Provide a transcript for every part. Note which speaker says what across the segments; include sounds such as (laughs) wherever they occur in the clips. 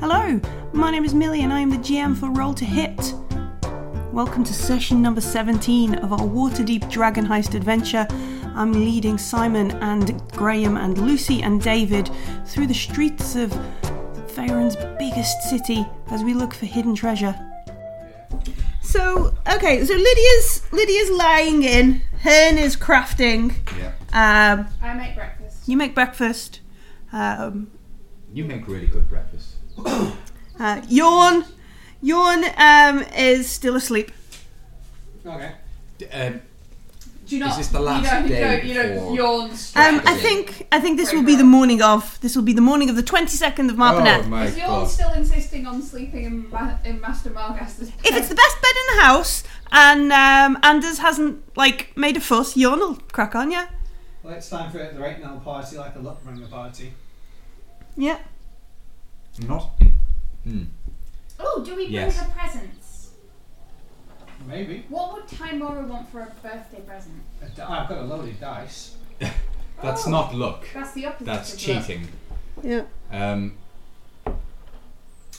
Speaker 1: Hello, my name is Millie and I am the GM for Roll to Hit. Welcome to session number 17 of our Waterdeep Dragon Heist adventure. I'm leading Simon and Graham and Lucy and David through the streets of Faerun's biggest city as we look for hidden treasure.
Speaker 2: So okay, so Lydia's Lydia's lying in. Herne is crafting.
Speaker 3: Yeah.
Speaker 2: Um,
Speaker 4: I make breakfast.
Speaker 1: You make breakfast. Um,
Speaker 3: You make really good breakfast.
Speaker 2: uh, Yawn, Yawn um, is still asleep.
Speaker 3: Okay. D- um,
Speaker 4: Do you not?
Speaker 3: Is this the last
Speaker 4: you don't,
Speaker 3: day
Speaker 4: You don't, you
Speaker 3: before-
Speaker 4: don't yawn
Speaker 2: Um,
Speaker 4: straight.
Speaker 2: I think I think this will be the morning of. This will be the morning of the twenty second of Marpanet.
Speaker 3: Oh, my
Speaker 4: Is yawn still insisting on sleeping in, Ma- in Master Margaster's bed?
Speaker 2: if it's the best bed in the house and um, Anders hasn't like made a fuss, Yawn will crack on ya.
Speaker 5: Well, it's time for the right now party, like a Luckbringer party.
Speaker 2: Yeah.
Speaker 3: Not. Mm.
Speaker 4: Oh, do we bring
Speaker 3: Yes.
Speaker 4: her presents?
Speaker 5: Maybe.
Speaker 4: What would Timora want for a birthday present?
Speaker 5: A di- I've got a load of dice.
Speaker 3: That's
Speaker 4: Oh.
Speaker 3: not luck.
Speaker 4: That's the opposite.
Speaker 3: That's
Speaker 4: of
Speaker 3: cheating.
Speaker 2: Yeah.
Speaker 3: Um,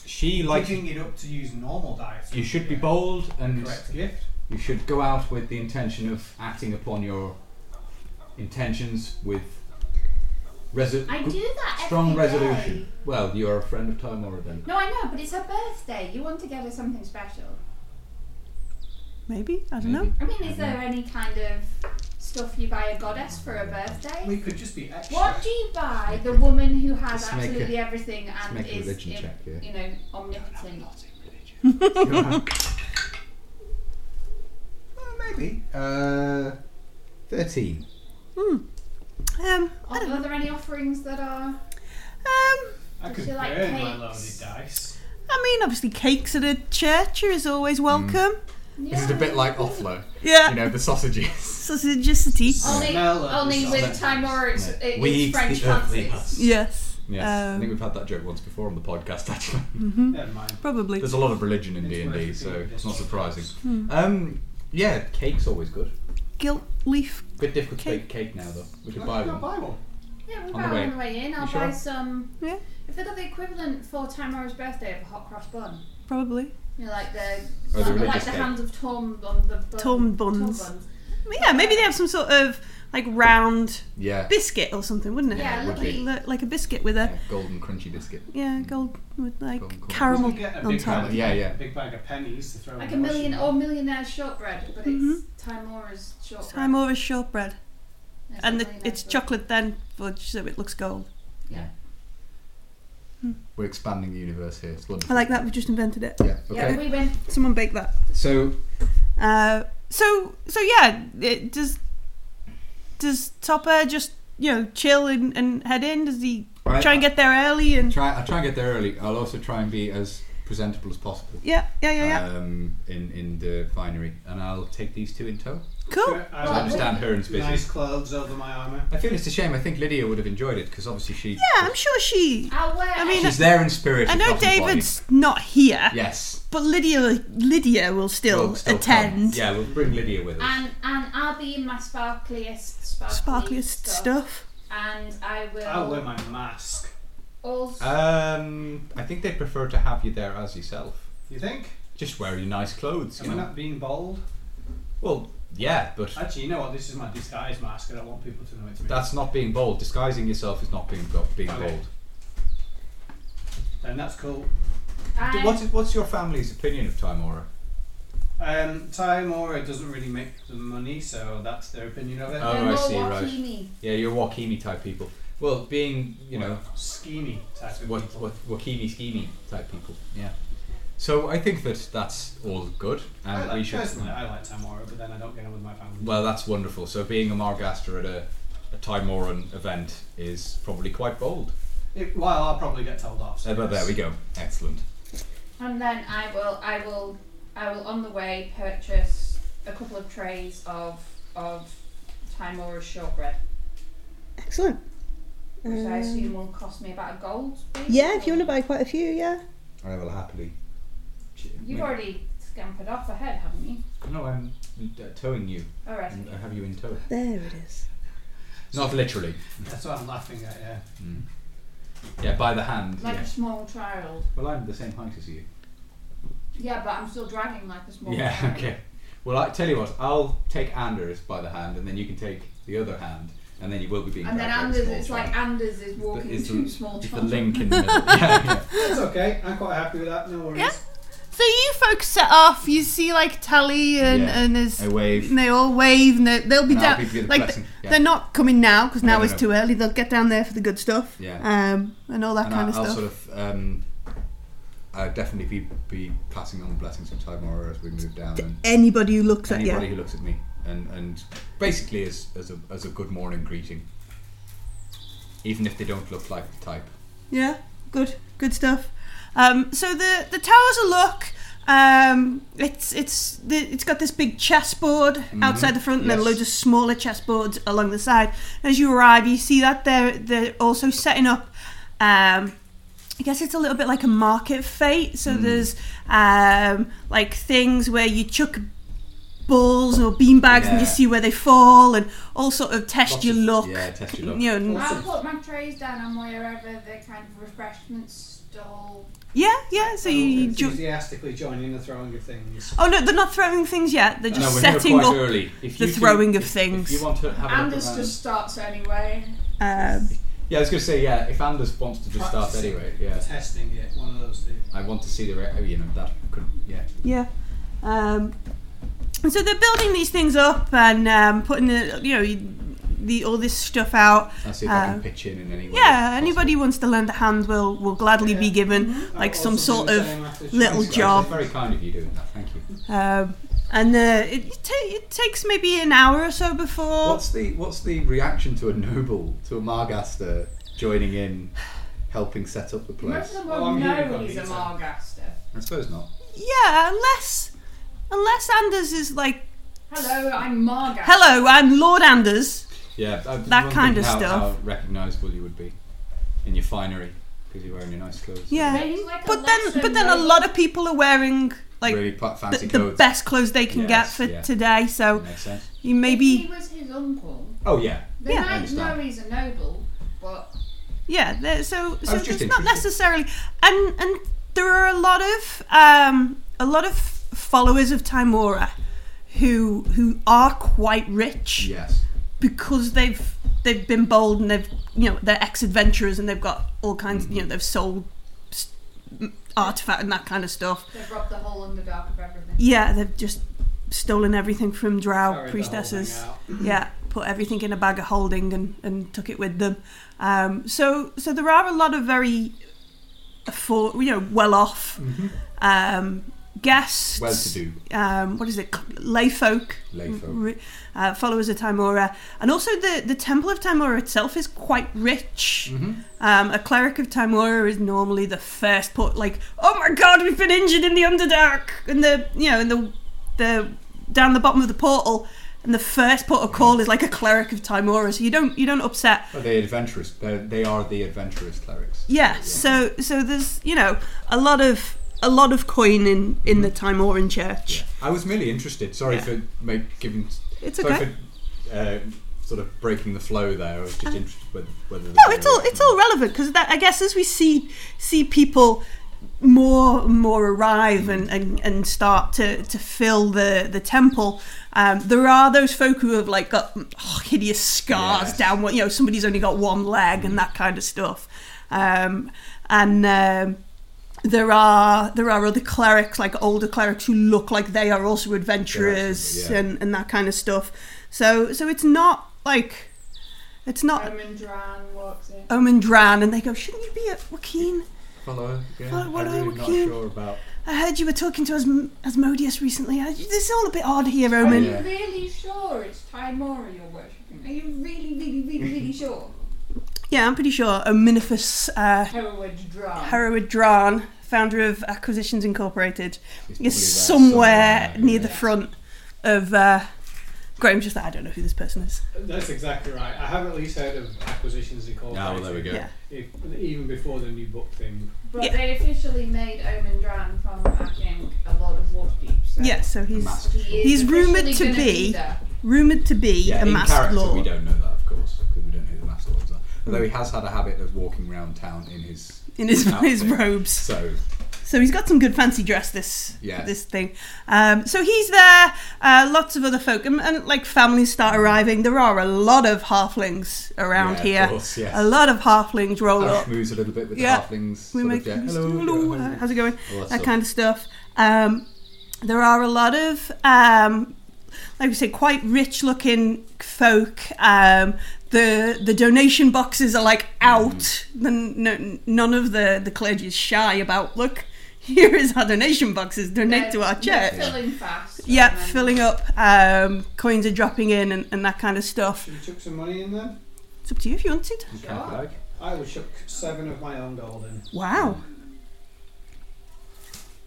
Speaker 3: she likes.
Speaker 5: Picking it up to use normal dice.
Speaker 3: You
Speaker 5: would
Speaker 3: should be
Speaker 5: a
Speaker 3: bold and
Speaker 5: Correct gift.
Speaker 3: you should go out with the intention of acting upon your intentions with resu-
Speaker 4: I do that
Speaker 3: strong
Speaker 4: every day.
Speaker 3: resolution. Well, you are a friend of Timora then.
Speaker 4: No, I know, but it's her birthday. You want to get her something special.
Speaker 2: Maybe I don't know.
Speaker 3: Maybe.
Speaker 4: I mean, is there any kind of stuff you buy a goddess for a birthday?
Speaker 5: We could just be extra. (laughs)
Speaker 4: What do you buy the woman who has
Speaker 3: Let's make a-
Speaker 4: absolutely everything and
Speaker 3: make a
Speaker 4: is,
Speaker 3: religion
Speaker 4: im-
Speaker 3: check here.
Speaker 4: you know, omnipotent?
Speaker 3: Well, maybe. Uh, 13.
Speaker 2: Um,
Speaker 4: Are, are there any offerings that are?
Speaker 2: um,
Speaker 5: I could
Speaker 4: you
Speaker 5: burn
Speaker 4: like
Speaker 5: my
Speaker 4: cakes?
Speaker 5: load of dice.
Speaker 2: I mean, obviously, cakes at a church are is always welcome.
Speaker 4: Yeah.
Speaker 3: like Offlow?
Speaker 2: Yeah,
Speaker 3: Mm. know, the sausages.
Speaker 2: sausages to tea.
Speaker 4: Only,
Speaker 5: Smell of
Speaker 4: only
Speaker 5: the
Speaker 4: with time or it's,
Speaker 3: Yeah.
Speaker 4: it,
Speaker 3: We
Speaker 4: it's
Speaker 3: eat
Speaker 4: French
Speaker 3: the earthly
Speaker 4: fancies.
Speaker 2: Yes,
Speaker 3: Yes, I
Speaker 2: Um,
Speaker 3: think we've had that joke once before on the podcast. Actually,
Speaker 2: Hmm.
Speaker 5: Never mind.
Speaker 2: probably.
Speaker 3: there's a lot of religion in D
Speaker 5: It's
Speaker 3: and D,
Speaker 5: worth
Speaker 3: so
Speaker 5: being
Speaker 3: it's not
Speaker 5: just-
Speaker 3: surprising.
Speaker 2: Hmm.
Speaker 3: Um, yeah, cake's always good.
Speaker 2: Gilt leaf.
Speaker 3: Bit difficult to
Speaker 2: Cake.
Speaker 3: make cake now, though. We could
Speaker 5: Why
Speaker 3: buy
Speaker 5: not
Speaker 3: one.
Speaker 5: buy one?
Speaker 4: Yeah, we'll
Speaker 3: On
Speaker 4: buy
Speaker 3: the
Speaker 4: one
Speaker 3: way.
Speaker 4: on the way in. I'll
Speaker 3: sure?
Speaker 4: buy some.
Speaker 2: Yeah.
Speaker 4: If they got the equivalent for Timora's birthday of a hot cross bun,
Speaker 2: Probably.
Speaker 4: you know, like the
Speaker 3: Or Oh, the
Speaker 4: like,
Speaker 3: religious
Speaker 4: like the
Speaker 3: cake.
Speaker 4: hands of Tom on the bun,
Speaker 2: Tom buns.
Speaker 4: Tom
Speaker 2: Yeah, maybe they have some sort of like round
Speaker 3: Yeah.
Speaker 2: biscuit or something, wouldn't it?
Speaker 4: Yeah,
Speaker 3: it would be.
Speaker 2: Like, like a biscuit with a
Speaker 3: Yeah, golden crunchy biscuit.
Speaker 2: yeah gold with like
Speaker 3: Golden corn.
Speaker 2: caramel
Speaker 5: We could get a
Speaker 2: on
Speaker 5: big bag
Speaker 2: top.
Speaker 5: of-
Speaker 3: Yeah, yeah.
Speaker 5: A big bag of pennies to throw
Speaker 4: Like a
Speaker 5: in the washing
Speaker 4: million
Speaker 5: bowl.
Speaker 4: or millionaire shortbread, but
Speaker 2: Mm-hmm.
Speaker 4: it's Timora's shortbread.
Speaker 2: Time over shortbread,
Speaker 4: It's
Speaker 2: and
Speaker 4: a
Speaker 2: the,
Speaker 4: millionaire
Speaker 2: it's
Speaker 4: shortbread.
Speaker 2: chocolate then fudge, so it looks gold.
Speaker 3: We're expanding the universe here. It's
Speaker 2: I
Speaker 3: wonderful.
Speaker 2: like that. We've just invented it.
Speaker 3: Yeah. Okay.
Speaker 4: Yeah, we went.
Speaker 2: Someone bake that.
Speaker 3: So
Speaker 2: Uh, so so yeah, it, does does Topper just you know chill and, and head in? Does he
Speaker 3: I,
Speaker 2: try and get there early and
Speaker 3: try. I try and get there early. I'll also try and be as presentable as possible.
Speaker 2: yeah yeah yeah yeah
Speaker 3: Um, in in the vinery, and I'll take these two in tow.
Speaker 2: cool
Speaker 5: I
Speaker 3: I
Speaker 5: would
Speaker 3: understand her and
Speaker 5: put
Speaker 3: busy.
Speaker 5: uh, Nice clothes over my armour.
Speaker 3: I feel it's a shame. I think Lydia would have enjoyed it because obviously she
Speaker 2: yeah I'm sure she
Speaker 4: I'll wear.
Speaker 2: I mean,
Speaker 3: she's there in spirit.
Speaker 2: I
Speaker 3: if
Speaker 2: know
Speaker 3: not in body.
Speaker 2: David's not here
Speaker 3: Yes.
Speaker 2: but Lydia Lydia will still,
Speaker 3: We'll still
Speaker 2: attend
Speaker 3: come. Yeah, we'll bring Lydia with us.
Speaker 4: and and I'll be in my sparkliest, sparkly
Speaker 2: sparkliest stuff
Speaker 4: and I will
Speaker 5: I'll wear my mask.
Speaker 4: also.
Speaker 3: Uh, Um, I think they'd prefer to have you there as yourself.
Speaker 5: You think?
Speaker 3: Just wear your nice clothes.
Speaker 5: Am
Speaker 3: You
Speaker 5: I
Speaker 3: know?
Speaker 5: not being bold?
Speaker 3: Well, yeah, but
Speaker 5: Actually, you know what? This is my disguise mask, and I want people to know it's me.
Speaker 3: that's not being bold. Disguising yourself is not being bo- being
Speaker 5: Okay.
Speaker 3: bold.
Speaker 5: and that's cool.
Speaker 4: I,
Speaker 3: What's what's your family's opinion of Timora?
Speaker 5: Um, time or it doesn't really make the money, so that's their opinion of it.
Speaker 3: Oh,
Speaker 4: They're
Speaker 3: I
Speaker 4: more
Speaker 3: see, right.
Speaker 4: Wakimi.
Speaker 3: Yeah, you're Wakimi type people. Well, being you know
Speaker 5: Schemy type of
Speaker 3: what
Speaker 5: people.
Speaker 3: what Wakimi schemey type people. Yeah. So I think that that's all good,
Speaker 5: I
Speaker 3: and
Speaker 5: like,
Speaker 3: we should.
Speaker 5: Personally, I like Tamora, but then I don't get on with my family.
Speaker 3: Well, that's wonderful. So being a Margaster at a, a Timoran event is probably quite bold.
Speaker 5: It, well, I'll probably get told off. So
Speaker 3: Uh, but there
Speaker 5: yes.
Speaker 3: we go. Excellent.
Speaker 4: And then I will, I will, I will on the way purchase a couple of trays of of Timora's shortbread,
Speaker 2: excellent Um,
Speaker 4: which
Speaker 2: Mm.
Speaker 4: I assume will cost me about a gold. maybe?
Speaker 2: buy quite a few yeah
Speaker 3: I will happily.
Speaker 4: You've already scampered off ahead, haven't you?
Speaker 3: No, I'm uh, towing you.
Speaker 4: All right.
Speaker 3: I have you in tow.
Speaker 2: there it is
Speaker 3: Not literally.
Speaker 2: (gasps)
Speaker 5: That's what I'm laughing at. Yeah.
Speaker 3: Yeah, by the hand.
Speaker 4: like
Speaker 3: yeah.
Speaker 4: a small child.
Speaker 3: Well, I'm the same height as you.
Speaker 4: Yeah, but I'm still dragging like a small. (laughs)
Speaker 3: Yeah,
Speaker 4: child.
Speaker 3: okay. Well, I tell you what, I'll take Anders by the hand, and then you can take the other hand, and then you will be being.
Speaker 4: And then
Speaker 3: dragged
Speaker 4: Anders,
Speaker 3: by a
Speaker 4: it's
Speaker 3: small
Speaker 4: like
Speaker 3: child.
Speaker 4: Anders is walking
Speaker 3: is the-
Speaker 4: two small
Speaker 3: It's the
Speaker 4: children.
Speaker 3: link in the middle.
Speaker 4: (laughs)
Speaker 3: yeah,
Speaker 5: That's okay. I'm quite happy with that. No worries.
Speaker 2: Yeah. So you folks set off. You see like Tally and
Speaker 3: Yeah.
Speaker 2: and
Speaker 3: yeah.
Speaker 2: his.
Speaker 3: I wave.
Speaker 2: And they all wave and they- they'll be
Speaker 3: and I'll
Speaker 2: down.
Speaker 3: be the
Speaker 2: like
Speaker 3: blessing. yeah.
Speaker 2: They're not coming now because
Speaker 3: No,
Speaker 2: now
Speaker 3: no,
Speaker 2: it's
Speaker 3: no.
Speaker 2: too early. They'll get down there for the good stuff
Speaker 3: yeah.
Speaker 2: um, and all that
Speaker 3: and
Speaker 2: kind
Speaker 3: I,
Speaker 2: of
Speaker 3: I'll
Speaker 2: stuff.
Speaker 3: sort of um, I'll definitely be be passing on blessings to Timor as we move down, and
Speaker 2: Anybody who looks at
Speaker 3: anybody
Speaker 2: yeah,
Speaker 3: who looks at me, and and basically as as a as a good morning greeting, even if they don't look like the type.
Speaker 2: yeah, good, good stuff. Um, so the the towers a look. Um, it's it's the, it's got this big chessboard outside the front, and then
Speaker 3: Mm-hmm. yes.
Speaker 2: loads of smaller chessboards along the side. As you arrive, you see that they're they're also setting up. Um, I guess it's a little bit like a market fate.
Speaker 3: Mm.
Speaker 2: So there's um, like things where you chuck balls or beanbags and
Speaker 3: Yeah.
Speaker 2: you see where they fall, and all sort of test
Speaker 3: Lots
Speaker 2: your
Speaker 3: of-
Speaker 2: luck.
Speaker 3: Yeah, test your luck.
Speaker 2: You know,
Speaker 4: I'll put my trays down on wherever the kind of refreshment stall.
Speaker 2: yeah, yeah. So you. ju-
Speaker 5: enthusiastically joining the throwing of things.
Speaker 2: Oh no, they're not throwing things yet. They're just
Speaker 3: no, we're here
Speaker 2: setting
Speaker 3: quite
Speaker 2: up.
Speaker 3: early. If
Speaker 2: the
Speaker 3: you do-
Speaker 2: throwing of
Speaker 3: if-
Speaker 2: things.
Speaker 3: If you want to have a look
Speaker 4: Anders
Speaker 3: around-
Speaker 4: just starts anyway.
Speaker 2: Um,
Speaker 3: Yeah, I was going to say yeah. If Anders wants to just start
Speaker 5: Practice.
Speaker 3: anyway, yeah.
Speaker 5: Testing it, one of those two.
Speaker 3: I want to see the re- oh, you know that could yeah.
Speaker 2: yeah. Um, and so they're building these things up and um, putting the you know the all this stuff out.
Speaker 3: I'll see if I
Speaker 2: Uh,
Speaker 3: can pitch in in any way.
Speaker 2: Yeah,
Speaker 3: possible.
Speaker 2: anybody who wants to lend a hand will will gladly be
Speaker 5: Yeah.
Speaker 2: given
Speaker 5: I'll
Speaker 2: like some
Speaker 5: also
Speaker 2: sort
Speaker 5: do the
Speaker 2: of
Speaker 5: same after
Speaker 2: little
Speaker 5: Tuesday.
Speaker 3: That's
Speaker 2: job.
Speaker 3: Very kind of you doing that. Thank you.
Speaker 2: um, and uh, it, it, ta- it takes maybe an hour or so before.
Speaker 3: What's the what's the reaction to a noble to a Margaster joining in, helping set up the
Speaker 4: Most
Speaker 3: place?
Speaker 4: of them
Speaker 5: Oh, I'm
Speaker 4: won't
Speaker 5: here,
Speaker 4: know
Speaker 5: I've
Speaker 4: he's a
Speaker 5: got pizza.
Speaker 4: Margaster.
Speaker 3: I suppose not.
Speaker 2: Yeah, unless unless Anders is like,
Speaker 4: Hello, I'm Margaster.
Speaker 2: hello, I'm Lord Anders.
Speaker 3: Yeah, I was
Speaker 2: That
Speaker 3: wondering
Speaker 2: kind of
Speaker 3: how,
Speaker 2: stuff.
Speaker 3: How recognisable you would be in your finery because you're wearing your nice clothes.
Speaker 2: Yeah.
Speaker 4: Maybe like a
Speaker 2: But then
Speaker 4: lesser
Speaker 2: but then a
Speaker 4: known-
Speaker 2: lot of people are wearing like
Speaker 3: really pa-
Speaker 2: the,
Speaker 3: fancy
Speaker 2: the
Speaker 3: clothes.
Speaker 2: best clothes they can get
Speaker 3: Yes,
Speaker 2: for
Speaker 3: yeah.
Speaker 2: today. So
Speaker 3: Makes sense.
Speaker 2: you
Speaker 4: If he
Speaker 2: maybe,
Speaker 4: was his uncle.
Speaker 3: Oh yeah,
Speaker 4: They
Speaker 2: Yeah.
Speaker 4: might know
Speaker 3: Understand.
Speaker 4: he's a noble, but
Speaker 2: yeah. there- So so
Speaker 3: just
Speaker 2: it's not
Speaker 3: interested.
Speaker 2: necessarily, and and there are a lot of um a lot of followers of Timora who who are quite rich
Speaker 3: yes.
Speaker 2: because they've they've been bold and they've you know they're ex adventurers and they've got all kinds you know they've sold s- m- artifact and that kind of stuff.
Speaker 4: they've robbed the whole Underdark of everything.
Speaker 2: Yeah, they've just stolen everything from
Speaker 5: Carried the
Speaker 2: drow
Speaker 5: whole
Speaker 2: priestesses.
Speaker 5: thing out.
Speaker 2: yeah, put everything in a bag of holding and, and took it with them. Um, so so there are a lot of very for you know well off
Speaker 5: Mm-hmm.
Speaker 2: um, guests,
Speaker 3: Well to do,
Speaker 2: Um, what is it, lay folk,
Speaker 3: lay folk.
Speaker 2: r- uh, followers of Timora, and also the the temple of Timora itself is quite rich.
Speaker 3: hmm
Speaker 2: Um, a cleric of Timora is normally the first port, like, oh my god, we've been injured in the Underdark, and the you know, in the the down the bottom of the portal, and the first port of call is like a cleric of Timora, so you don't you don't upset.
Speaker 3: Are they adventurous? They're, they are the adventurous clerics.
Speaker 2: Yeah, so so there's you know a lot of a lot of coin in in the Timoran church.
Speaker 3: I was merely interested. Sorry
Speaker 2: Yeah.
Speaker 3: for make, giving.
Speaker 2: It's
Speaker 3: sorry
Speaker 2: okay.
Speaker 3: for uh, sort of breaking the flow there. I was just interested whether. whether
Speaker 2: Uh, No, it's all it's all relevant because that I guess as we see see people more and more arrive and, and, and start to, to fill the the temple. Um, there are those folk who have like got oh, hideous scars
Speaker 3: Yes.
Speaker 2: down. You know, somebody's only got one leg and that kind of stuff. Um, and um, there are there are other clerics like older clerics who look like they are also adventurers
Speaker 3: yeah.
Speaker 2: and, and that kind of stuff. So so it's not like it's not
Speaker 4: Roman Dran walks in.
Speaker 2: Omen Dran and they go, Shouldn't you be at Joaquin?
Speaker 3: Follow. Yeah,
Speaker 2: Follow-
Speaker 3: I'm
Speaker 2: follow
Speaker 3: really
Speaker 2: with
Speaker 3: not
Speaker 2: you.
Speaker 3: sure about.
Speaker 2: I heard you were talking to Asm- Asmodeus recently. I, this is all a bit odd here,
Speaker 4: Are
Speaker 2: Omen.
Speaker 4: you really sure it's Timora you're worshipping? Are you really, really, really,
Speaker 3: (laughs)
Speaker 4: really sure?
Speaker 2: Yeah, I'm pretty sure Ominifus uh,
Speaker 4: Hereward Dran.
Speaker 2: Harroward Dran, founder of Acquisitions Incorporated,
Speaker 3: It's probably there
Speaker 2: is somewhere,
Speaker 3: somewhere,
Speaker 2: near
Speaker 3: yeah.
Speaker 2: the front of. Uh, Graham's just like, I don't know who this person is.
Speaker 5: That's exactly right. I have at least heard of acquisitions incorporated.
Speaker 3: Ah, well, there we go.
Speaker 2: Yeah.
Speaker 5: If, even before the new book thing.
Speaker 4: but
Speaker 2: Yeah.
Speaker 4: they officially made Omen Dran from, I think, a lord of Waterdeep. So
Speaker 2: Yeah, so he's
Speaker 3: Mass.
Speaker 4: He is
Speaker 2: He's rumoured
Speaker 4: officially
Speaker 2: to
Speaker 4: gonna
Speaker 2: be-
Speaker 4: that.
Speaker 2: rumoured to be
Speaker 3: Yeah,
Speaker 2: a
Speaker 3: in
Speaker 2: masked
Speaker 3: character, we
Speaker 2: lord.
Speaker 3: don't know that, of course, because we don't know who the master lords are.
Speaker 6: Although he has had a habit of walking around town in his
Speaker 2: Hmm. in his (laughs) his
Speaker 6: Outfit.
Speaker 2: robes.
Speaker 6: so
Speaker 2: So he's got some good fancy dress this
Speaker 6: Yeah.
Speaker 2: this thing. Um, so he's there. Uh, lots of other folk and, and like families start arriving. There are a lot of halflings around
Speaker 6: yeah,
Speaker 2: here.
Speaker 6: Of course, Oh. yes.
Speaker 2: A lot of halflings roll
Speaker 6: Ash
Speaker 2: up.
Speaker 6: moves a little bit with
Speaker 2: Yeah.
Speaker 6: the halflings.
Speaker 2: We
Speaker 6: sort
Speaker 2: make
Speaker 6: of, yeah,
Speaker 2: things-
Speaker 6: hello,
Speaker 2: hello,
Speaker 6: yeah, hello. Oh,
Speaker 2: how's it going?
Speaker 6: All
Speaker 2: that
Speaker 6: stuff.
Speaker 2: kind of stuff. Um, there are a lot of, um, like we say, quite rich-looking folk. Um, the the donation boxes are like out. The, no, none of the the clergy is shy about. Look, here is our donation boxes. Donate to our
Speaker 4: They're
Speaker 2: church.
Speaker 4: Filling fast.
Speaker 2: Yeah,
Speaker 4: and then-
Speaker 2: filling up. Um, coins are dropping in and, and that kind of stuff.
Speaker 5: Should we chuck some money in then?
Speaker 2: It's up to you if you want to.
Speaker 6: You can't
Speaker 4: Sure.
Speaker 6: like.
Speaker 5: I will chuck seven of my own gold in.
Speaker 2: Wow.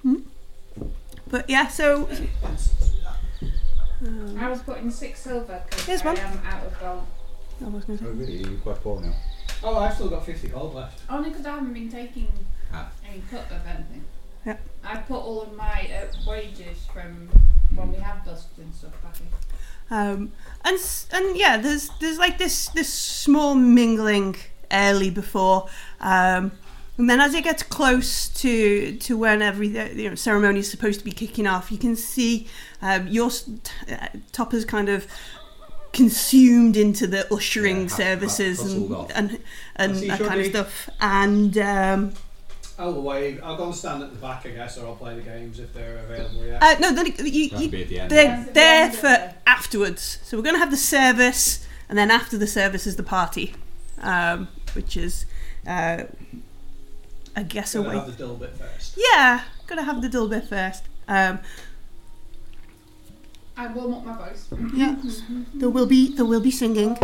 Speaker 2: Hmm. But yeah, so
Speaker 4: I was putting six silver
Speaker 2: Here's
Speaker 4: because I
Speaker 2: one.
Speaker 4: am out of gold.
Speaker 2: I was gonna say-
Speaker 6: Oh, really? You're quite poor now.
Speaker 5: Oh, I've still got 50 gold left.
Speaker 4: Only because I haven't been taking
Speaker 6: Ah.
Speaker 4: any cut of anything.
Speaker 2: Yeah.
Speaker 4: I put all of my uh, wages from when we have buses and stuff back in.
Speaker 2: um, and s- and yeah, there's there's like this this small mingling early before, um, and then as it gets close to to when every the, you know, ceremony is supposed to be kicking off, you can see um, your s- t- uh, toppers kind of consumed into the
Speaker 6: Yeah,
Speaker 2: ushering
Speaker 6: hu- hu-
Speaker 2: services and,
Speaker 6: hustled off.
Speaker 2: and
Speaker 5: I
Speaker 2: and
Speaker 5: see,
Speaker 2: that
Speaker 5: sure
Speaker 2: kind of
Speaker 5: do.
Speaker 2: stuff, and um,
Speaker 5: I will wave. I'll go and stand at the back, I guess, or I'll play the games if they're available. Yeah.
Speaker 2: uh, no, then you,
Speaker 6: That'd
Speaker 2: you,
Speaker 6: be at the end.
Speaker 2: They're
Speaker 4: Yeah.
Speaker 2: there
Speaker 4: Yeah.
Speaker 2: for afterwards. So we're going to have the service, and then after the service is the party, um, which is, uh, I guess, a
Speaker 5: So I'll
Speaker 2: way.
Speaker 5: have the dill bit first.
Speaker 2: Yeah, gonna have the dilbit first. Um,
Speaker 4: I warm up my voice.
Speaker 2: yeah, there will be there will be singing.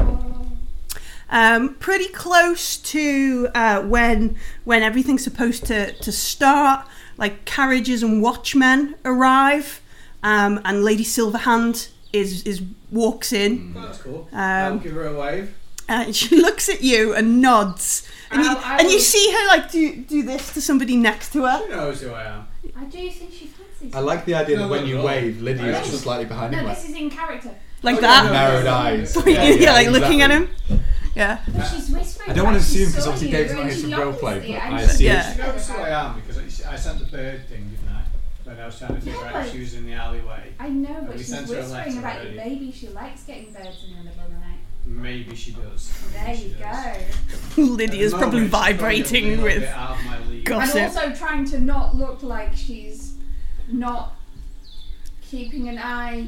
Speaker 2: Um, pretty close to uh, when when everything's supposed to to start. Like carriages and watchmen arrive, um, and Lady Silverhand is is walks in.
Speaker 5: That's cool. I'll
Speaker 2: Um,
Speaker 5: give her a wave.
Speaker 2: and Uh, (laughs) she looks at you and nods, and you,
Speaker 4: Ow, ow.
Speaker 2: and you see her like do do this to somebody next to her.
Speaker 5: Who knows who I am?
Speaker 4: I do think she fancies
Speaker 6: I like the idea
Speaker 5: No,
Speaker 6: that when
Speaker 5: no,
Speaker 6: you
Speaker 5: no.
Speaker 6: wave, Lydia's just slightly
Speaker 4: it.
Speaker 6: behind
Speaker 4: No,
Speaker 6: him,
Speaker 4: this
Speaker 6: like
Speaker 4: is in character.
Speaker 2: Like
Speaker 5: Oh,
Speaker 2: (laughs)
Speaker 5: yeah,
Speaker 2: that.
Speaker 5: no.
Speaker 6: narrowed eyes.
Speaker 2: Ah. Yeah, like looking at
Speaker 6: exactly.
Speaker 2: him. Yeah. (laughs)
Speaker 4: But she's whispering.
Speaker 6: I don't
Speaker 4: like
Speaker 6: want to
Speaker 4: she
Speaker 6: assume
Speaker 4: saw
Speaker 6: 'cause obviously
Speaker 4: you,
Speaker 6: Gabe's
Speaker 4: and
Speaker 6: not here
Speaker 4: she
Speaker 6: for role play,
Speaker 4: obviously-
Speaker 6: but
Speaker 4: I'm
Speaker 6: I
Speaker 4: sure
Speaker 6: assume-
Speaker 4: she's
Speaker 2: Yeah.
Speaker 5: She knows who I
Speaker 4: terrified.
Speaker 5: am because I, I sent the bird thing, didn't I? When I was trying to figure
Speaker 4: Yeah,
Speaker 5: out
Speaker 4: but-
Speaker 5: if she was in the alleyway.
Speaker 4: I know,
Speaker 5: Have
Speaker 4: but
Speaker 5: we
Speaker 4: she's
Speaker 5: sent her a
Speaker 4: whispering
Speaker 5: letter
Speaker 4: about
Speaker 5: already?
Speaker 4: maybe she likes getting birds in the middle of the night.
Speaker 5: Maybe she does.
Speaker 4: There
Speaker 5: Maybe she
Speaker 4: you go.
Speaker 5: does. At the
Speaker 2: Lydia's probably
Speaker 5: moment, she's a
Speaker 2: vibrating
Speaker 5: little
Speaker 2: with.
Speaker 5: bit out of my league.
Speaker 2: God.
Speaker 4: And
Speaker 2: Gossip.
Speaker 4: also trying to not look like she's not keeping an eye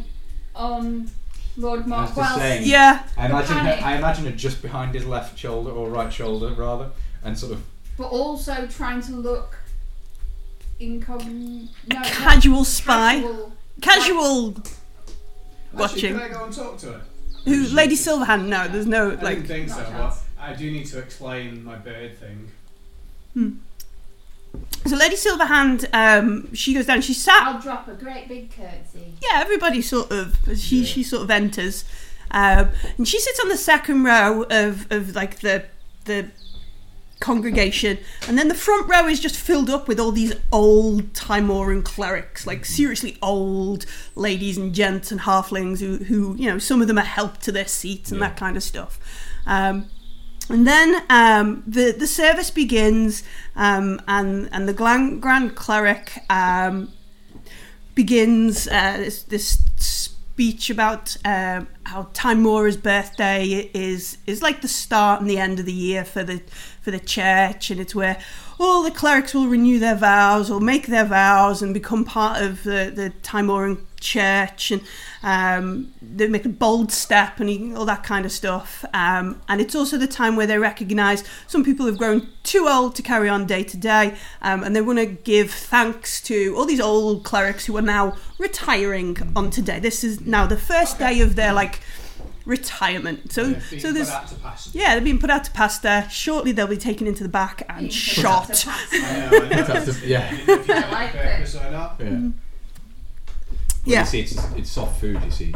Speaker 4: on Lord
Speaker 6: That's the
Speaker 4: Markwell.
Speaker 6: saying.
Speaker 2: Yeah.
Speaker 6: I imagine her,
Speaker 4: Panic.
Speaker 6: I imagine her just behind his left shoulder or right shoulder rather, and sort of
Speaker 4: But also trying to look incogn No, not
Speaker 2: Casual spy.
Speaker 4: casual.
Speaker 2: Casual.
Speaker 5: Actually,
Speaker 2: Watching.
Speaker 5: Can I go and talk to her?
Speaker 2: Who? Lady Silverhand? No, there's no
Speaker 5: I
Speaker 2: like.
Speaker 5: didn't think
Speaker 4: Not
Speaker 5: so,
Speaker 4: a
Speaker 5: but
Speaker 4: chance.
Speaker 5: I do need to explain my bird thing.
Speaker 2: So Lady Silverhand, um, she goes down. She sat.
Speaker 4: I'll drop a great big curtsy.
Speaker 2: Yeah, everybody sort of. She
Speaker 6: Yeah.
Speaker 2: she sort of enters, um, and she sits on the second row of of like the the congregation, and then the front row is just filled up with all these old Timoran clerics, like seriously old ladies and gents and halflings who who you know some of them are helped to their seats and
Speaker 6: Yeah.
Speaker 2: that kind of stuff. Um, and then um, the the service begins, um, and and the grand, grand cleric um, begins uh, this, this speech about um, how Timora's birthday is is like the start and the end of the year for the for the church, and it's where all the clerics will renew their vows or make their vows and become part of the the Timoran church, and um, they make a bold step and all that kind of stuff. Um, and it's also the time where they recognise some people have grown too old to carry on day to day, um, and they want to give thanks to all these old clerics who are now retiring on today. This is now the first day of their like retirement. Oh, So,
Speaker 5: Being
Speaker 2: so there's
Speaker 5: put out to pasture.
Speaker 2: yeah, they're being put out to pasture. Shortly, they'll be taken into the back and
Speaker 4: Being put out
Speaker 2: shot.
Speaker 4: to pasture.
Speaker 5: I know, I know.
Speaker 4: (laughs)
Speaker 6: That's the- yeah.
Speaker 5: I didn't know if you
Speaker 4: I
Speaker 5: had a
Speaker 4: like
Speaker 5: purpose or not.
Speaker 6: yeah.
Speaker 2: Yeah.
Speaker 6: You see, it's, it's soft food. You see.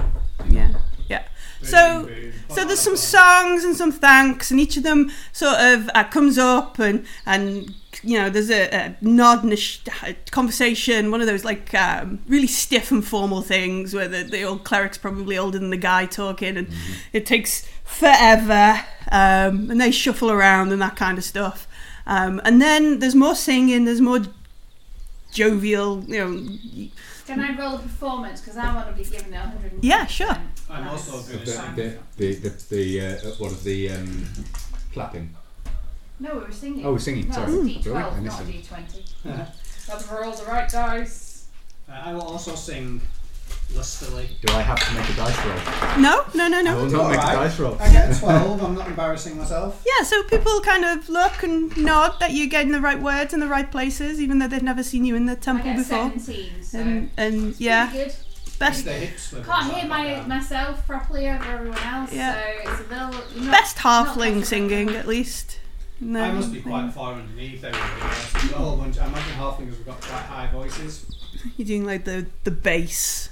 Speaker 2: Yeah, yeah. So-
Speaker 5: Boom, boom,
Speaker 2: So
Speaker 5: boom,
Speaker 2: there's some
Speaker 5: boom.
Speaker 2: songs and some thanks, and each of them sort of uh, comes up and and you know there's a, a nod and a, sh- a conversation, one of those like um, really stiff and formal things where the, the old cleric's probably older than the guy talking, and it takes forever, um, and they shuffle around and that kind of stuff, um, and then there's more singing, there's more jovial, you know,
Speaker 4: Can I roll a performance? Because I want to be given it 100.
Speaker 2: Yeah, sure.
Speaker 5: I'm also
Speaker 6: The,
Speaker 5: going to sing.
Speaker 4: Okay.
Speaker 6: the, the, the, the uh, what of the um, clapping?
Speaker 4: No, we were singing.
Speaker 6: Oh, we're singing.
Speaker 4: No,
Speaker 2: Mm.
Speaker 6: Sorry,
Speaker 4: it's a
Speaker 6: Sorry, I
Speaker 4: D12,
Speaker 6: missed
Speaker 4: not a
Speaker 6: it.
Speaker 5: (laughs)
Speaker 4: D20.
Speaker 5: Uh,
Speaker 4: That's for all the right dice.
Speaker 5: I will also sing lustily.
Speaker 6: Do I have to make a dice roll?
Speaker 2: no, no, no,
Speaker 6: I
Speaker 2: no.
Speaker 6: will not make
Speaker 5: Alright.
Speaker 6: a dice roll.
Speaker 5: I get 12, I'm not embarrassing myself.
Speaker 2: Yeah, so people kind of look and nod that you're getting the right words in the right places, even though they've never seen you in the
Speaker 4: I
Speaker 2: temple
Speaker 4: get
Speaker 2: before.
Speaker 4: 17, so.
Speaker 2: And, and
Speaker 4: it's
Speaker 2: yeah,
Speaker 4: pretty good.
Speaker 2: best
Speaker 5: The hips were
Speaker 4: Can't
Speaker 5: like
Speaker 4: hear my
Speaker 5: that.
Speaker 4: myself properly over everyone else,
Speaker 2: Yeah.
Speaker 4: so it's a little. Not,
Speaker 2: best
Speaker 4: not-
Speaker 2: halfling singing at least. No,
Speaker 5: I must be quite far underneath everybody else. We've got a whole bunch. I imagine halflings have got quite high voices.
Speaker 2: You're doing like the the bass.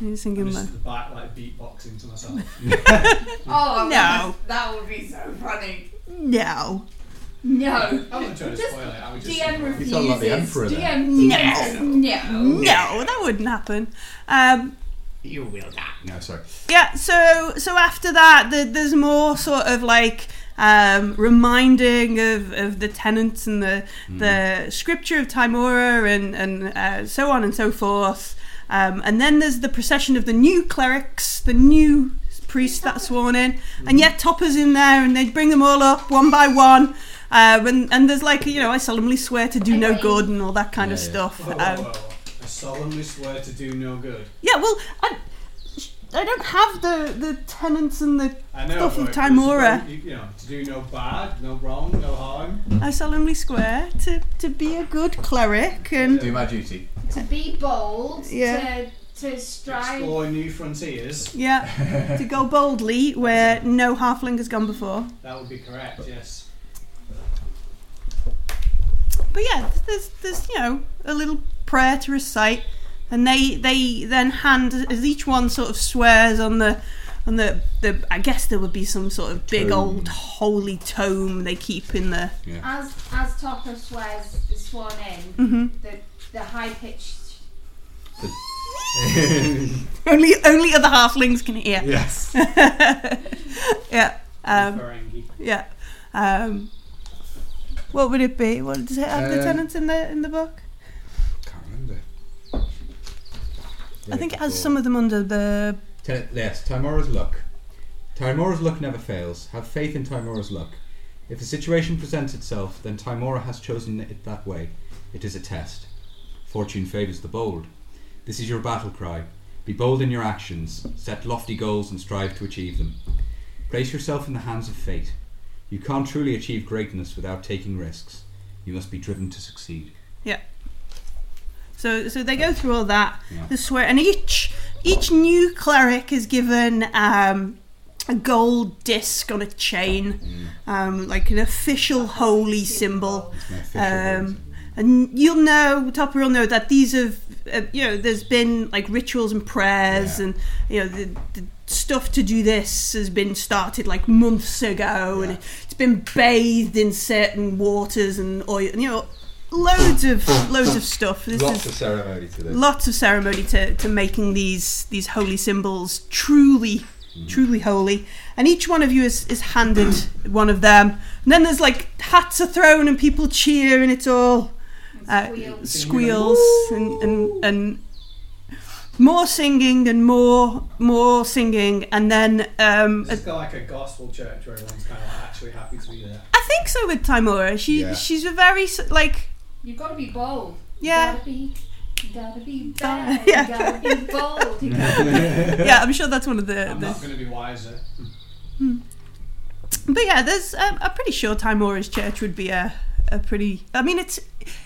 Speaker 2: You're
Speaker 5: I'm
Speaker 2: singing
Speaker 5: just
Speaker 2: like
Speaker 5: at the back, like beatboxing to myself.
Speaker 4: (laughs) Oh,
Speaker 2: No.
Speaker 4: that would be so funny.
Speaker 2: no.
Speaker 4: No.
Speaker 5: I wouldn't try to
Speaker 4: Just
Speaker 5: spoil it. I
Speaker 4: (laughs)
Speaker 5: would just.
Speaker 4: DM
Speaker 5: sing.
Speaker 4: refuses.
Speaker 6: sound like the Emperor then.
Speaker 4: DM says
Speaker 2: No,
Speaker 4: no.
Speaker 2: that wouldn't happen. Um,
Speaker 6: You will not. No, sorry.
Speaker 2: yeah so so after that the, there's more sort of like um, reminding of, of the tenets and the
Speaker 6: Mm.
Speaker 2: the scripture of Timora and and uh, so on and so forth um, and then there's the procession of the new clerics the new priests that's sworn in
Speaker 6: Mm-hmm.
Speaker 2: and yet toppers in there and they bring them all up one by one uh, and, and there's like you know I solemnly swear to do no good and all that kind of
Speaker 6: Yeah, yeah.
Speaker 2: stuff
Speaker 5: Whoa,
Speaker 2: um,
Speaker 5: whoa, whoa. I solemnly swear to do no good.
Speaker 2: yeah well I, I don't have the the tenets and the
Speaker 5: I know.
Speaker 2: Stuff
Speaker 5: but
Speaker 2: of
Speaker 5: it's
Speaker 2: Timora.
Speaker 5: about, You you know, to do no bad, no wrong, no harm.
Speaker 2: I solemnly swear to, to be a good cleric and
Speaker 6: Do my duty.
Speaker 4: To be bold.
Speaker 2: Yeah.
Speaker 4: To, to strive.
Speaker 5: Explore new frontiers.
Speaker 2: yeah to go boldly where no halfling has gone before.
Speaker 5: That would be correct. Yes.
Speaker 2: But yeah, there's there's you know a little prayer to recite, and they they then hand as each one sort of swears on the on the the I guess there would be some sort of big
Speaker 6: Tome.
Speaker 2: old holy tome they keep in the
Speaker 4: As as Topper swears is sworn in,
Speaker 2: hmm
Speaker 4: the the high pitched.
Speaker 2: (laughs) (laughs) only only other halflings can hear. (laughs)
Speaker 6: yes.
Speaker 2: yeah. Um,
Speaker 5: Ferengi.
Speaker 2: Yeah. Um, what would it be? What does it have the
Speaker 6: Uh,
Speaker 2: tenants in the in the book?
Speaker 6: Can't remember.
Speaker 2: I think it has some of them under the.
Speaker 6: Ten, yes, Timora's luck. Timora's luck never fails. Have faith in Timora's luck. If a situation presents itself, then Timora has chosen it that way. It is a test. Fortune favours the bold. This is your battle cry. Be bold in your actions. Set lofty goals and strive to achieve them. Place yourself in the hands of fate. You can't truly achieve greatness without taking risks. You must be driven to succeed.
Speaker 2: So so they go through all that.
Speaker 6: Yeah.
Speaker 2: The swear and each each new cleric is given um, a gold disc on a chain, um, like an official holy symbol.
Speaker 6: It's my official
Speaker 2: Um,
Speaker 6: words.
Speaker 2: and you'll know Topper will know that these have uh, you know there's been like rituals and prayers
Speaker 6: Yeah.
Speaker 2: and you know the, the stuff to do this has been started like months ago and
Speaker 6: Yeah.
Speaker 2: it's been bathed in certain waters and oil and you know loads of loads of stuff this
Speaker 6: Lots
Speaker 2: is
Speaker 6: of ceremony to this.
Speaker 2: lots of ceremony to, to making these these holy symbols truly
Speaker 6: Mm.
Speaker 2: truly holy and each one of you is, is handed one of them and then there's like hats are thrown and people cheer and it's all uh,
Speaker 4: Squeal.
Speaker 2: squeals and, and and more singing and more more singing and then um
Speaker 5: It's got like a gospel church where everyone's kind of like actually happy to be there.
Speaker 2: i think so with timora she
Speaker 6: Yeah.
Speaker 2: she's a very
Speaker 6: (laughs)
Speaker 2: s- like
Speaker 4: You've got to be bold.
Speaker 2: Yeah.
Speaker 4: You gotta be. You gotta be
Speaker 2: (laughs)
Speaker 4: bad.
Speaker 2: Yeah.
Speaker 4: You gotta be
Speaker 6: (laughs)
Speaker 4: bold. You gotta
Speaker 2: yeah i'm sure that's one of the,
Speaker 5: I'm
Speaker 2: the
Speaker 5: not going to be wiser.
Speaker 2: But yeah, there's. Um, I'm pretty sure Timora's church would be a, a pretty. I mean, it's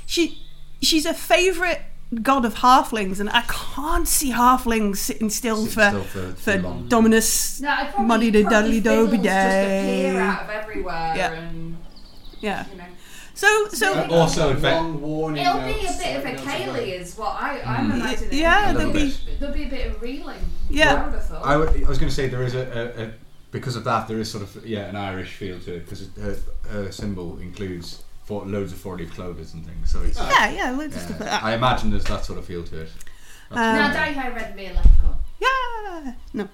Speaker 2: she. She's a favourite god of halflings, and I can't see halflings sitting still
Speaker 6: Sit
Speaker 2: for
Speaker 6: still for,
Speaker 2: for
Speaker 6: too long.
Speaker 2: Dominus.
Speaker 4: No, I probably,
Speaker 2: Muddy the Dudley
Speaker 4: probably
Speaker 2: Doby
Speaker 4: fiddles just
Speaker 2: Day.
Speaker 4: appear out of everywhere
Speaker 2: Yeah.
Speaker 4: and
Speaker 2: Yeah.
Speaker 4: you know.
Speaker 2: So, so
Speaker 5: But
Speaker 6: Also, in fact-
Speaker 5: long warning.
Speaker 4: It'll be a
Speaker 5: notes,
Speaker 4: bit of a
Speaker 5: like notes of
Speaker 4: Kaylee, is what I, I'm
Speaker 6: Mm.
Speaker 4: imagining.
Speaker 2: Yeah,
Speaker 6: there'll
Speaker 4: there'll be, there'll be a bit of reeling.
Speaker 2: Yeah.
Speaker 4: I would have thought.
Speaker 6: I, would, I was going to say there is a, a, a because of that there is sort of yeah an Irish feel to it because her, her symbol includes four, loads of four leaf clovers and things. So it's
Speaker 2: yeah, yeah, loads of
Speaker 6: yeah,
Speaker 2: stuff like that.
Speaker 6: I imagine there's that sort of feel to it. That's
Speaker 2: Um,
Speaker 4: now,
Speaker 6: red hair.
Speaker 4: dye hair red me a
Speaker 2: (laughs)
Speaker 4: leprechaun.
Speaker 2: yeah, no.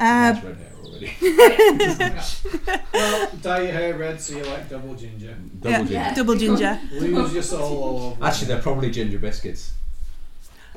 Speaker 2: Uh,
Speaker 6: That's red hair already. (laughs)
Speaker 5: Well, dye your hair red so you like double ginger.
Speaker 6: Double
Speaker 2: yeah,
Speaker 6: ginger.
Speaker 4: Yeah.
Speaker 2: double ginger.
Speaker 5: Lose your soul all over.
Speaker 6: Actually, they're probably ginger biscuits.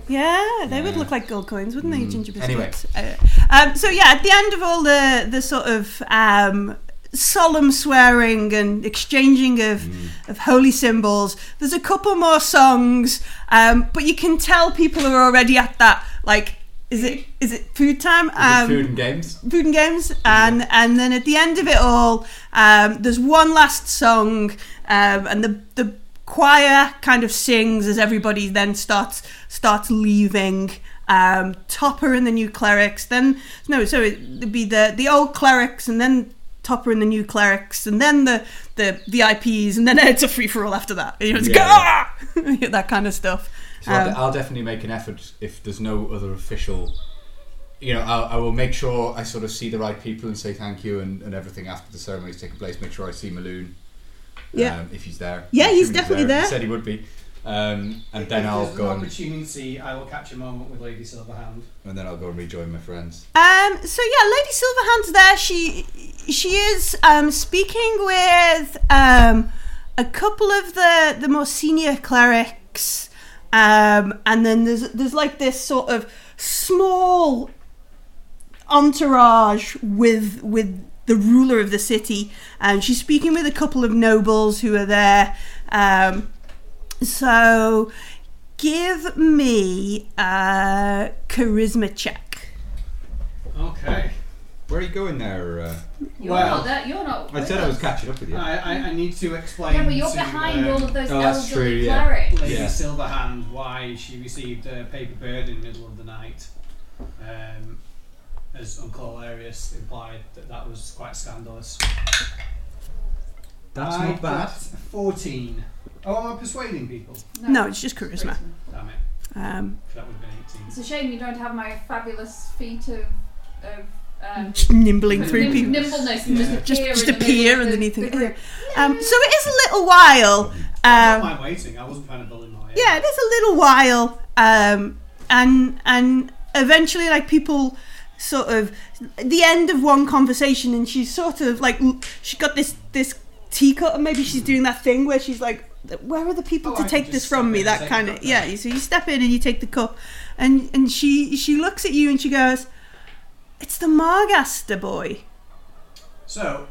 Speaker 2: Yeah, they would
Speaker 6: Yeah.
Speaker 2: look like gold coins, wouldn't they?
Speaker 6: Mm.
Speaker 2: Ginger
Speaker 6: Anyway.
Speaker 2: biscuits. Uh, um, so yeah, at the end of all the the sort of um, solemn swearing and exchanging of
Speaker 6: Mm.
Speaker 2: of holy symbols, there's a couple more songs, um, but you can tell people are already at that like. Is it is it food time? Um,
Speaker 6: Is it food and games.
Speaker 2: food and games and and then at the end of it all um, there's one last song um, and the the choir kind of sings as everybody then starts starts leaving um, Topper and the new clerics then no so it'd be the the old clerics and then Topper and the new clerics and then the the VIPs and then (laughs) it's a free for all after that you know, it's
Speaker 6: Yeah.
Speaker 2: go "Ah!" (laughs) that kind of stuff
Speaker 6: So I'll,
Speaker 2: Um,
Speaker 6: I'll definitely make an effort if there's no other official. You know, I'll, I will make sure I sort of see the right people and say thank you and, and everything after the ceremony's taken place. Make sure I see Maloon.
Speaker 2: Yeah.
Speaker 6: Um, if he's there.
Speaker 2: Yeah,
Speaker 6: I'm
Speaker 2: he's
Speaker 6: assuming
Speaker 2: definitely there.
Speaker 6: He said he would be. Um, and then
Speaker 5: if
Speaker 6: I'll
Speaker 5: there's
Speaker 6: go
Speaker 5: an
Speaker 6: and,
Speaker 5: opportunity, I will catch a moment with Lady Silverhand.
Speaker 6: and then I'll go and rejoin my friends.
Speaker 2: Um, so yeah, Lady Silverhand's there. She she is um, speaking with um, a couple of the the more senior clerics, um, and then there's there's like this sort of small entourage with with the ruler of the city, and she's speaking with a couple of nobles who are there. Um, so give me a charisma check.
Speaker 5: Okay.
Speaker 6: Where are you going there? Uh,
Speaker 4: You're
Speaker 5: Well,
Speaker 4: not that. You're not.
Speaker 6: I
Speaker 4: with
Speaker 6: said I was
Speaker 4: us.
Speaker 6: catching up with you.
Speaker 5: I, I, I need to explain.
Speaker 4: Yeah, but you're
Speaker 5: to,
Speaker 4: behind
Speaker 5: um,
Speaker 4: all of those
Speaker 6: Oh, that's
Speaker 4: elderly
Speaker 6: true, yeah.
Speaker 4: clerics.
Speaker 5: Lady
Speaker 6: Yeah.
Speaker 5: Silverhand why she received a paper bird in the middle of the night. Um, as Uncle Hilarious implied that that was quite scandalous. I got 14. Oh, am I persuading people?
Speaker 2: No, it's just charisma.
Speaker 5: Damn it.
Speaker 2: Um,
Speaker 5: That would have been 18.
Speaker 4: It's a shame you don't have my fabulous feet of. of um,
Speaker 2: just nimbling through
Speaker 4: nim-
Speaker 2: people.
Speaker 4: Nimbleness. and
Speaker 5: Yeah.
Speaker 2: Just,
Speaker 4: appear
Speaker 2: just
Speaker 4: in the middle
Speaker 2: appear
Speaker 4: of the-
Speaker 2: underneath
Speaker 4: the
Speaker 2: it.
Speaker 4: group.
Speaker 2: Um, so it is a little while. Um,
Speaker 5: Not my waiting, I wasn't trying to build in my head.
Speaker 2: yeah, it is a little while, um, and and eventually, like people sort of the end of one conversation, and she's sort of like l- she got this this teacup, and maybe she's doing that thing where she's like, "Where are the people
Speaker 5: Oh, I
Speaker 2: to
Speaker 5: can
Speaker 2: take
Speaker 5: just
Speaker 2: this
Speaker 5: step
Speaker 2: from me?"
Speaker 5: in and
Speaker 2: That
Speaker 5: take
Speaker 2: kind
Speaker 5: the
Speaker 2: of
Speaker 5: cup,
Speaker 2: yeah. So you step in and you take the cup, and and she she looks at you and she goes, "It's the Margaster boy."
Speaker 5: So,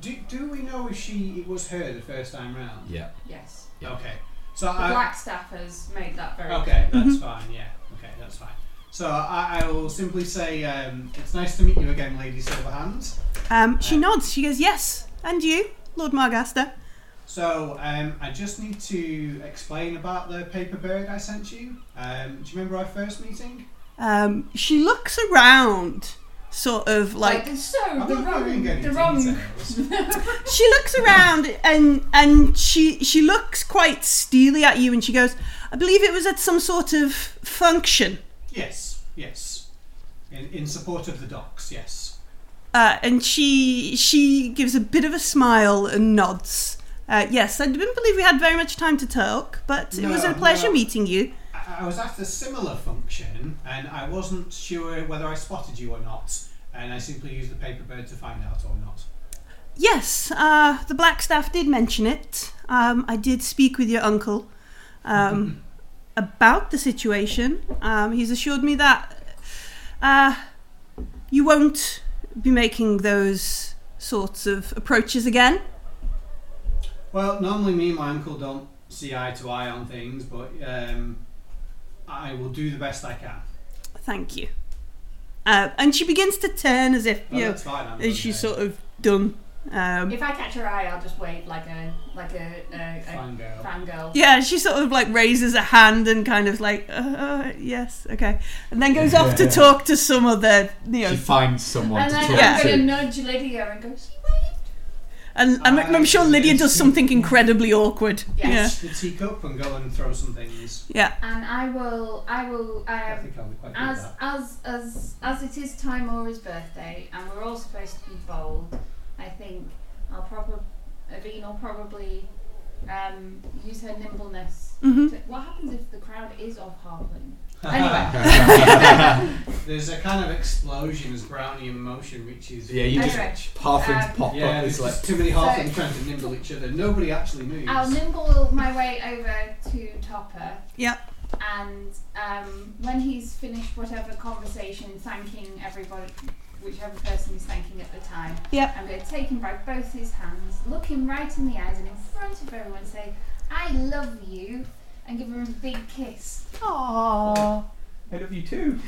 Speaker 5: do, do we know if she it was her the first time round?
Speaker 6: Yeah.
Speaker 4: Yes.
Speaker 6: Yeah.
Speaker 5: Okay. So
Speaker 4: The
Speaker 5: I,
Speaker 4: Blackstaff has made that very
Speaker 5: Uh, Okay,
Speaker 4: clear.
Speaker 5: that's fine. Yeah. Okay, that's fine. So I, I will simply say um, it's nice to meet you again, Lady Silverhand.
Speaker 2: Um, she nods. She goes, "Yes, and you, Lord Margaster."
Speaker 5: So um, I just need to explain about the paper bird I sent you. Um, do you remember our first meeting?
Speaker 2: Um, she looks around, sort of like
Speaker 4: Like, so
Speaker 5: I'm
Speaker 4: Oh, the
Speaker 5: not
Speaker 4: wrong,
Speaker 5: giving any
Speaker 4: the wrong.
Speaker 5: details. (laughs)
Speaker 2: she looks around and and she she looks quite steely at you, and she goes, "I believe it was at some sort of function."
Speaker 5: yes, yes. In, in support of the docs, yes.
Speaker 2: Uh, and she she gives a bit of a smile and nods. Uh, yes, I didn't believe we had very much time to talk, but it was
Speaker 5: No,
Speaker 2: a pleasure
Speaker 5: no.
Speaker 2: meeting you.
Speaker 5: I, I was at a similar function and I wasn't sure whether I spotted you or not, and I simply used the paper bird to find out or not.
Speaker 2: Yes, uh, the Black Staff did mention it. Um, I did speak with your uncle um, about the situation. Um, he's assured me that uh, you won't be making those sorts of approaches again.
Speaker 5: Well, normally me and my uncle don't see eye to eye on things, but um, I will do the best I can.
Speaker 2: Thank you. Uh, and she begins to turn as if
Speaker 5: Oh,
Speaker 2: you know,
Speaker 5: that's fine. I'm
Speaker 2: as
Speaker 5: done
Speaker 2: she's
Speaker 5: there.
Speaker 2: sort of done. Um,
Speaker 4: If I catch her eye, I'll just wave like a like a, a,
Speaker 5: fine
Speaker 4: a
Speaker 5: girl.
Speaker 4: fangirl.
Speaker 2: yeah, she sort of like raises a hand and kind of like, uh, uh, yes, okay, and then goes off to talk to some other, you know,
Speaker 6: She finds someone
Speaker 4: And
Speaker 6: to
Speaker 4: then
Speaker 6: talk
Speaker 2: Yeah.
Speaker 4: I'm
Speaker 6: to.
Speaker 4: going to nudge Lydia and go, she waved.
Speaker 2: And I'm, I'm sure Lydia does something incredibly awkward.
Speaker 4: Yes.
Speaker 5: the teacup and go and throw some things.
Speaker 4: And I will, I will,
Speaker 5: I
Speaker 4: um,
Speaker 5: think I'll be quite good at
Speaker 4: as
Speaker 5: that.
Speaker 4: as as as it is time Aura's birthday, and we're all supposed to be bold. I think I'll probably, Avine will probably um, use her nimbleness.
Speaker 2: hmm
Speaker 4: To, what happens if the crowd is of halfling? Anyway,
Speaker 5: There's a kind of explosion as Brownie in motion reaches.
Speaker 3: Yeah, you just
Speaker 4: Anyway,
Speaker 3: half
Speaker 4: um,
Speaker 3: pop
Speaker 5: Yeah,
Speaker 3: up. It's
Speaker 5: there's
Speaker 3: like
Speaker 5: just too many half
Speaker 4: So-
Speaker 5: trying to nimble each other. Nobody actually moves.
Speaker 4: I'll nimble my way over to Topper.
Speaker 2: Yeah.
Speaker 4: And um, when he's finished whatever conversation, thanking everybody, whichever person he's thanking at the time,
Speaker 2: Yeah.
Speaker 4: I'm going to take him by both his hands, look him right in the eyes, and in front of everyone say, I love you, and give him a big kiss,
Speaker 2: Aww.
Speaker 3: I love you too.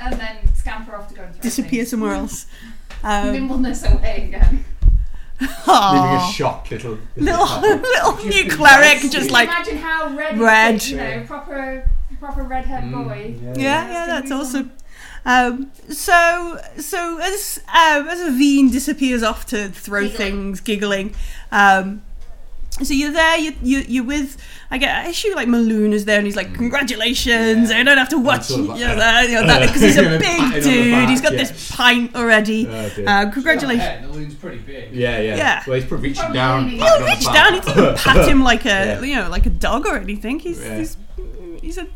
Speaker 4: and then scamper off to go and throw
Speaker 2: Disappear
Speaker 4: things.
Speaker 2: somewhere else. Um,
Speaker 4: Nimbleness away again.
Speaker 3: Leaving a
Speaker 2: aw.
Speaker 3: shocked little.
Speaker 2: (laughs) Little, (laughs) little new cleric, just like
Speaker 4: Imagine how red,
Speaker 2: Red.
Speaker 4: red. you know, proper, proper redhead boy.
Speaker 2: yeah,
Speaker 4: Yeah,
Speaker 2: yeah,
Speaker 4: it's
Speaker 2: that's
Speaker 4: gonna be
Speaker 2: awesome. Um, so, so as um, as Aveen disappears off to throw
Speaker 4: Giggling.
Speaker 2: things, giggling. Um, so you're there. You you you're with. I get. I issue like Maloon is there, and he's
Speaker 4: Mm.
Speaker 2: like, "Congratulations! I don't have to watch
Speaker 6: sort
Speaker 2: you
Speaker 6: of
Speaker 2: know,
Speaker 6: like,
Speaker 2: that, you know, that because he's a
Speaker 6: Patting on the
Speaker 2: big dude.
Speaker 6: back,
Speaker 2: He's got
Speaker 6: yeah.
Speaker 2: this pint already.
Speaker 6: Oh, dear.
Speaker 2: Uh, congratulations!
Speaker 5: Yeah, the loon's pretty big.
Speaker 3: Yeah, yeah,
Speaker 2: Yeah.
Speaker 3: Well, he's probably reaching
Speaker 4: Probably
Speaker 3: down.
Speaker 4: leaning.
Speaker 3: patting on the
Speaker 2: Reach
Speaker 3: back.
Speaker 2: down. He
Speaker 3: (laughs)
Speaker 2: doesn't pat him like a
Speaker 3: Yeah.
Speaker 2: you know like a dog or anything. He's
Speaker 3: Yeah.
Speaker 2: he's, he's a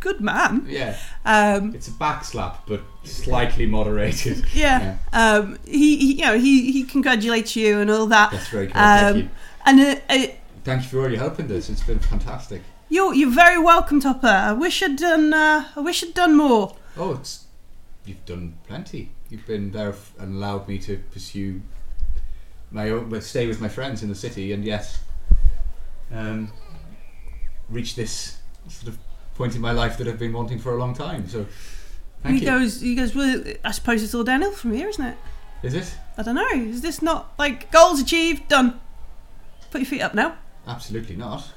Speaker 2: good man.
Speaker 3: Yeah,
Speaker 2: Um,
Speaker 3: it's a back slap, but slightly moderated.
Speaker 2: yeah. Um, he, he, you know, he, he congratulates you and all that.
Speaker 3: That's very good.
Speaker 2: Um,
Speaker 3: thank you.
Speaker 2: And uh, uh,
Speaker 3: Thank you for all your help in this. It's been fantastic.
Speaker 2: you're you're very welcome, Topper. I wish I'd done. Uh, I wish I'd done more.
Speaker 3: Oh, it's you've done plenty. You've been there f- and allowed me to pursue my own, well, stay with my friends in the city, and yes, um, reach this sort of point in my life that I've been wanting for a long time. So, thank
Speaker 2: he
Speaker 3: you.
Speaker 2: goes. He goes. Well, I suppose it's all downhill from here, isn't it?
Speaker 3: Is it
Speaker 2: I don't know. Is this not like goals achieved? Done. Put your feet up now.
Speaker 3: absolutely not?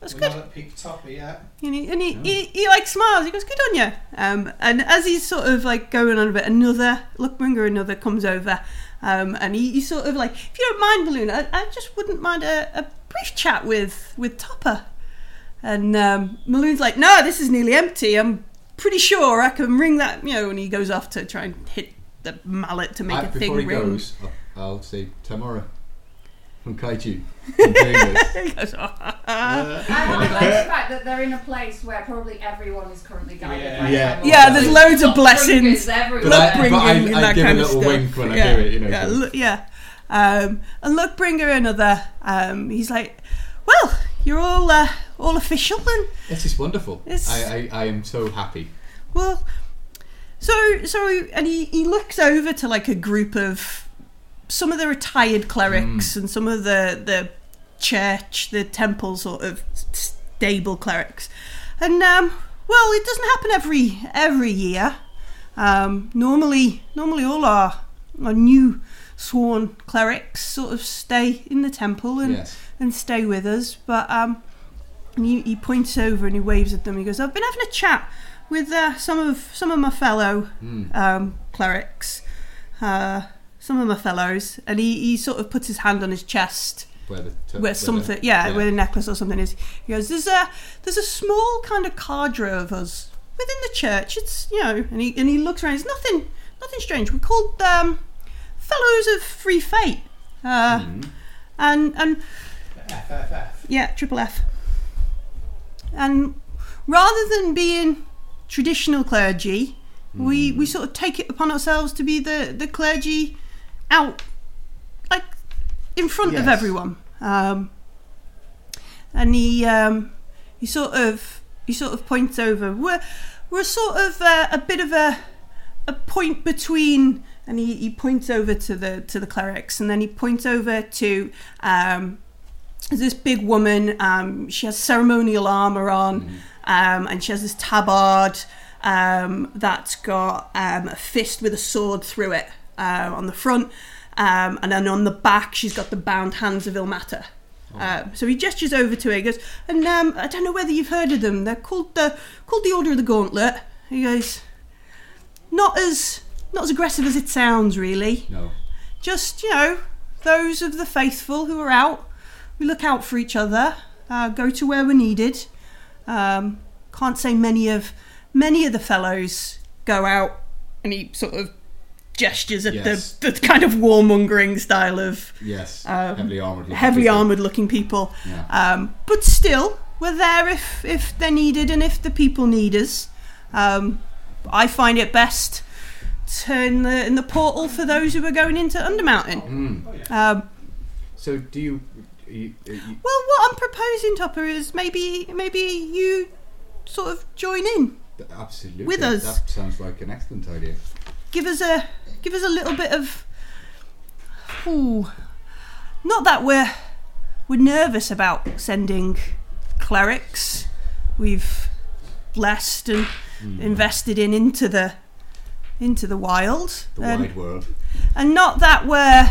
Speaker 2: That's
Speaker 5: We're
Speaker 2: good.
Speaker 5: not at peak topper yet.
Speaker 2: And he, and he, he, he like smiles. He goes, "Good on you." Um, and as he's sort of like going on a bit, another Luckbringer, another comes over, um, and he, he sort of like, "If you don't mind, Balloon, I, I just wouldn't mind a, a brief chat with with Topper." And um, Balloon's like, "No, this is nearly empty. I'm pretty sure I can ring that." You know, and he goes off to try and hit the mallet to make
Speaker 3: I-
Speaker 2: a thing
Speaker 3: before he
Speaker 2: ring.
Speaker 3: goes, I'll, I'll say Tamara from Kaiju. I'm doing this.
Speaker 2: (laughs) (laughs) He goes, "Ah."
Speaker 4: I like
Speaker 2: (laughs)
Speaker 4: the fact that they're in a place where probably everyone is currently guided.
Speaker 5: Yeah.
Speaker 4: by
Speaker 3: Yeah.
Speaker 4: Tamora.
Speaker 2: Yeah, there's loads of
Speaker 4: Top
Speaker 2: blessings.
Speaker 4: fingers everywhere.
Speaker 3: But I-
Speaker 2: Luckbringer
Speaker 3: but I-
Speaker 2: and
Speaker 3: I
Speaker 2: that
Speaker 3: give a
Speaker 2: kind of
Speaker 3: little
Speaker 2: stuff.
Speaker 3: wink when I
Speaker 2: yeah.
Speaker 3: do it, you know,
Speaker 2: Yeah,
Speaker 3: so-
Speaker 2: look, yeah. Um, and Luckbringer, another. Um, he's like, well, you're all uh, all official, and
Speaker 3: This is wonderful.
Speaker 2: It's-
Speaker 3: I, I, I am so happy.
Speaker 2: well, so so, and he he looks over to like a group of some of the retired clerics and some of the the church, the temple sort of stable clerics, and um, well, it doesn't happen every every year. Um, normally, normally all our our new sworn clerics sort of stay in the temple and
Speaker 3: Yes.
Speaker 2: and stay with us. But um, and he, he points over and he waves at them. He goes, "I've been having a chat with uh, some of some of my fellow
Speaker 3: Mm.
Speaker 2: um, clerics, uh, some of my fellows," and he, he sort of puts his hand on his chest
Speaker 3: Where the t-
Speaker 2: where something, yeah,
Speaker 3: yeah.
Speaker 2: where the necklace or something is. He goes, "There's a there's a small kind of cadre of us within the church. It's you know," and he and he looks around. It's nothing nothing strange. We're called um, Fellows of Free Fate. Uh, And and
Speaker 5: FFF.
Speaker 2: yeah, triple F. And rather than being traditional clergy, we we sort of take it upon ourselves to be the the clergy out like in front of
Speaker 3: Yes.
Speaker 2: everyone. Um, and he um, he sort of he sort of points over. We're we're sort of uh, a bit of a a point between. And he, he points over to the to the clerics, and then he points over to um, there's this big woman. Um, she has ceremonial armor on, um, and she has this tabard um, that's got um, a fist with a sword through it uh, on the front, um, and then on the back she's got the bound hands of Ilmata. Um, so he gestures over to her. He goes, and um, I don't know whether you've heard of them. They're called the called the Order of the Gauntlet. He goes, not as not as aggressive as it sounds, really
Speaker 3: No.
Speaker 2: just you know those of the faithful who are out. We look out for each other, uh, go to where we're needed. Um, can't say many of many of the fellows go out, and he sort of gestures at
Speaker 3: Yes.
Speaker 2: the, the kind of warmongering style of
Speaker 3: Yes.
Speaker 2: Um,
Speaker 3: heavily armored.
Speaker 2: heavily armored looking people.
Speaker 3: Yeah.
Speaker 2: Um, but still, we're there if, if they're needed and if the people need us. Um, I find it best to in the, in the portal for those who are going into Undermountain.
Speaker 3: Mm.
Speaker 5: Oh, yeah.
Speaker 2: Um,
Speaker 3: So do you? you, you
Speaker 2: well, what I'm proposing, Topper, is maybe maybe you sort of join in,
Speaker 3: absolutely.
Speaker 2: With us.
Speaker 3: That sounds like an excellent idea.
Speaker 2: give us a give us a little bit of. Ooh, not that we're we're nervous about sending clerics. We've blessed and invested in into the into the wild, Um,
Speaker 3: The
Speaker 2: and,
Speaker 3: wide world.
Speaker 2: and not that we're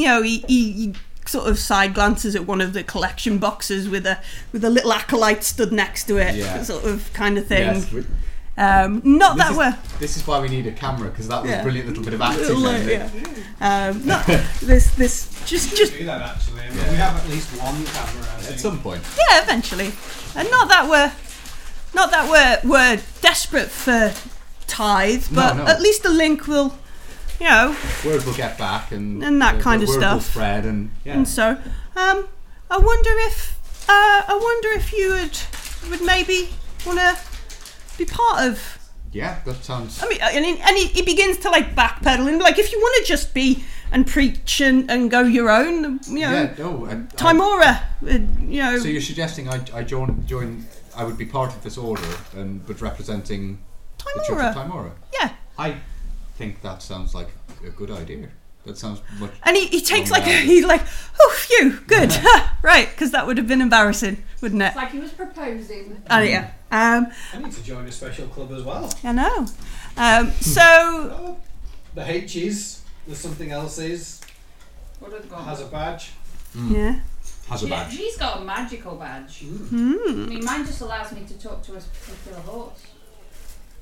Speaker 2: you know he, he, he sort of side glances at one of the collection boxes with a with a little acolyte stood next to it,
Speaker 3: Yeah.
Speaker 2: sort of kind of thing.
Speaker 3: Yes. we-
Speaker 2: Um, not
Speaker 3: This
Speaker 2: that
Speaker 3: is-
Speaker 2: we're
Speaker 3: This is why we need a camera because that was
Speaker 2: Yeah.
Speaker 3: a brilliant little bit of acting.
Speaker 2: Little,
Speaker 3: then,
Speaker 2: yeah. um, not this this just just
Speaker 5: do that actually. I mean, We have at least one camera. I
Speaker 3: At
Speaker 5: think.
Speaker 3: some point.
Speaker 2: yeah eventually, and not that we're not that we're we're desperate for tithe, but
Speaker 3: no.
Speaker 2: at least the link will you know
Speaker 3: Word will get back and
Speaker 2: And that
Speaker 3: the- the
Speaker 2: kind of
Speaker 3: word Will
Speaker 2: stuff.
Speaker 3: spread and yeah.
Speaker 2: And so, um, I wonder if uh, I wonder if you would would maybe want to be part of.
Speaker 3: yeah, that sounds.
Speaker 2: I mean, and, he- and he, he begins to like backpedal and like if you want to just be and preach and, and go your own, you know,
Speaker 3: yeah, no. And I-
Speaker 2: Timora, uh, you know,
Speaker 3: so you're suggesting I, I join join I would be part of this order and but representing the Church
Speaker 2: Timora,
Speaker 3: of Timora.
Speaker 2: yeah.
Speaker 3: I think that sounds like a good idea. That sounds much.
Speaker 2: And he, he takes
Speaker 3: Well,
Speaker 2: like a, (laughs)
Speaker 3: yeah.
Speaker 2: he's like, oh phew, good, (laughs)
Speaker 3: (laughs)
Speaker 2: Ha, right, because that would have been embarrassing, wouldn't it?
Speaker 3: Mm.
Speaker 4: It's like he was proposing.
Speaker 2: Oh yeah, um,
Speaker 5: I need to join a special club as well.
Speaker 2: I know. Um,
Speaker 3: Hmm.
Speaker 2: so
Speaker 5: Oh, the H's, the something else is,
Speaker 4: What have we got?
Speaker 5: has a badge.
Speaker 3: Mm.
Speaker 2: yeah,
Speaker 3: Has a badge.
Speaker 4: She, has got a magical badge.
Speaker 2: Hmm.
Speaker 4: I mean, mine just allows me to talk to a particular horse.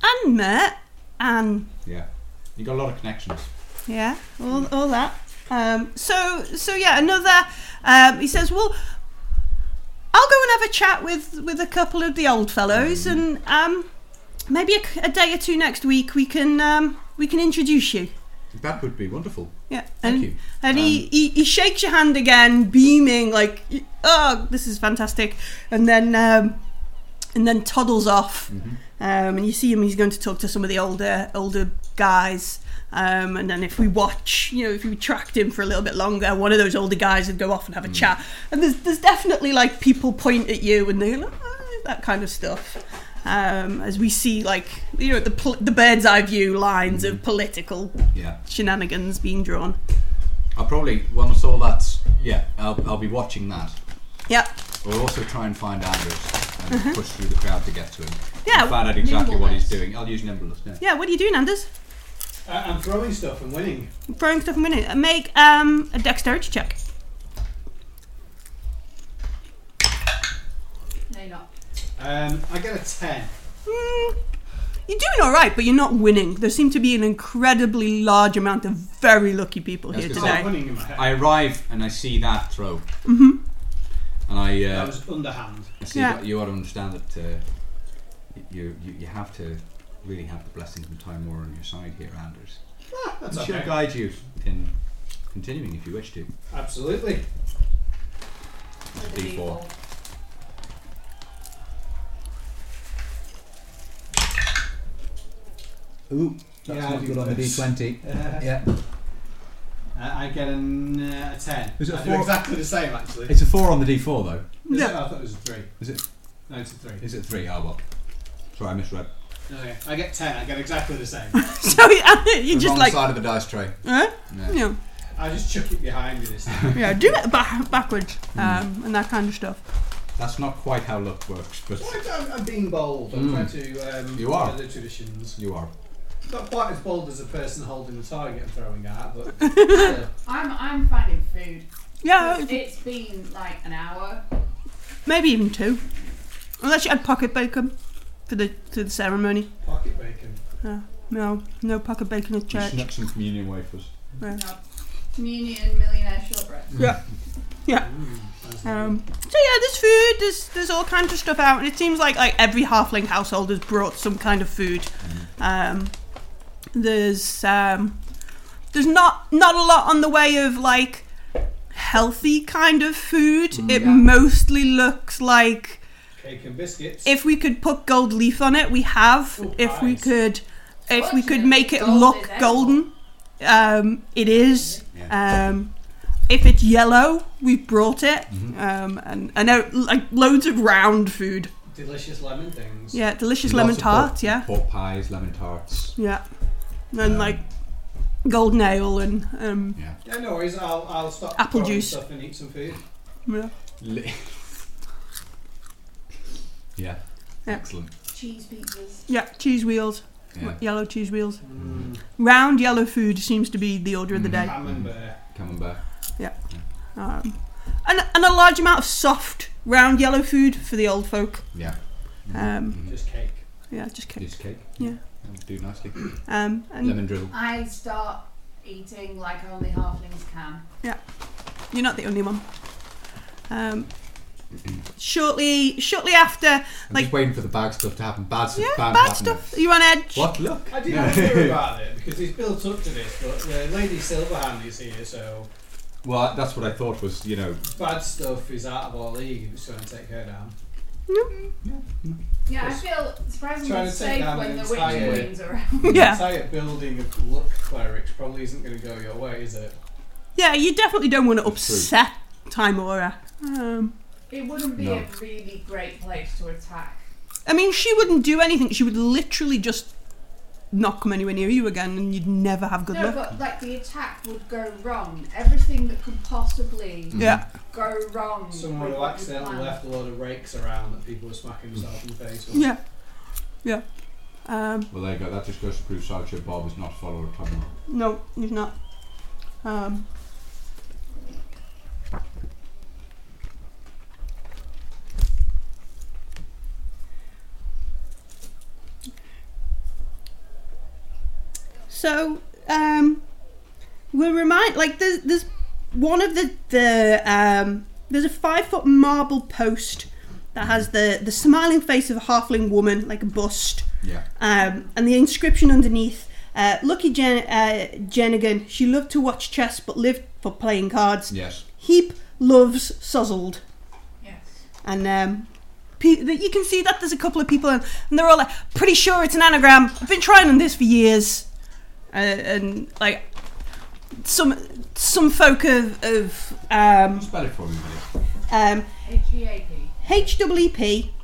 Speaker 2: and met and
Speaker 3: Yeah. You got a lot of connections.
Speaker 2: Yeah, all, all that. Um, so so yeah, another. Um, he says, "Well, I'll go and have a chat with with a couple of the old fellows, and um, maybe a, c- a day or two next week we can um, we can introduce you."
Speaker 3: That would be wonderful.
Speaker 2: Yeah,
Speaker 3: Thank
Speaker 2: and,
Speaker 3: you. Um,
Speaker 2: and he, he he shakes your hand again, beaming like, "Oh, this is fantastic," and then um, and then toddles off.
Speaker 3: Mm-hmm.
Speaker 2: Um, and you see him; he's going to talk to some of the older older guys. Um, and then if we watch, you know, if we tracked him for a little bit longer, one of those older guys would go off and have a
Speaker 3: Mm.
Speaker 2: chat. And there's there's definitely like people point at you and they like, "Ah," that kind of stuff. Um, as we see, like you know, the pol- the bird's eye view lines of
Speaker 3: Mm-hmm.
Speaker 2: political
Speaker 3: Yeah.
Speaker 2: shenanigans being drawn.
Speaker 3: I'll probably once all that's yeah. I'll, I'll be watching that.
Speaker 2: Yep.
Speaker 3: We'll also try and find Anders and push through the crowd to get to him.
Speaker 2: Yeah,
Speaker 3: And Find out exactly what
Speaker 4: nimbleness.
Speaker 3: he's doing. I'll use nimbleness. Yeah.
Speaker 2: Yeah, what are you doing, Anders?
Speaker 5: I, I'm throwing stuff and winning.
Speaker 2: Throwing stuff a minute. Make um, a dexterity check.
Speaker 4: No, you're not.
Speaker 5: Um, I get a 10.
Speaker 2: Mm, you're doing all right, but you're not winning. There seem to be an incredibly large amount of very lucky people
Speaker 3: That's
Speaker 2: here
Speaker 3: good.
Speaker 5: It's not
Speaker 2: today.
Speaker 5: winning in my head.
Speaker 3: I arrive and I see that throw. Mm-hmm. And I,
Speaker 5: That
Speaker 3: uh,
Speaker 5: was underhand.
Speaker 3: I see
Speaker 2: Yeah.
Speaker 3: that you ought to understand that uh, y- you, you you have to really have the blessing from Time War on your side here, Anders.
Speaker 5: That's
Speaker 3: she'll
Speaker 5: okay.
Speaker 3: guide you in continuing if you wish to.
Speaker 5: Absolutely.
Speaker 4: With the
Speaker 3: D4.
Speaker 4: D4.
Speaker 3: Ooh,
Speaker 5: that's Yeah, not I do good on the this.
Speaker 3: D20.
Speaker 5: Uh,
Speaker 3: Yeah,
Speaker 5: I I get an, uh, a 10.
Speaker 3: Is it a
Speaker 5: I do
Speaker 3: four?
Speaker 5: exactly the same actually.
Speaker 3: it's a four on the D4 though.
Speaker 5: Is
Speaker 2: Yeah.
Speaker 5: it? I thought it was a 3.
Speaker 3: Is it?
Speaker 5: No, it's a 3.
Speaker 3: Is it three? Oh well. Sorry, I misread.
Speaker 5: Okay. I get 10. I get exactly the same.
Speaker 2: (laughs) So yeah, (laughs) you're
Speaker 3: The
Speaker 2: just
Speaker 3: wrong
Speaker 2: like,
Speaker 3: side of the dice tray.
Speaker 2: huh?
Speaker 3: No.
Speaker 2: Yeah,
Speaker 5: I just chuck it behind me this time.
Speaker 2: yeah, do it back, backwards um, and that kind of stuff.
Speaker 3: That's not quite how luck works, but
Speaker 5: I'm, I'm being bold. I'm
Speaker 3: Mm.
Speaker 5: trying to um,
Speaker 3: You are.
Speaker 5: follow the traditions.
Speaker 3: you are.
Speaker 5: Not quite as bold as a person holding the target and throwing
Speaker 2: (laughs)
Speaker 5: at, but uh, still.
Speaker 4: I'm, I'm finding food.
Speaker 2: Yeah,
Speaker 4: It's been like an hour.
Speaker 2: maybe even two. Unless you had pocket bacon for the to the ceremony.
Speaker 5: pocket bacon.
Speaker 2: No, no pocket bacon at
Speaker 3: You
Speaker 2: church.
Speaker 3: snuck some communion wafers.
Speaker 4: No. Communion and millionaire shortbread.
Speaker 5: Mm,
Speaker 2: Um, so yeah, there's food. There's there's all kinds of stuff out, and it seems like like every halfling household has brought some kind of food. Um, there's um, there's not not a lot on the way of like healthy kind of food. it mostly looks like
Speaker 5: Cake and biscuits.
Speaker 2: if we could put gold leaf on it, we have.
Speaker 5: Oh,
Speaker 2: if we
Speaker 5: nice.
Speaker 2: could, if we could
Speaker 4: Fortunately,
Speaker 2: make it
Speaker 4: gold
Speaker 2: look
Speaker 4: is edible.
Speaker 2: golden, um, it is. Um, if it's yellow, we've brought it,
Speaker 3: Mm-hmm.
Speaker 2: um, and I know like loads of round food.
Speaker 5: Delicious lemon things.
Speaker 2: Yeah, delicious
Speaker 3: Lots
Speaker 2: lemon
Speaker 3: of pork-
Speaker 2: tart. Yeah,
Speaker 3: Pork pies, lemon tarts.
Speaker 2: yeah, and
Speaker 3: Um,
Speaker 2: like golden ale and um,
Speaker 5: Yeah, no worries. I'll, I'll stop
Speaker 2: Apple
Speaker 5: throwing
Speaker 2: juice.
Speaker 5: stuff and eat some food.
Speaker 2: yeah.
Speaker 3: Li- (laughs) yeah.
Speaker 2: Yeah.
Speaker 3: Excellent.
Speaker 4: Cheese pizzas.
Speaker 2: yeah, cheese wheels,
Speaker 3: Yeah.
Speaker 2: yellow cheese wheels.
Speaker 5: Mm.
Speaker 2: Round yellow food seems to be the order of the
Speaker 3: Mm.
Speaker 2: day.
Speaker 5: Camembert.
Speaker 3: Camembert.
Speaker 2: um, and, and a large amount of soft round yellow food for the old folk.
Speaker 3: Yeah.
Speaker 2: Um,
Speaker 3: Mm.
Speaker 5: Just cake.
Speaker 2: yeah, just cake.
Speaker 3: Just cake.
Speaker 2: Yeah.
Speaker 3: That would do nicely.
Speaker 2: Um, and
Speaker 3: Lemon drizzle.
Speaker 4: I start eating like only halflings can.
Speaker 2: you're not the only one. Um, shortly, shortly after,
Speaker 3: I'm
Speaker 2: Like-
Speaker 3: just waiting for the bad stuff to happen. Bad stuff.
Speaker 2: yeah,
Speaker 3: bad,
Speaker 2: bad
Speaker 3: happening.
Speaker 2: stuff. You're on edge.
Speaker 3: What? Look. (laughs)
Speaker 5: I did
Speaker 3: No.
Speaker 5: not hear about it because he's built up to this, but the Lady Silverhand is here, so
Speaker 3: Well, that's what I thought was, you know,
Speaker 5: bad stuff is out of our league. Just trying to take her down.
Speaker 4: Yeah, I
Speaker 3: Yes.
Speaker 4: feel
Speaker 5: Trying
Speaker 4: surprisingly
Speaker 5: to take
Speaker 4: safe
Speaker 5: down
Speaker 4: when
Speaker 5: an
Speaker 4: the
Speaker 5: entire-
Speaker 4: witch queen's (laughs) around.
Speaker 5: The
Speaker 2: Yeah,
Speaker 5: entire building of luck clerics probably isn't going to go your way, is it?
Speaker 2: yeah. You definitely don't want to
Speaker 3: That's true.
Speaker 2: upset Timora. Um,
Speaker 4: It wouldn't be
Speaker 3: No.
Speaker 4: a really great place to attack.
Speaker 2: I mean, she wouldn't do anything. She would literally just not come anywhere near you again, and you'd never have good
Speaker 4: no,
Speaker 2: luck.
Speaker 4: but like the attack would go wrong. Everything that could possibly
Speaker 2: Yeah,
Speaker 4: go wrong.
Speaker 5: Someone
Speaker 4: with
Speaker 5: who
Speaker 4: what we
Speaker 5: accidentally
Speaker 4: planned.
Speaker 5: left a lot of rakes around that people were smacking themselves in the
Speaker 3: Mm-hmm.
Speaker 5: face with.
Speaker 2: yeah, yeah. Um,
Speaker 3: well, there you go. That just goes to prove Sideshow Bob is not a follower of Tom
Speaker 2: No, he's not. Um, so um, we'll remind like there's, there's one of the the um, there's a five foot marble post that has the the smiling face of a halfling woman like a bust
Speaker 3: Yeah.
Speaker 2: um, and the inscription underneath uh, Lucky Jen- uh, Jennigan, she loved to watch chess but lived for playing cards.
Speaker 3: Yes.
Speaker 2: Heap loves Suzzled.
Speaker 4: Yes.
Speaker 2: And um, pe- that you can see that there's a couple of people, and, and they're all like, pretty sure it's an anagram. I've been trying on this for years. Uh, and like, some some folk of, of um,
Speaker 3: Spell it for me, mate.
Speaker 2: um,
Speaker 4: H-E-A-P.
Speaker 2: H W E P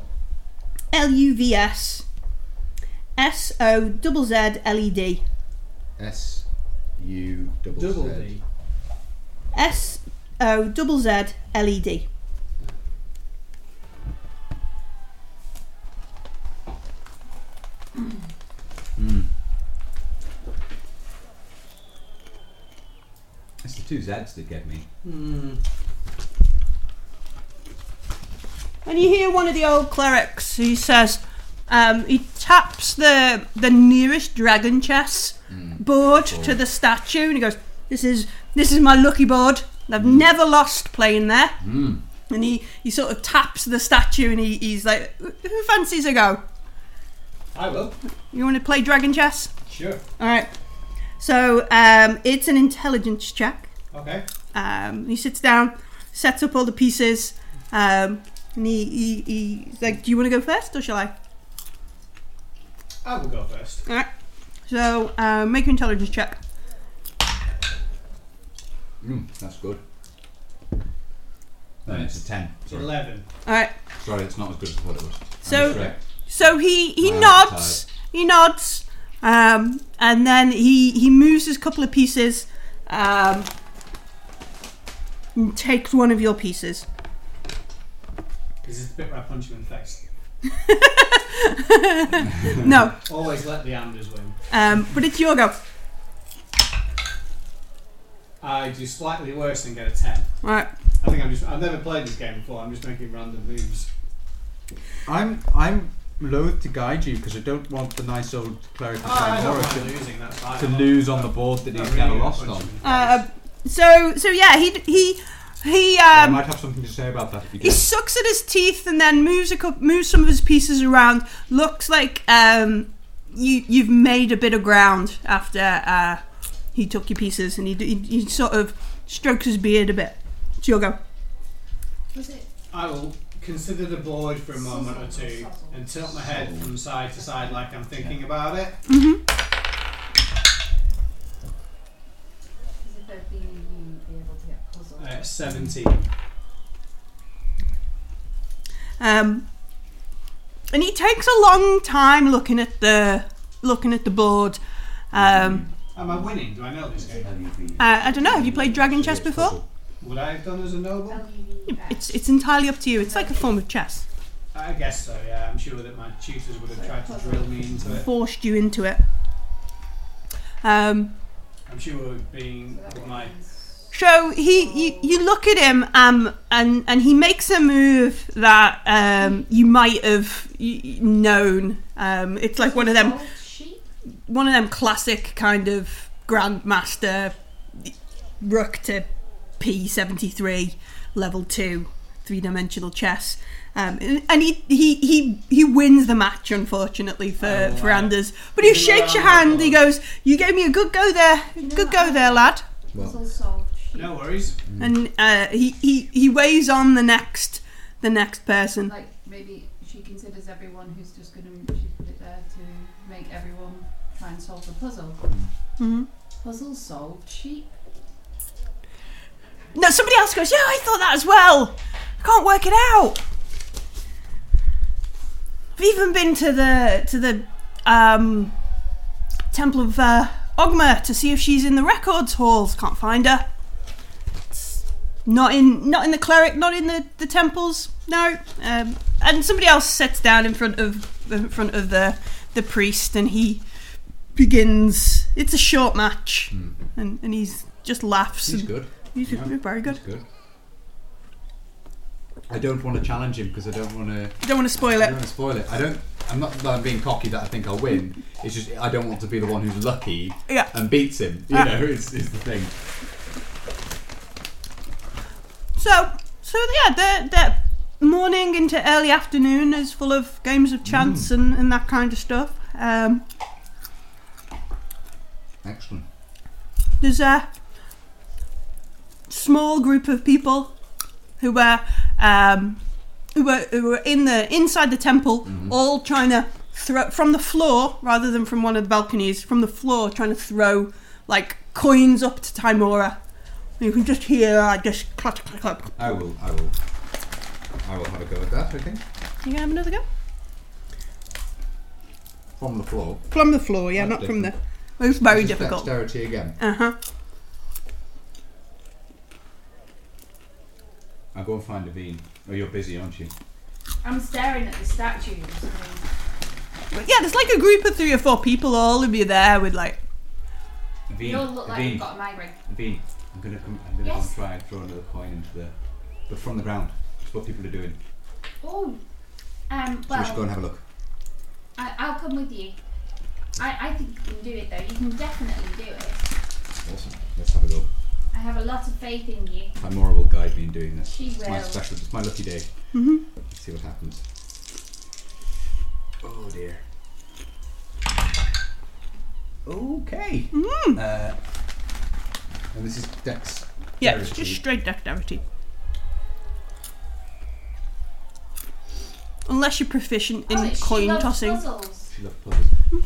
Speaker 2: L U V S S O double Z L E D.
Speaker 3: S U double
Speaker 5: Double
Speaker 3: Z.
Speaker 5: D.
Speaker 2: S O double Z L E D.
Speaker 3: It's the two Z's that get me.
Speaker 5: Hmm.
Speaker 2: And you hear one of the old clerics. He says, um, he taps the the nearest dragon chess board to the statue, and he goes, "This is this is my lucky board. I've never lost playing there." And he, he sort of taps the statue, and he, he's like, "Who fancies a go?
Speaker 5: I will.
Speaker 2: You want to play dragon chess?
Speaker 5: Sure.
Speaker 2: All right." So um, it's an intelligence check.
Speaker 5: Okay.
Speaker 2: Um, he sits down, sets up all the pieces, um, and he, he, he's like, "Do you want to go first, or shall I?"
Speaker 5: I will go first.
Speaker 2: All right. So uh, make an intelligence check.
Speaker 3: Mm, that's good. No, it's a 10. Sorry.
Speaker 5: Eleven.
Speaker 2: All right.
Speaker 3: Sorry, it's not as good as I thought it was.
Speaker 2: So-
Speaker 3: I'm correct.
Speaker 2: So he he
Speaker 3: Wow,
Speaker 2: nods, he nods, um, and then he he moves his couple of pieces, um, and takes one of your pieces.
Speaker 5: This is the bit where I punch him in the face.
Speaker 2: No,
Speaker 5: Always let the Anders win.
Speaker 2: um, but it's your go.
Speaker 5: I do slightly worse and get a ten.
Speaker 2: All right.
Speaker 5: I think I'm just. I've never played this game before. I'm just making random moves.
Speaker 6: I'm I'm loath to guide you because I don't want the nice old cleric of
Speaker 5: Oh, I don't
Speaker 6: Timora
Speaker 5: mind
Speaker 6: to,
Speaker 5: losing. That's fine.
Speaker 6: to
Speaker 5: I'm not-
Speaker 6: lose on the board that
Speaker 5: not
Speaker 6: he's
Speaker 5: really
Speaker 6: never
Speaker 5: gonna
Speaker 6: lost
Speaker 3: Um,
Speaker 5: punch
Speaker 6: on.
Speaker 5: him in the
Speaker 2: Uh,
Speaker 5: face.
Speaker 2: So so yeah, he he he
Speaker 6: I
Speaker 2: um
Speaker 6: might have something to say about that if you
Speaker 2: he
Speaker 6: can.
Speaker 2: sucks at his teeth and then moves a couple, moves some of his pieces around. Looks like um you you've made a bit of ground after uh he took your pieces and he he, he sort of strokes his beard a bit. It's your go.
Speaker 4: Was it?
Speaker 5: I will consider the board for a moment or two and tilt my head from side to side like I'm thinking about it.
Speaker 4: Because if there'd been you, you'd E be able to get puzzled.
Speaker 5: Uh, 17.
Speaker 2: Um, and he takes a long time looking at the looking at the board. Um, uh,
Speaker 5: Am I winning? Do I know this game?
Speaker 2: I, I don't know. Have you played dragon chess before?
Speaker 5: Would I have done as a noble?
Speaker 4: L-U-V-E-S.
Speaker 5: (laughs)
Speaker 2: It's it's entirely up to you. It's like a form of chess.
Speaker 5: I guess so, yeah. I'm sure that my tutors would have tried to drill me into it.
Speaker 2: Forced you into it. Um,
Speaker 5: I'm sure being with my.
Speaker 2: so he you, you look at him um, and and he makes a move that um, you might have y- y- known. Um, it's like one of them
Speaker 4: Old sheep?
Speaker 2: one of them classic kind of grandmaster rook to p73 level 2 three-dimensional chess um, and and he, he he he wins the match unfortunately for,
Speaker 5: Oh,
Speaker 2: for
Speaker 5: wow.
Speaker 2: Anders but he
Speaker 5: Even
Speaker 2: shakes your
Speaker 5: though I'm
Speaker 2: hand he goes you gave me a good go there good go there lad
Speaker 4: Puzzle solved sheep.
Speaker 5: No worries.
Speaker 2: and uh, he, he he weighs on the next the next person
Speaker 4: Like maybe she considers everyone who's just going to she put it there to make everyone try and solve the puzzle.
Speaker 2: Mhm.
Speaker 4: Puzzle solved sheep.
Speaker 2: no somebody else goes yeah I thought that as well I can't work it out I've even been to the to the um, temple of uh, Ogma to see if she's in the records halls. Can't find her. It's Not in not in the cleric, not in the, the temples. No. Um, and somebody else sits down in front of in front of the the priest, and he begins. It's a short match, and and he's just laughs.
Speaker 3: He's
Speaker 2: and-
Speaker 3: good.
Speaker 2: He's
Speaker 3: Yeah.
Speaker 2: very good.
Speaker 3: He's good. I don't want to challenge him because I don't want to.
Speaker 2: Don't want to spoil
Speaker 3: I
Speaker 2: it.
Speaker 3: don't want to spoil it. I don't. I'm not that I'm being cocky that I think I'll win. It's just I don't want to be the one who's lucky
Speaker 2: Yeah.
Speaker 3: and beats him. You
Speaker 2: Ah.
Speaker 3: know, is, is the thing.
Speaker 2: So, so yeah, the, the morning into early afternoon is full of games of chance and, and that kind of stuff. Um,
Speaker 3: Excellent.
Speaker 2: there's a small group of people who were um, who were, who were in the inside the temple, all trying to throw from the floor rather than from one of the balconies, from the floor, trying to throw like coins up to Timora. You can just hear like just clatter, clatter, clatter.
Speaker 3: I will. I will. I will have a go at that. I think
Speaker 2: You gonna have another go?
Speaker 3: from the floor.
Speaker 2: From the floor, yeah,
Speaker 3: Quite
Speaker 2: not from the. It's very
Speaker 3: Just
Speaker 2: difficult.
Speaker 3: Dexterity again.
Speaker 2: Uh huh.
Speaker 3: I'll go and find Levine. Oh, you're busy, aren't you?
Speaker 4: I'm staring at the statues. I mean,
Speaker 2: Yeah, there's like a group of three or four people all of you there with like.
Speaker 4: you
Speaker 3: Levine.
Speaker 4: all look like
Speaker 3: Levine.
Speaker 4: you've got a migraine.
Speaker 3: Levine. I'm gonna come. I'm gonna go
Speaker 4: Yes.
Speaker 3: and try and throw another coin into the, but from the ground. That's what people are doing.
Speaker 4: Oh, um,
Speaker 3: So we should
Speaker 4: well,
Speaker 3: go and have a look.
Speaker 4: I, I'll come with you. I, I think you can do it though. You can definitely do it.
Speaker 3: Awesome. Let's have a go.
Speaker 4: I have a lot of faith in you.
Speaker 3: Timora will guide me in doing this.
Speaker 4: She
Speaker 3: It's my
Speaker 4: will.
Speaker 3: special. It's my lucky day. Mm-hmm. Let's see what happens. Oh dear. Okay.
Speaker 2: Mm-hmm.
Speaker 3: Uh, and this is Dex.
Speaker 2: Yeah, it's just straight dexterity. Unless you're proficient in
Speaker 4: Oh, she
Speaker 2: coin
Speaker 4: loves
Speaker 2: tossing.
Speaker 4: Puzzles.
Speaker 3: She loves puzzles.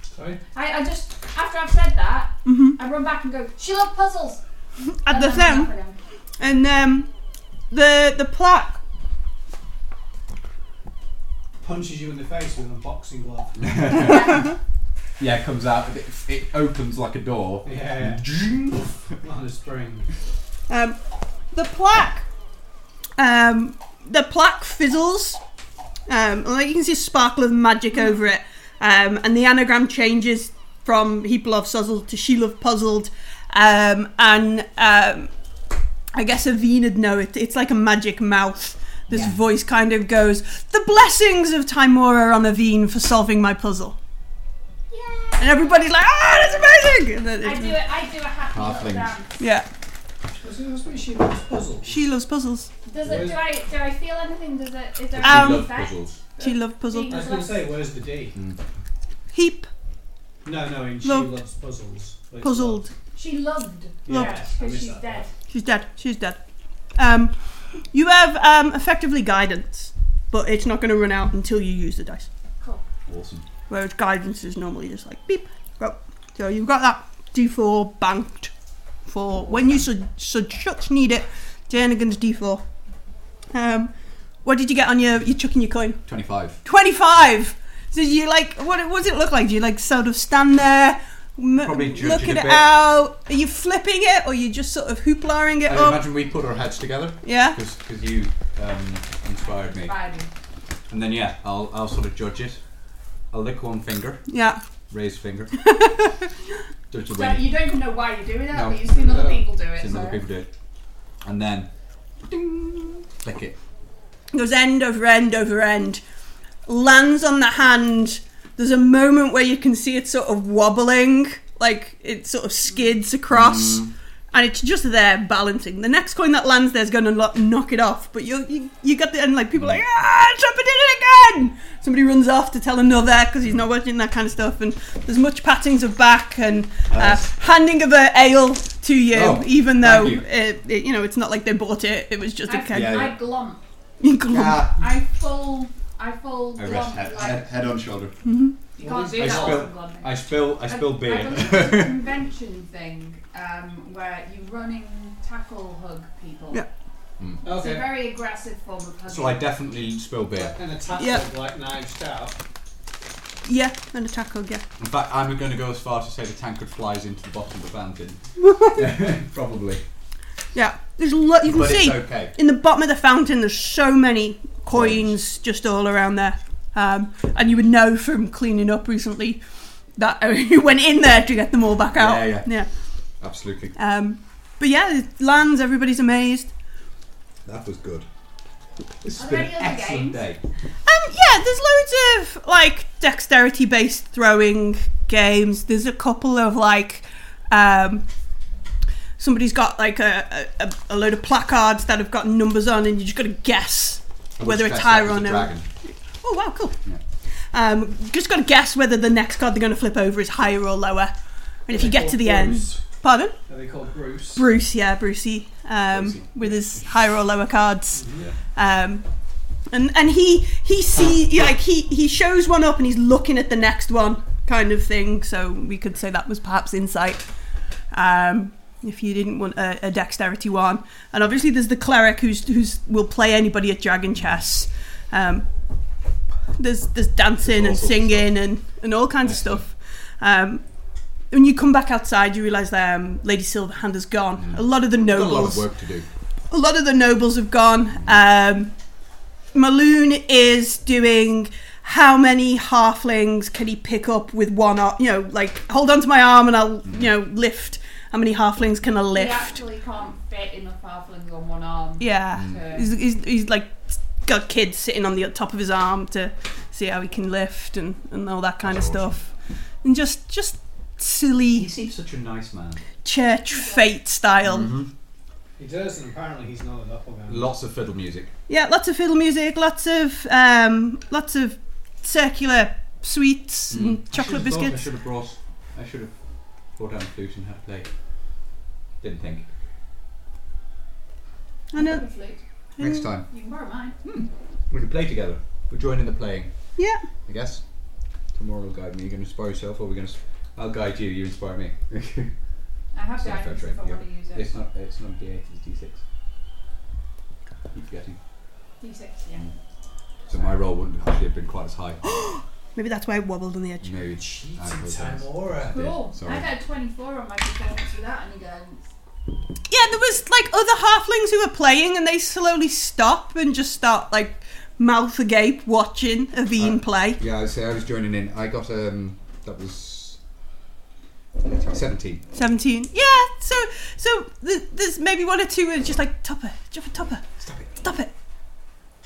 Speaker 5: Sorry?
Speaker 4: I, I just after I've said that, I run back and go. She loves puzzles.
Speaker 2: Mm-hmm. At
Speaker 4: And
Speaker 2: the
Speaker 4: then I
Speaker 2: thing,
Speaker 4: laugh at him.
Speaker 2: and um, the the plaque.
Speaker 5: Punches you in the face with a boxing
Speaker 3: (laughs)
Speaker 5: glove.
Speaker 3: Yeah, it comes out. It, it opens like a door.
Speaker 5: Yeah. Not a spring.
Speaker 2: Um, the plaque. Um, the plaque fizzles. Um, and, like you can see a sparkle of magic
Speaker 4: Mm.
Speaker 2: over it. Um, and the anagram changes from he love suzzled to she love puzzled. Um, and um, I guess Avina'd know it. It's like a magic mouth. This voice kind of goes, The blessings of Timora on Avine for solving my puzzle.
Speaker 4: Yeah.
Speaker 2: and everybody's like, "Ah, that's amazing!" And then
Speaker 4: I
Speaker 2: it's-
Speaker 4: do it. I do a happy little
Speaker 3: Halflings.
Speaker 4: dance.
Speaker 2: yeah,
Speaker 5: That's that's what she loves puzzles.
Speaker 2: she loves puzzles.
Speaker 4: Does it? Do I? Do I feel anything? Does it? Is there
Speaker 2: Um,
Speaker 4: any
Speaker 6: love
Speaker 4: effect?
Speaker 6: puzzles.
Speaker 2: She loves puzzles.
Speaker 5: I was going to say, where's the D?
Speaker 3: Mm.
Speaker 2: Heap
Speaker 5: No, no, in she
Speaker 2: Loved.
Speaker 5: loves puzzles. but it's
Speaker 2: puzzled.
Speaker 4: She loved.
Speaker 5: Loved.
Speaker 4: Yeah,
Speaker 5: I
Speaker 4: because
Speaker 5: miss
Speaker 4: she's
Speaker 5: that.
Speaker 4: dead.
Speaker 2: She's dead. She's dead. Um, you have um, effectively guidance, but it's not going to run out until you use the dice.
Speaker 4: Cool.
Speaker 6: Awesome.
Speaker 2: Whereas guidance is normally just like beep, go. So you've got that d4 banked for when you should should such need it. Jernigan's d4. Um, what did you get on your you chucking your coin?
Speaker 3: 25.
Speaker 2: 25. So you like what? What does it look like? Do you like sort of stand there, m-
Speaker 3: Probably judge
Speaker 2: look at
Speaker 3: it a
Speaker 2: it
Speaker 3: bit.
Speaker 2: out? Are you flipping it, or you just sort of hooplaring it
Speaker 3: I
Speaker 2: up?
Speaker 3: imagine we put our heads together
Speaker 2: Yeah.
Speaker 3: because you um, inspired me.
Speaker 4: Friday.
Speaker 3: And then, yeah, I'll, I'll sort of judge it. I'll lick one finger,
Speaker 2: Yeah. (laughs)
Speaker 3: raise finger. judge the
Speaker 4: So
Speaker 3: way
Speaker 4: you don't even know why you're doing that,
Speaker 3: No.
Speaker 4: but you've seen other
Speaker 3: No.
Speaker 4: people do it.
Speaker 3: it's
Speaker 4: so.
Speaker 3: another people do it. And then, ding, lick it.
Speaker 2: It goes end over end over end, lands on the hand. There's a moment where you can see it sort of wobbling, like it sort of skids across,
Speaker 3: Mm.
Speaker 2: and it's just there balancing. The next coin that lands there is going to lo- knock it off, but you you, you got the and like people are like ah, Trumper did it again. Somebody runs off to tell another because he's not watching that kind of stuff, and there's much pattings of back and (laughs) uh,
Speaker 3: Nice.
Speaker 2: handing of a ale to you,
Speaker 3: Oh,
Speaker 2: even though
Speaker 3: thank you.
Speaker 2: It, it, you know it's not like they bought it; it was just a
Speaker 4: I,
Speaker 2: keg.
Speaker 3: Yeah, yeah.
Speaker 4: I glomp.
Speaker 2: (laughs) You glump.
Speaker 4: I full. I full
Speaker 3: I rest
Speaker 4: glomp.
Speaker 3: head,
Speaker 4: like,
Speaker 3: head, head on shoulder.
Speaker 4: you can't do
Speaker 3: I
Speaker 4: that
Speaker 3: spill-
Speaker 4: whilst I'm glomping.
Speaker 3: I spill, I spill
Speaker 4: I
Speaker 3: beer.
Speaker 4: believe it's a convention thing um, where you running tackle hug people.
Speaker 2: Yeah.
Speaker 5: not-
Speaker 4: It's a
Speaker 5: Okay.
Speaker 4: very aggressive form of hugging.
Speaker 3: So I definitely spill beer.
Speaker 5: And a tassel
Speaker 2: Yeah.
Speaker 5: like knives out.
Speaker 2: Yeah, an attack hug, yeah.
Speaker 3: In fact, I'm going to go as far to say the tankard flies into the bottom of the fountain.
Speaker 2: (laughs)
Speaker 3: (laughs) Probably.
Speaker 2: Yeah. There's lo- you can
Speaker 3: But
Speaker 2: see
Speaker 3: it's okay.
Speaker 2: in the bottom of the fountain there's so many coins just all around there. Um, and you would know from cleaning up recently that (laughs) you went in there to get them all back out.
Speaker 3: Yeah,
Speaker 2: yeah.
Speaker 3: Absolutely.
Speaker 2: Um, but yeah, it lands, everybody's amazed.
Speaker 3: That was good. This
Speaker 4: Are there
Speaker 3: has been an
Speaker 4: any other
Speaker 3: excellent day.
Speaker 2: Um, yeah, there's loads of like dexterity based throwing games. There's a couple of like um, somebody's got like a, a, a load of placards that have got numbers on, and you just got to guess whether it's high or no.
Speaker 3: Dragon.
Speaker 2: Oh wow, cool.
Speaker 3: Yeah.
Speaker 2: Um, just got to guess whether the next card they're going to flip over is higher or lower, and if you get to the end, pardon,
Speaker 5: Are they called Bruce?
Speaker 2: Bruce, yeah, Brucey,
Speaker 3: Brucey.
Speaker 2: um, with his higher or lower cards
Speaker 3: Yeah.
Speaker 2: um, and and he he see like he he shows one up and he's looking at the next one kind of thing. So we could say that was perhaps insight. Um, if you didn't want a, a dexterity one, and obviously there's the cleric who's who's will play anybody at dragon chess. Um, there's there's dancing
Speaker 3: There's
Speaker 2: and
Speaker 3: all sorts of
Speaker 2: singing and and all kinds of
Speaker 3: Excellent.
Speaker 2: stuff. Um, when you come back outside, you realise that um, Lady Silverhand has gone. A lot of the
Speaker 3: Got a
Speaker 2: nobles
Speaker 3: lot of work to do.
Speaker 2: a lot of the nobles have gone. Um, Maloon is doing how many halflings can he pick up with one arm? You know, like hold on to my arm and I'll, you know, lift. How many halflings can I
Speaker 4: You
Speaker 2: lift?
Speaker 4: actually can't fit enough halflings on one arm.
Speaker 2: Yeah,
Speaker 4: Mm.
Speaker 2: he's, he's, he's like got kids sitting on the top of his arm to see how he can lift and, and all that kind
Speaker 3: That's
Speaker 2: of stuff, and just just silly
Speaker 3: seems such a nice man.
Speaker 2: church fate
Speaker 3: Mm-hmm.
Speaker 2: style.
Speaker 5: He does, and apparently he's not a doppelganger.
Speaker 3: Lots of fiddle music.
Speaker 2: Yeah, lots of fiddle music, lots of um, lots of circular sweets and Mm. chocolate
Speaker 3: Mm. I should have thought- I
Speaker 2: biscuits.
Speaker 3: should have brought. I should have brought down a flute and had a play. Didn't think.
Speaker 2: I know.
Speaker 4: A flute.
Speaker 2: Mm.
Speaker 3: Next time
Speaker 4: You can borrow mine.
Speaker 3: we can play together. We'll join in the playing.
Speaker 2: Yeah,
Speaker 3: I guess. Tomorrow will guide me. You're going to inspire yourself, or we're going to. I'll guide you. You inspire (laughs) me.
Speaker 4: I have
Speaker 3: It's not
Speaker 4: guidance
Speaker 3: fair
Speaker 4: if I
Speaker 3: trade,
Speaker 4: want to use it.
Speaker 3: it's not. It's not D8. It's D6. Keep forgetting.
Speaker 4: D6, yeah.
Speaker 3: So my roll wouldn't actually have been quite as high.
Speaker 2: maybe that's why it wobbled on the edge.
Speaker 3: Maybe.
Speaker 5: Cheating
Speaker 3: I apologise.
Speaker 5: Tamora.
Speaker 3: Yeah,
Speaker 4: Cool.
Speaker 3: sorry.
Speaker 4: I got a 24 on my performance without any guidance.
Speaker 2: Yeah, there was like other halflings who were playing, and they slowly stop and just start like mouth agape watching Aveen play.
Speaker 3: Yeah, I was, I was joining in. I got um, that was seventeen.
Speaker 2: Seventeen. Yeah, so so th- there's maybe one or two are just like topper, topper, topper,
Speaker 3: Stop it.
Speaker 2: stop it,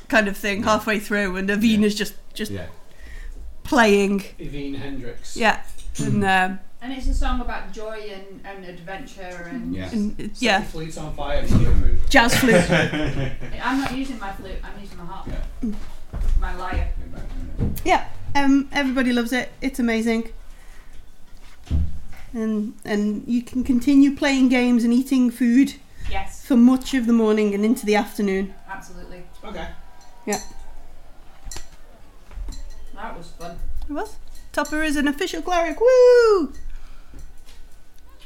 Speaker 2: kind of thing halfway through, and Aveen
Speaker 3: Yeah.
Speaker 2: is just just
Speaker 3: Yeah,
Speaker 2: playing.
Speaker 5: Evine Hendricks.
Speaker 2: Yeah, and um,
Speaker 4: And it's a song about joy and, and adventure and
Speaker 6: Yes.
Speaker 2: and yeah,
Speaker 5: Fleet's on fire. and you don't move.
Speaker 2: jazz flute.
Speaker 4: I'm not using my flute, I'm using my harp. My lyre.
Speaker 2: Um, everybody loves it. It's amazing. And and you can continue playing games and eating food
Speaker 4: Yes,
Speaker 2: for much of the morning and into the afternoon.
Speaker 4: absolutely.
Speaker 5: Okay.
Speaker 4: That was fun.
Speaker 2: It was. Topper is an official cleric. Woo!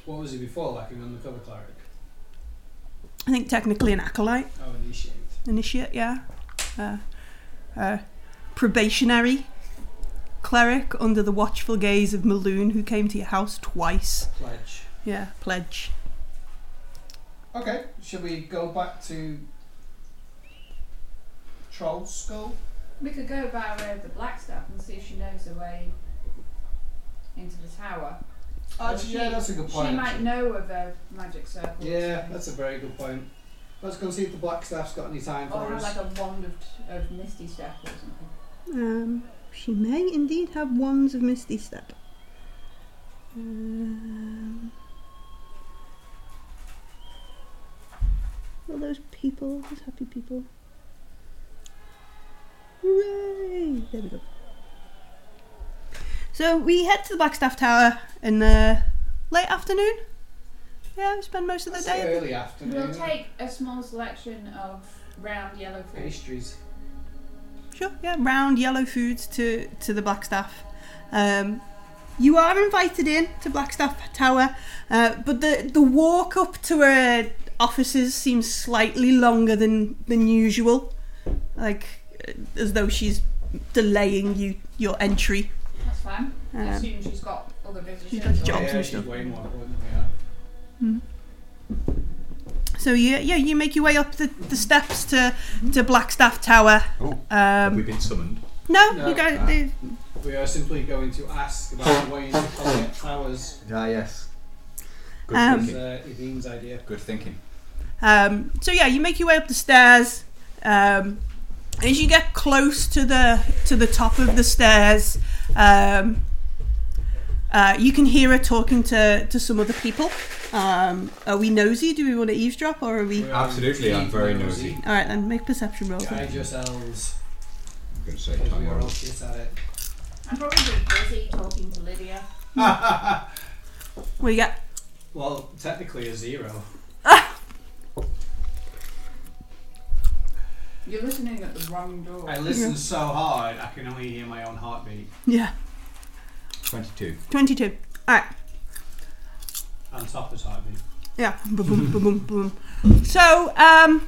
Speaker 5: What was he before? Like an undercover cleric?
Speaker 2: I think technically an acolyte,
Speaker 5: Oh, initiate.
Speaker 2: initiate, yeah. Uh, uh, probationary cleric under the watchful gaze of Maloon, who came to your house twice.
Speaker 5: Pledge.
Speaker 2: Yeah, pledge.
Speaker 5: Okay, should we go back to Troll Skull?
Speaker 4: We could go by way of the Blackstaff and see if she knows the way into the tower.
Speaker 2: Uh,
Speaker 5: Actually, Oh, yeah, that's a good point.
Speaker 4: She might
Speaker 5: actually.
Speaker 4: know of a magic circle. or
Speaker 5: Yeah,
Speaker 4: something.
Speaker 5: that's a very good point. Let's go see if the Black Staff's got any time
Speaker 4: Or
Speaker 2: Oh,
Speaker 5: for
Speaker 4: have
Speaker 5: us.
Speaker 4: like a wand of, of misty step or something.
Speaker 2: Um, she may indeed have wands of Misty Step. Um, all those people, those happy people. Hooray! There we go. So we head to the Blackstaff Tower in the late afternoon. Yeah, we spend most of the
Speaker 5: It's
Speaker 2: day.
Speaker 5: early afternoon.
Speaker 4: We'll take a small selection of round yellow fruit.
Speaker 5: pastries.
Speaker 2: Sure, yeah, round yellow foods to, to the Blackstaff. Um, you are invited in to Blackstaff Tower, uh, but the, the walk up to her offices seems slightly longer than, than usual. Like, uh, as though she's delaying you your entry.
Speaker 4: That's fine. I
Speaker 2: Um,
Speaker 4: assume she's got other visitors.
Speaker 2: she's got
Speaker 4: or-
Speaker 2: jobs
Speaker 5: oh, yeah,
Speaker 2: and
Speaker 5: she's
Speaker 2: stuff.
Speaker 5: way more important than we are.
Speaker 2: so, you, yeah, you make your way up the, the steps to, to Blackstaff Tower.
Speaker 3: Oh, Have we
Speaker 2: Um,
Speaker 3: been summoned?
Speaker 2: no,
Speaker 5: No,
Speaker 2: you go.
Speaker 3: ah.
Speaker 2: the-
Speaker 5: We are simply going to ask about the way into Collier Towers.
Speaker 3: Ah, yes. Good
Speaker 2: Um,
Speaker 5: It's
Speaker 3: thinking.
Speaker 5: uh, Evine's idea.
Speaker 3: Good thinking.
Speaker 2: Um, so yeah, you make your way up the stairs. Um, as you get close to the to the top of the stairs, um, uh, you can hear her talking to, to some other people. Um, are we nosy? Do we want to eavesdrop, or are we?
Speaker 5: We are
Speaker 3: Absolutely, I'm
Speaker 5: indeed
Speaker 3: very nosy.
Speaker 2: All right, then make perception rolls.
Speaker 5: Guide yourselves,
Speaker 3: I'm going to say
Speaker 5: because we
Speaker 3: time
Speaker 5: are all
Speaker 3: world.
Speaker 5: shit at it.
Speaker 4: I'm probably busy talking to Lydia.
Speaker 2: What do you get?
Speaker 5: Well, technically a zero.
Speaker 4: You're listening at the wrong door.
Speaker 5: I listen so hard, I can only hear my own heartbeat
Speaker 2: Yeah,
Speaker 3: 22.
Speaker 2: twenty-two. All right.
Speaker 5: and Topper's heartbeat.
Speaker 2: Yeah. Boom, boom, boom, boom. So, um,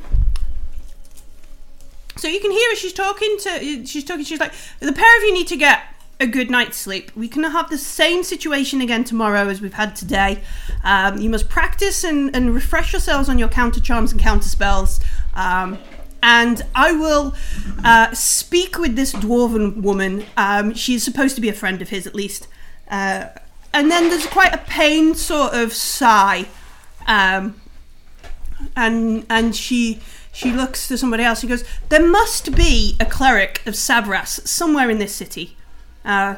Speaker 2: so you can hear her. She's talking to. She's talking. She's like, the pair of you need to get a good night's sleep. We can have the same situation again tomorrow as we've had today. Um, you must practice and, and refresh yourselves on your counter charms and counter spells. Um, and I will uh, speak with this dwarven woman. Um, she's supposed to be a friend of his, at least. Uh, and then there's quite a pained sort of sigh um, and and she she looks to somebody else and goes, "There must be a cleric of Sabras somewhere in this city." Uh,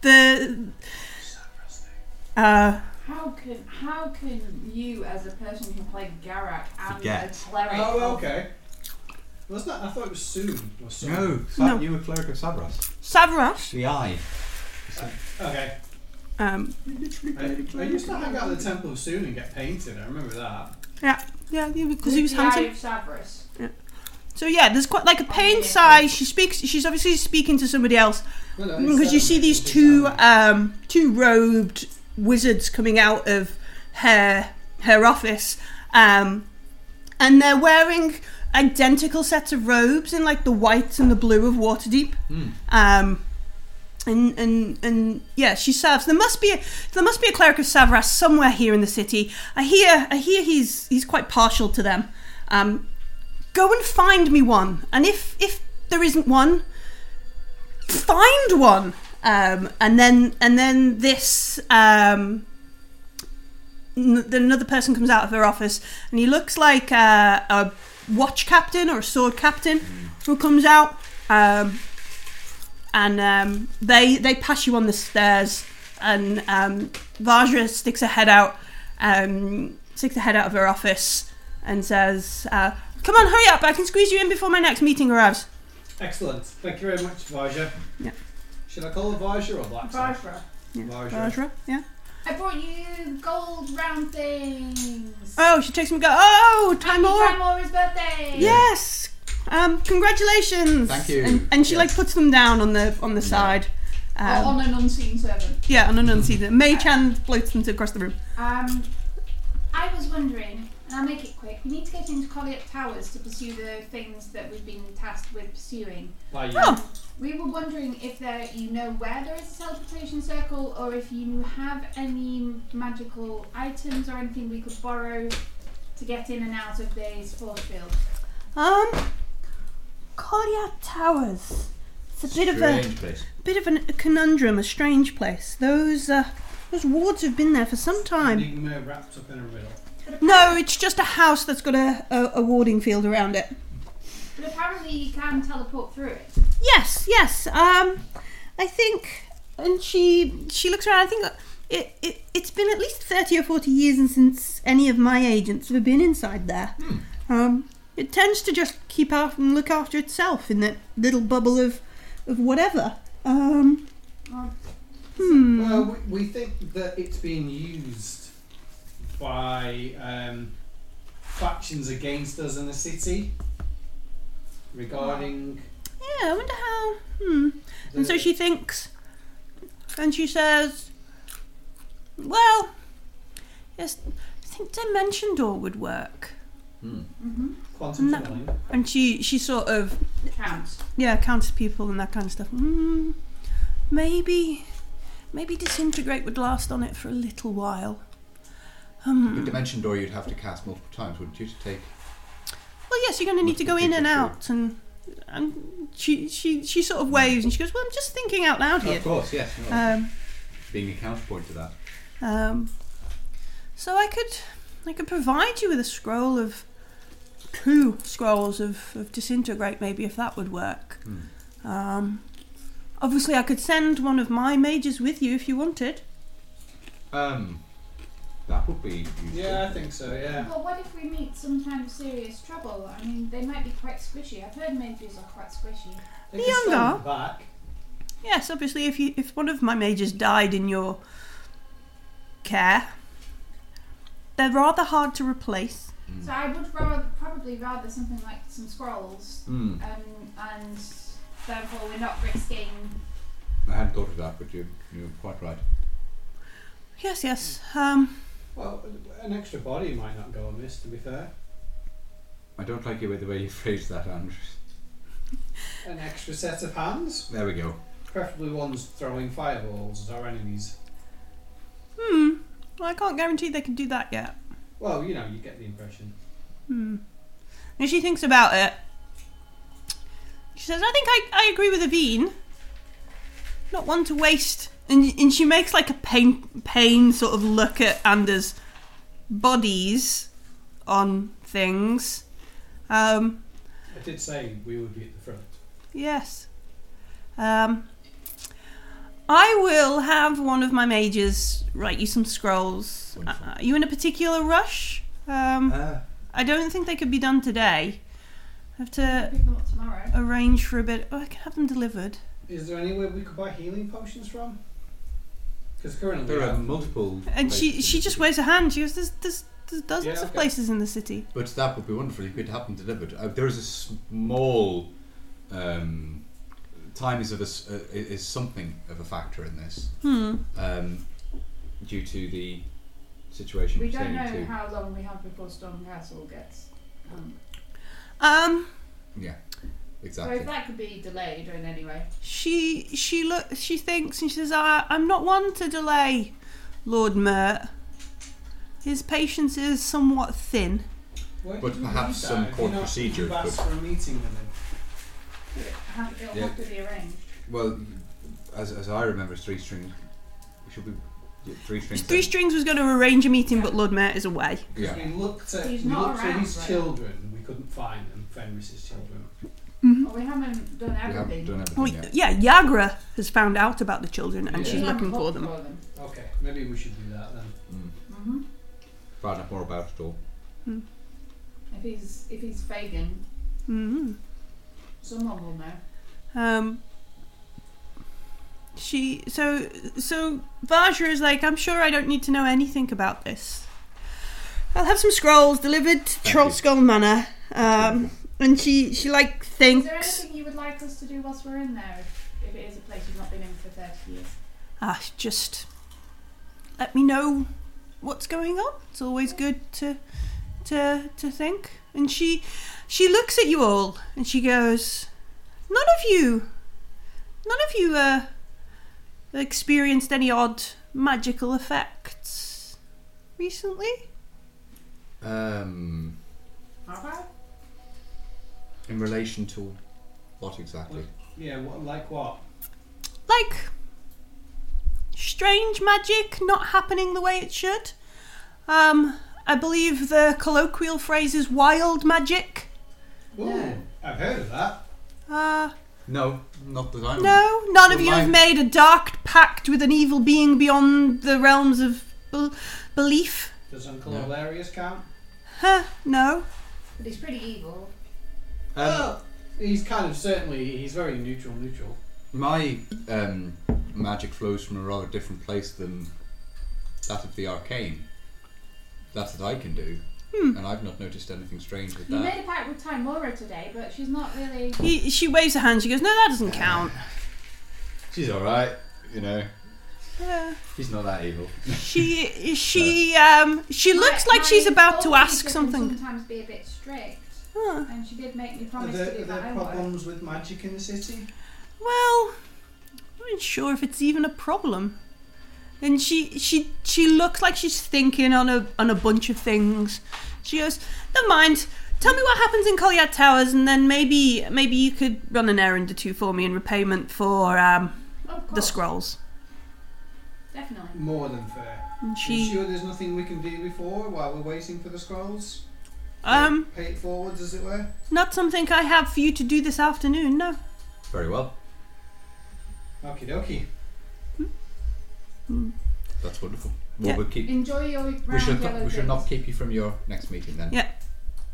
Speaker 2: the uh,
Speaker 4: How can how can you, as a person who played Garak and
Speaker 3: Forget.
Speaker 4: a cleric,
Speaker 5: Oh,
Speaker 4: of-
Speaker 5: okay. Wasn't that? I thought it was soon. Or soon.
Speaker 3: No, Sa-
Speaker 2: No.
Speaker 3: you were cleric of Sabras.
Speaker 2: Savras,
Speaker 3: The eye.
Speaker 5: Okay.
Speaker 2: um,
Speaker 5: I, I used to hang out at the Temple of Soon and get painted. I remember that.
Speaker 2: yeah, because
Speaker 4: with
Speaker 2: he was
Speaker 4: the Eye
Speaker 2: handsome.
Speaker 4: of Sabras?
Speaker 2: So yeah, there's quite like a pained sigh. She speaks. She's obviously speaking to somebody else.
Speaker 5: No, no, it's
Speaker 2: because Mm, you
Speaker 5: that
Speaker 2: see these
Speaker 5: painted
Speaker 2: two
Speaker 5: down.
Speaker 2: um, two robed wizards coming out of her her office, um, and they're wearing identical sets of robes in like the white and the blue of Waterdeep. Um, and, and and yeah, she serves. There must be a, there must be a cleric of Savras somewhere here in the city. I hear I hear he's he's quite partial to them. Um, go and find me one, and if if there isn't one, find one um, and then and then this um, n- then another person comes out of her office and he looks like a, a watch captain or a sword captain who comes out um, and um, they they pass you on the stairs and um, Vajra sticks her head out, um, sticks her head out of her office, and says, uh, "Come on, hurry up! I can squeeze you in before my next meeting arrives."
Speaker 5: Excellent. Thank you very much, Vajra.
Speaker 2: Yeah.
Speaker 5: Should I call her Vajra or Black? Vajra.
Speaker 4: Barbara.
Speaker 2: Yeah.
Speaker 5: Vajra.
Speaker 2: Vajra, yeah.
Speaker 4: I brought you gold round things.
Speaker 2: Oh, she takes him. and Go. Oh,
Speaker 4: Happy
Speaker 2: Timor.
Speaker 4: Timora's birthday.
Speaker 2: Yes. Um, congratulations.
Speaker 3: Thank you.
Speaker 2: And, and she
Speaker 3: Yes.
Speaker 2: like puts them down on the on the side.
Speaker 4: Or
Speaker 2: Um,
Speaker 4: on an unseen servant.
Speaker 2: yeah, on an unseason. Mei Chan floats them to across the room.
Speaker 4: Um, I was wondering, and I'll make it quick. We need to get into Colliot Towers to pursue the things that we've been tasked with pursuing.
Speaker 5: By you.
Speaker 2: Oh,
Speaker 4: We were wondering if there you know where there is a teleportation circle, or if you have any magical items or anything we could borrow to get in and out of these force fields.
Speaker 2: um, Collier Towers. It's a bit of
Speaker 3: Strange place.
Speaker 2: a bit of an, a conundrum, a strange place. Those uh, those wards have been there for some time.
Speaker 5: Enigma wrapped up in a riddle.
Speaker 2: No, it's just a house that's got a, a, a warding field around it.
Speaker 4: But apparently you can teleport through it.
Speaker 2: Yes, yes. Um, I think, and she she looks around. I think uh, it, it it's been at least thirty or forty years since any of my agents have been inside there. Um, it tends to just keep out and look after itself in that little bubble of of whatever. Um, hmm.
Speaker 5: Well, we, we think that it's being used by um, factions against us in the city regarding.
Speaker 2: Yeah, I wonder how. Hmm.
Speaker 5: The,
Speaker 2: And so she thinks, and she says, "Well, yes, I think dimension door would work."
Speaker 3: Hmm.
Speaker 4: Mm-hmm.
Speaker 5: quantum
Speaker 2: No.
Speaker 5: tunneling.
Speaker 2: And she she sort of
Speaker 4: Count.
Speaker 2: yeah counts people and that kind of stuff. Mm, maybe maybe disintegrate would last on it for a little while.
Speaker 3: The
Speaker 2: Um,
Speaker 3: dimension door you'd have to cast multiple times, wouldn't you, to take?
Speaker 2: well, yes, you're going to need to go in and out, and and she she she sort of waves and she goes, "Well, I'm just thinking out loud here."
Speaker 3: Of course, yes. no,
Speaker 2: Um,
Speaker 3: being a counterpoint to that.
Speaker 2: um, so I could I could provide you with a scroll of two scrolls of, of disintegrate, maybe if that would work.
Speaker 3: Hmm.
Speaker 2: Um, obviously, I could send one of my mages with you if you wanted.
Speaker 3: Um, that would be useful.
Speaker 5: Yeah, I think so, yeah.
Speaker 4: Well, what if we meet some kind of serious trouble? I mean, they might be quite squishy. I've heard mages are quite squishy.
Speaker 5: If you stand
Speaker 2: younger.
Speaker 5: Back,
Speaker 2: Yes, obviously, if you if one of my mages died in your care, they're rather hard to replace.
Speaker 4: So I would rather, probably rather something like some scrolls,
Speaker 3: Hmm,
Speaker 4: um, and therefore we're not risking.
Speaker 3: I hadn't thought of that, but you, you're quite right.
Speaker 2: Yes, yes. Um,
Speaker 5: well, an extra body might not go amiss, to be fair.
Speaker 3: I don't like you the way you (laughs) phrased that, Andrew.
Speaker 5: An extra set of hands,
Speaker 3: There we go.
Speaker 5: preferably ones throwing fireballs at our enemies.
Speaker 2: hmm. Well, I can't guarantee they can do that yet.
Speaker 5: Well, you know, you get the impression.
Speaker 2: Hmm. And she thinks about it. She says, "I think I, I agree with Aveen. Not one to waste." And and she makes like a pain pain sort of look at Anders' bodies on things. Um,
Speaker 5: I did say we would be at the front.
Speaker 2: Yes. Um, I will have one of my mages write you some scrolls. Uh,
Speaker 3: Wonderful.
Speaker 2: are you in a particular rush?
Speaker 4: Mm.
Speaker 2: Um,
Speaker 3: Uh,
Speaker 2: I don't think they could be done today. I have to
Speaker 4: Pick them up tomorrow.
Speaker 2: arrange for a bit. Oh, I can have them delivered.
Speaker 5: Is there anywhere we could buy healing potions from? Because currently,
Speaker 3: there are
Speaker 5: yeah.
Speaker 3: multiple.
Speaker 2: And she
Speaker 3: places
Speaker 2: she
Speaker 3: in the
Speaker 2: just
Speaker 3: city.
Speaker 2: waves her hand. She goes, "There's there's, there's dozens
Speaker 5: Yeah,
Speaker 2: of
Speaker 5: okay.
Speaker 2: places in the city."
Speaker 3: But that would be wonderful. You could have them delivered. Uh, there is a small um, time is of a s uh, is something of a factor in this
Speaker 2: Hmm.
Speaker 3: um, due to the situation
Speaker 4: We don't
Speaker 3: pertaining
Speaker 4: know
Speaker 3: to
Speaker 4: how long we have before Storm Castle gets. Um,
Speaker 2: Um.
Speaker 3: yeah
Speaker 4: so
Speaker 3: exactly.
Speaker 4: if that could be delayed in any way.
Speaker 2: She she looks. She thinks and she says, I, "I'm not one to delay, Lord Mert. His patience is somewhat thin."
Speaker 5: Where
Speaker 3: But
Speaker 5: did we
Speaker 3: perhaps
Speaker 5: leave
Speaker 3: some
Speaker 5: that? Have
Speaker 3: court
Speaker 5: you not-
Speaker 3: procedure
Speaker 5: you've asked
Speaker 3: could-
Speaker 5: for a meeting with him.
Speaker 4: It'll have, it'll
Speaker 3: Yeah.
Speaker 4: have to be arranged.
Speaker 3: Well, as, as I remember, it's three string. Should we yeah, three string?
Speaker 2: Three
Speaker 3: set.
Speaker 2: Strings was going to arrange a meeting, but Lord Mert is away.
Speaker 5: Because
Speaker 3: Yeah.
Speaker 5: we looked at,
Speaker 4: He's
Speaker 5: we
Speaker 4: not
Speaker 5: looked at
Speaker 4: around,
Speaker 5: his
Speaker 4: right?
Speaker 5: children, we couldn't find them, Fenris's children.
Speaker 2: Mm-hmm.
Speaker 4: Or we haven't done
Speaker 3: We haven't
Speaker 4: everything.
Speaker 3: done everything
Speaker 2: Well,
Speaker 3: yet.
Speaker 2: yeah, Yagra has found out about the children and
Speaker 3: Yeah.
Speaker 4: We
Speaker 2: she's
Speaker 4: haven't
Speaker 2: looking for
Speaker 4: looked
Speaker 2: them.
Speaker 5: Okay, maybe we should do that then.
Speaker 4: hmm
Speaker 3: Find out Mm. more about it all.
Speaker 4: If he's if he's Fagin,
Speaker 2: hmm
Speaker 4: someone will know.
Speaker 2: Um, she so so Vajra is like, I'm sure I don't need to know anything about this. I'll have some scrolls delivered to
Speaker 3: Thank
Speaker 2: Troll
Speaker 3: you.
Speaker 2: Skull Manor. Um, and she she like
Speaker 4: Is there
Speaker 2: thinks
Speaker 4: anything you would like us to do whilst we're in there? If, if it is a place you've not been in for thirty years.
Speaker 2: ah just let me know what's going on. It's always good to to to think. And she she looks at you all and she goes, none of you, none of you uh, experienced any odd magical effects recently.
Speaker 3: Um,
Speaker 4: Have I?
Speaker 3: in relation to what exactly?
Speaker 5: Yeah, what, like what?
Speaker 2: Like strange magic not happening the way it should. Um, I believe the colloquial phrase is wild magic.
Speaker 5: Ooh, I've heard of that.
Speaker 2: Uh,
Speaker 3: No, not that I.
Speaker 2: No, none of
Speaker 3: Well,
Speaker 2: you have
Speaker 3: my-
Speaker 2: made a dark pact with an evil being beyond the realms of bel belief.
Speaker 5: Does Uncle
Speaker 3: No.
Speaker 5: Hilarious count?
Speaker 2: Huh? No.
Speaker 4: But he's pretty evil.
Speaker 3: Um,
Speaker 5: he's kind of certainly he's very neutral, neutral.
Speaker 3: my um, magic flows from a rather different place than that of the arcane. That's that I can do,
Speaker 2: Hmm.
Speaker 3: and I've not noticed anything strange with
Speaker 4: You
Speaker 3: that.
Speaker 4: made a pact with Timora today, but she's not really.
Speaker 2: He, she waves her hand. She goes, "No, that doesn't count."
Speaker 3: She's all right, you know.
Speaker 2: Yeah.
Speaker 3: She's not that evil.
Speaker 2: Uh, She she um she looks like she's about to ask something.
Speaker 4: Sometimes be a bit strict,
Speaker 2: Huh.
Speaker 4: and she did make me
Speaker 5: Are
Speaker 4: promise to
Speaker 5: there,
Speaker 4: do
Speaker 5: are
Speaker 4: my
Speaker 5: there
Speaker 4: homework.
Speaker 5: problems with magic in the city?
Speaker 2: Well, I'm not sure if it's even a problem. And she she she looks like she's thinking on a on a bunch of things. She goes, "Never mind. Tell me what happens in Collier Towers, and then maybe maybe you could run an errand or two for me in repayment for um,
Speaker 4: Of
Speaker 2: the
Speaker 4: course,
Speaker 2: scrolls."
Speaker 4: definitely.
Speaker 5: More than fair.
Speaker 2: And
Speaker 5: you
Speaker 2: she
Speaker 5: sure there's nothing we can do before while we're waiting for the scrolls?
Speaker 2: um
Speaker 5: Pay it forwards, as it were.
Speaker 2: not something I have for you to do this afternoon. No.
Speaker 3: Very well.
Speaker 5: Okie dokie.
Speaker 3: That's wonderful. Well,
Speaker 2: Yeah.
Speaker 3: we'll keep.
Speaker 4: Enjoy your round.
Speaker 3: We should,
Speaker 4: yellow
Speaker 3: not, we should not
Speaker 4: drinks.
Speaker 3: keep you from your next meeting then.
Speaker 2: Yeah.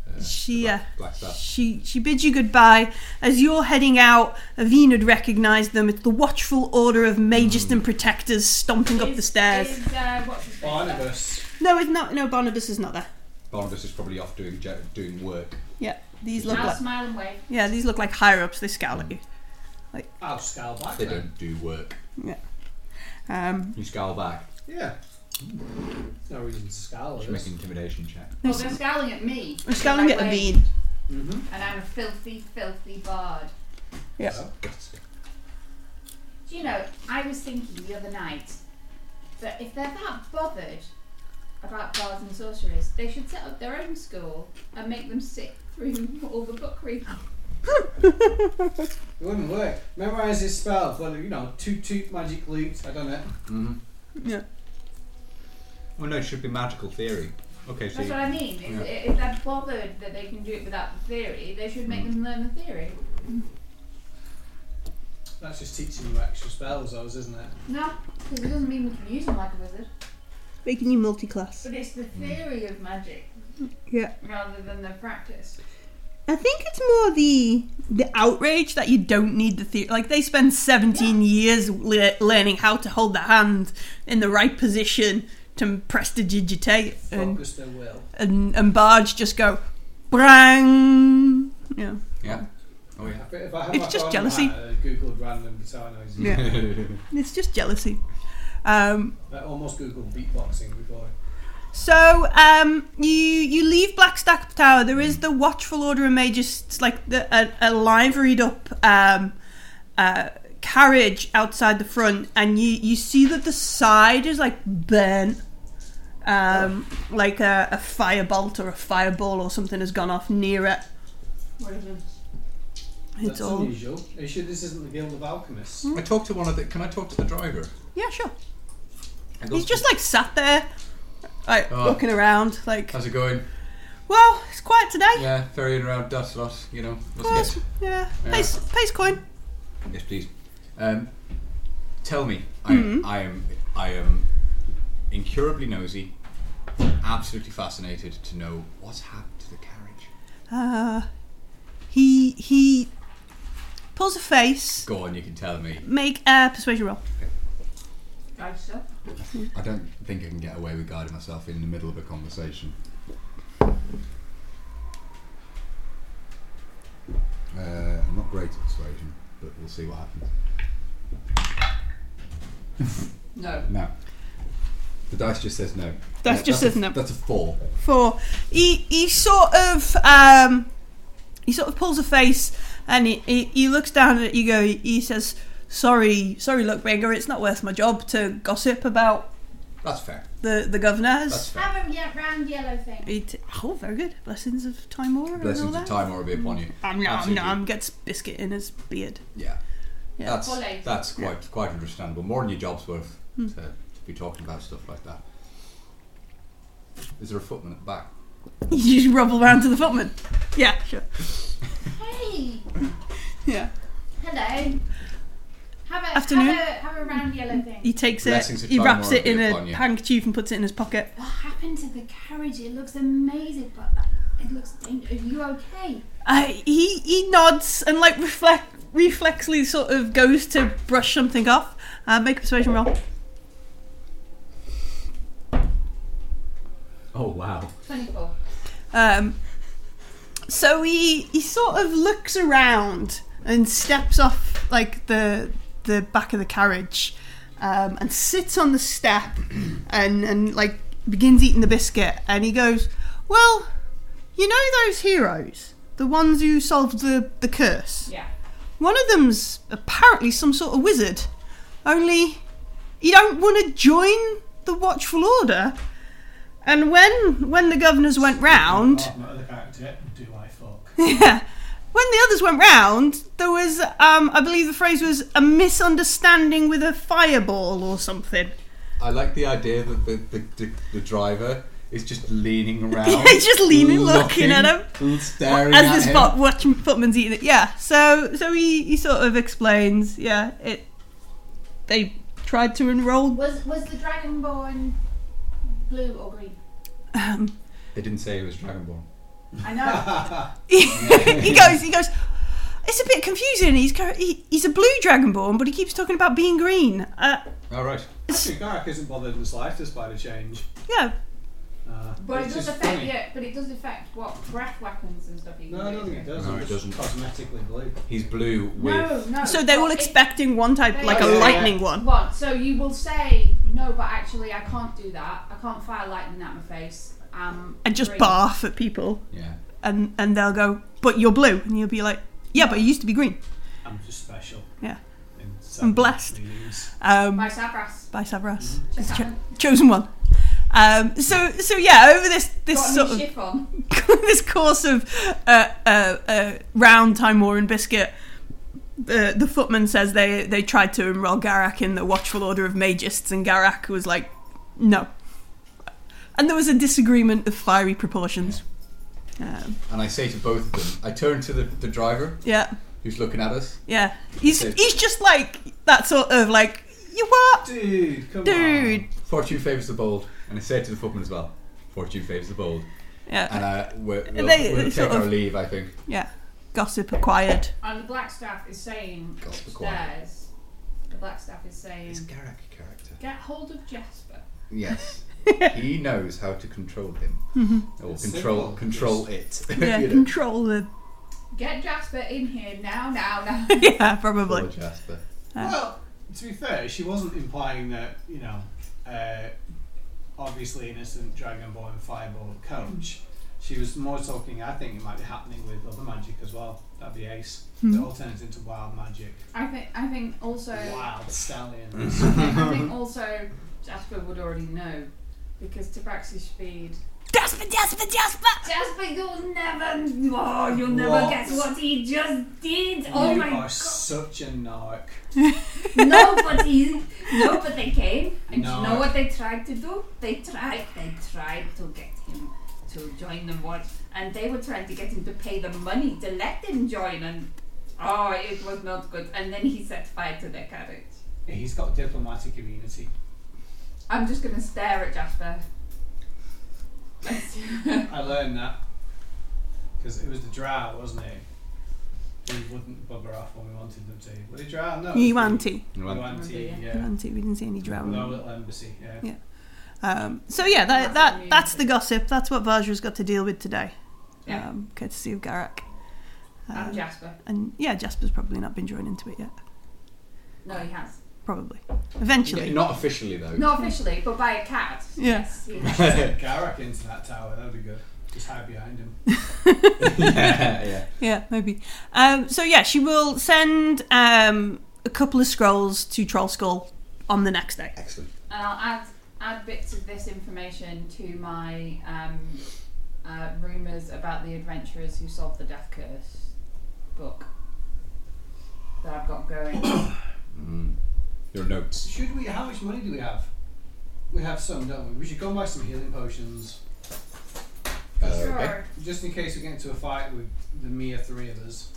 Speaker 3: Uh,
Speaker 2: She uh,
Speaker 3: Black Sabbath.
Speaker 2: She she bids you goodbye. As you're heading out, Aveen had recognised them. It's the watchful order of mages
Speaker 4: Mm.
Speaker 2: and protectors stomping up the
Speaker 4: Is-
Speaker 2: stairs.
Speaker 4: Is, uh, what's his face?
Speaker 3: Oh,
Speaker 5: Barnabas.
Speaker 2: No, it's not. No, Barnabas is not there.
Speaker 3: Barnabas is probably off doing je- doing work.
Speaker 2: Yeah, these look
Speaker 4: I'll
Speaker 2: like
Speaker 4: smile and wave.
Speaker 2: yeah, these look like higher ups. They scowl at you.
Speaker 5: I'll scowl back
Speaker 3: They
Speaker 5: then.
Speaker 3: don't do work.
Speaker 2: Um,
Speaker 3: You scowl back.
Speaker 5: Yeah. No reason to scowl at
Speaker 3: Make
Speaker 5: us.
Speaker 3: an intimidation check.
Speaker 4: Well, they're scowling at me.
Speaker 2: I'm scowling at
Speaker 4: Like, wait,
Speaker 2: Aveen.
Speaker 5: Mm-hmm.
Speaker 4: And I'm a filthy, filthy bard.
Speaker 2: Yeah.
Speaker 3: Guts.
Speaker 4: Do you know, I was thinking the other night that if they're that bothered about bards and sorcerers, they should set up their own school and make them sit through (laughs) all the book reading.
Speaker 5: It wouldn't work. Memorize this spell. Well, you know, toot toot magic loot. I don't know.
Speaker 3: Mm-hmm.
Speaker 2: Yeah.
Speaker 3: Oh no, it should be magical theory. Okay, so
Speaker 4: That's what
Speaker 3: you,
Speaker 4: I mean. If,
Speaker 3: Yeah.
Speaker 4: if they're bothered that they can do it without the theory, they should
Speaker 3: Mm.
Speaker 4: make them learn the theory.
Speaker 5: That's just teaching you extra spells, though, isn't it?
Speaker 4: No, because it doesn't mean we can use them like a wizard.
Speaker 2: Making you multi-class.
Speaker 4: But it's the theory of magic
Speaker 2: Yeah.
Speaker 4: rather than the practice.
Speaker 2: I think it's more the the outrage that you don't need the theory. Like they spend 17 years le- learning how to hold the hand in the right position to prestidigitate, and
Speaker 5: Focus their will.
Speaker 2: and, and bards just go, brang. Yeah.
Speaker 3: yeah. Oh yeah.
Speaker 5: If, if I had
Speaker 2: It's
Speaker 5: my
Speaker 2: just
Speaker 5: phone in
Speaker 2: jealousy.
Speaker 5: my hand, I googled uh, random guitar noises.
Speaker 2: Yeah. (laughs) It's just jealousy. Um,
Speaker 5: I almost googled beatboxing before.
Speaker 2: so um, you you leave Blackstack Tower. There is the Watchful Order of Mages, it's like the, a, a liveried up um, uh, carriage outside the front, and you you see that the side is like burnt. Um, like a, a firebolt or a fireball or something has gone off near it.
Speaker 4: What is it?
Speaker 2: It's
Speaker 5: That's
Speaker 2: all
Speaker 5: unusual. Are you sure this isn't the Guild of Alchemists?
Speaker 3: I talked to one of the. Can I talk to the driver?
Speaker 2: yeah, sure.
Speaker 3: I go,
Speaker 2: He's just like sat there, like
Speaker 3: Oh.
Speaker 2: looking around, like
Speaker 3: How's it going?
Speaker 2: Well, it's quiet today.
Speaker 3: Yeah, ferrying around dust lot, you know. What's
Speaker 2: Yes.
Speaker 3: good?
Speaker 2: Yeah.
Speaker 3: Yeah.
Speaker 2: Pace, pace coin.
Speaker 3: Yes, please. Um, tell me, I, I am, I am incurably nosy, absolutely fascinated to know what's happened to the carriage.
Speaker 2: Uh, he he pulls a face.
Speaker 3: Go on, you can tell me.
Speaker 2: Make a persuasion roll.
Speaker 4: Guide stuff.
Speaker 3: I don't think I can get away with guiding myself in the middle of a conversation. Uh, I'm not great at persuasion, but we'll see what happens.
Speaker 4: No.
Speaker 3: No. The dice just says no.
Speaker 2: Dice just
Speaker 3: that's
Speaker 2: says
Speaker 3: a-
Speaker 2: no.
Speaker 3: That's a four.
Speaker 2: Four. He he sort of um he sort of pulls a face and he, he, he looks down at you. Go. He says, "Sorry, sorry, Lookbringer. It's not worth my job to gossip about
Speaker 3: That's fair.
Speaker 2: the the governors."
Speaker 3: That's fair.
Speaker 4: Have a ye- round yellow thing.
Speaker 2: He t- oh, very good. Blessings of Timor. and all
Speaker 3: Blessings of
Speaker 2: that.
Speaker 3: time or a bit upon you.
Speaker 2: Um, nom,
Speaker 3: Absolutely.
Speaker 2: nom, gets biscuit in his beard. (laughs)
Speaker 3: Yeah.
Speaker 2: Yeah. Hmm.
Speaker 3: That's
Speaker 4: Or later.
Speaker 3: that's quite quite understandable. More than your job's worth to, to be talking about stuff like that. Is there a footman at the back?
Speaker 2: You just rumble round to the footman. Yeah, sure.
Speaker 4: Hey!
Speaker 2: Yeah.
Speaker 4: Hello. Have a,
Speaker 2: Afternoon.
Speaker 4: Have a, have a round yellow thing.
Speaker 2: He takes
Speaker 3: Blessings
Speaker 2: it,
Speaker 3: of
Speaker 2: he
Speaker 3: time
Speaker 2: wraps
Speaker 3: are a
Speaker 2: it in
Speaker 3: bit
Speaker 2: a
Speaker 3: upon you.
Speaker 2: handkerchief and puts it in his pocket.
Speaker 4: What happened to the carriage? It looks amazing, but that, it looks dangerous. Are you okay?
Speaker 2: Uh, he he nods and like reflect reflexly sort of goes to brush something off. Uh, make a persuasion roll.
Speaker 6: Oh wow.
Speaker 4: 24.
Speaker 2: Um, so he he sort of looks around and steps off like the the back of the carriage, um, and sits on the step (clears throat) and and like begins eating the biscuit. And he goes, "Well, you know those heroes, the ones who solved the the curse."
Speaker 4: Yeah.
Speaker 2: One of them's apparently some sort of wizard. Only you don't want to join the Watchful Order. And when when the governors went round,
Speaker 5: (laughs) Oh, my other character, do I
Speaker 2: (laughs)
Speaker 5: fuck?
Speaker 2: yeah, when the others went round, there was um, I believe the phrase was a misunderstanding with a fireball or something.
Speaker 3: I like the idea that the, the, the, the driver is
Speaker 2: (laughs)
Speaker 3: just leaning around.
Speaker 2: Yeah, he's just leaning, looking at him.
Speaker 3: l- Staring at
Speaker 2: As the
Speaker 3: him.
Speaker 2: spot watching footman's eating it, yeah. So so he, he sort of explains, yeah, it. They tried to enroll
Speaker 4: Was was the dragonborn blue or green?
Speaker 2: um,
Speaker 3: They didn't say he was Dragonborn.
Speaker 4: I (laughs) know.
Speaker 2: he goes, he goes. It's a bit confusing. He's cur- he, he's a blue dragonborn, but he keeps talking about being green. Uh,
Speaker 3: All Oh, right.
Speaker 5: Actually, Garak isn't bothered in the slightest by the change.
Speaker 2: yeah,
Speaker 5: Uh,
Speaker 4: but it
Speaker 5: it's
Speaker 4: does
Speaker 5: just
Speaker 4: affect
Speaker 5: funny.
Speaker 4: yeah, but it does affect what breath weapons and stuff you
Speaker 5: No,
Speaker 4: can
Speaker 5: I
Speaker 4: do,
Speaker 5: don't think it
Speaker 4: isn't
Speaker 5: does.
Speaker 3: No,
Speaker 5: I'm
Speaker 3: it
Speaker 5: just
Speaker 3: doesn't.
Speaker 5: Cosmetically blue.
Speaker 3: He's blue with.
Speaker 4: No, no.
Speaker 2: so they were all
Speaker 4: Well, it-
Speaker 2: expecting one type, like a
Speaker 5: Yeah.
Speaker 2: lightning one.
Speaker 4: What? So you will say no, but actually I can't do that. I can't fire lightning at my face. Um,
Speaker 2: and just
Speaker 4: green."
Speaker 2: barf at people,
Speaker 3: Yeah.
Speaker 2: and and they'll go, "But you're blue," and you'll be like, "Yeah, but you used to be green."
Speaker 5: I'm just special.
Speaker 2: Yeah.
Speaker 5: In several
Speaker 2: blessed.
Speaker 5: meanings. Mm-hmm.
Speaker 2: Um,
Speaker 4: By Sabras.
Speaker 2: by Savras,
Speaker 4: Check
Speaker 2: It's
Speaker 4: out.
Speaker 2: cho- chosen one. Um, so so yeah, over this this
Speaker 4: Got a
Speaker 2: sort
Speaker 4: new
Speaker 2: of
Speaker 4: ship on.
Speaker 2: (laughs) this course of uh, uh, uh, round time war and biscuit the the footman says they they tried to enroll garak in the watchful order of magists and garak was like no and there was a disagreement of fiery proportions um,
Speaker 3: And I say to both of them, I turn to the, the driver
Speaker 2: yeah
Speaker 3: who's looking at us.
Speaker 2: yeah he's
Speaker 3: Okay.
Speaker 2: he's just like that sort of like you what
Speaker 5: Dude, come
Speaker 2: dude
Speaker 5: on.
Speaker 3: Fortune favours the bold. And I say to the footman as well, Fortune favours the bold.
Speaker 2: yeah
Speaker 3: And uh, we're, we'll,
Speaker 2: they-
Speaker 3: we'll
Speaker 2: they
Speaker 3: take
Speaker 2: sort
Speaker 3: our
Speaker 2: of-
Speaker 3: leave, I think.
Speaker 2: yeah gossip acquired
Speaker 4: And the black staff is saying
Speaker 3: Gossip acquired.
Speaker 4: upstairs. The black staff is saying
Speaker 3: It's Garak a character.
Speaker 4: get hold of Jasper.
Speaker 2: (laughs)
Speaker 3: Yes. he knows how to control him. Or
Speaker 5: It's
Speaker 3: control
Speaker 5: simple.
Speaker 3: control it.
Speaker 2: Mm-hmm.
Speaker 3: (laughs)
Speaker 2: yeah
Speaker 3: You know.
Speaker 2: control the (laughs)
Speaker 4: Get Jasper in here now, now, now.
Speaker 2: yeah
Speaker 3: Poor
Speaker 2: probably
Speaker 3: Jasper.
Speaker 5: Well, to be fair, she wasn't implying that, you know, uh, obviously innocent Dragonborn Fireball coach. She was more talking, I think it might be happening with other magic as well. That'd be ace.
Speaker 2: Hmm.
Speaker 5: It all turns into wild magic.
Speaker 4: I think I think also
Speaker 5: Wild stallions.
Speaker 4: I think also Jasper would already know because Tabaxi's speed.
Speaker 2: jasper jasper jasper
Speaker 4: Jasper, you'll never, oh, you'll never
Speaker 5: What?
Speaker 4: guess what he just did. Oh
Speaker 5: you
Speaker 4: my
Speaker 5: are
Speaker 4: god!
Speaker 5: such a narc.
Speaker 4: no, but he, no, but they came, and you
Speaker 5: No.
Speaker 4: know what they tried to do? They tried, they tried to get him
Speaker 7: to join them once, and they were trying to get him to pay them money to let them join, and oh, it was not good. And then he set fire to their carriage.
Speaker 5: Yeah, he's got diplomatic immunity.
Speaker 7: I'm just gonna stare at Jasper.
Speaker 2: (laughs)
Speaker 5: I learned that because it was the drow, wasn't it? Who wouldn't bugger off when we wanted them to? Were they drow? No.
Speaker 2: You anti.
Speaker 5: Yuan-ti, yeah.
Speaker 2: Anti. We didn't see any drow.
Speaker 5: No little embassy, yeah.
Speaker 2: Yeah. Um, so yeah, that, that that's the gossip. That's what Vajra's got to deal with today.
Speaker 7: Yeah.
Speaker 2: Um, courtesy of Garak.
Speaker 7: And
Speaker 2: Um,
Speaker 7: Jasper.
Speaker 2: and yeah, Jasper's probably not been drawn into it yet.
Speaker 7: No, he has.
Speaker 2: Probably. Eventually.
Speaker 3: Yeah, not officially though.
Speaker 7: Not officially, but by a cat.
Speaker 2: Yeah.
Speaker 7: Yes. he-
Speaker 5: (laughs) Get Garak into that tower, that'd be good. Just hide behind him.
Speaker 3: yeah, yeah.
Speaker 2: (laughs) Yeah, maybe. Um, so yeah, she will send um, a couple of scrolls to Troll Skull on the next day.
Speaker 3: Excellent.
Speaker 7: And I'll add add bits of this information to my um, uh, rumors about the adventurers who solved the death curse book that I've got going.
Speaker 5: Uh,
Speaker 3: Mm. Your notes.
Speaker 5: Should we? How much money do we have? We have some, don't we? We should go and buy some healing potions,
Speaker 3: Uh, okay.
Speaker 7: Sure.
Speaker 5: just in case we get into a fight with the mere three of us.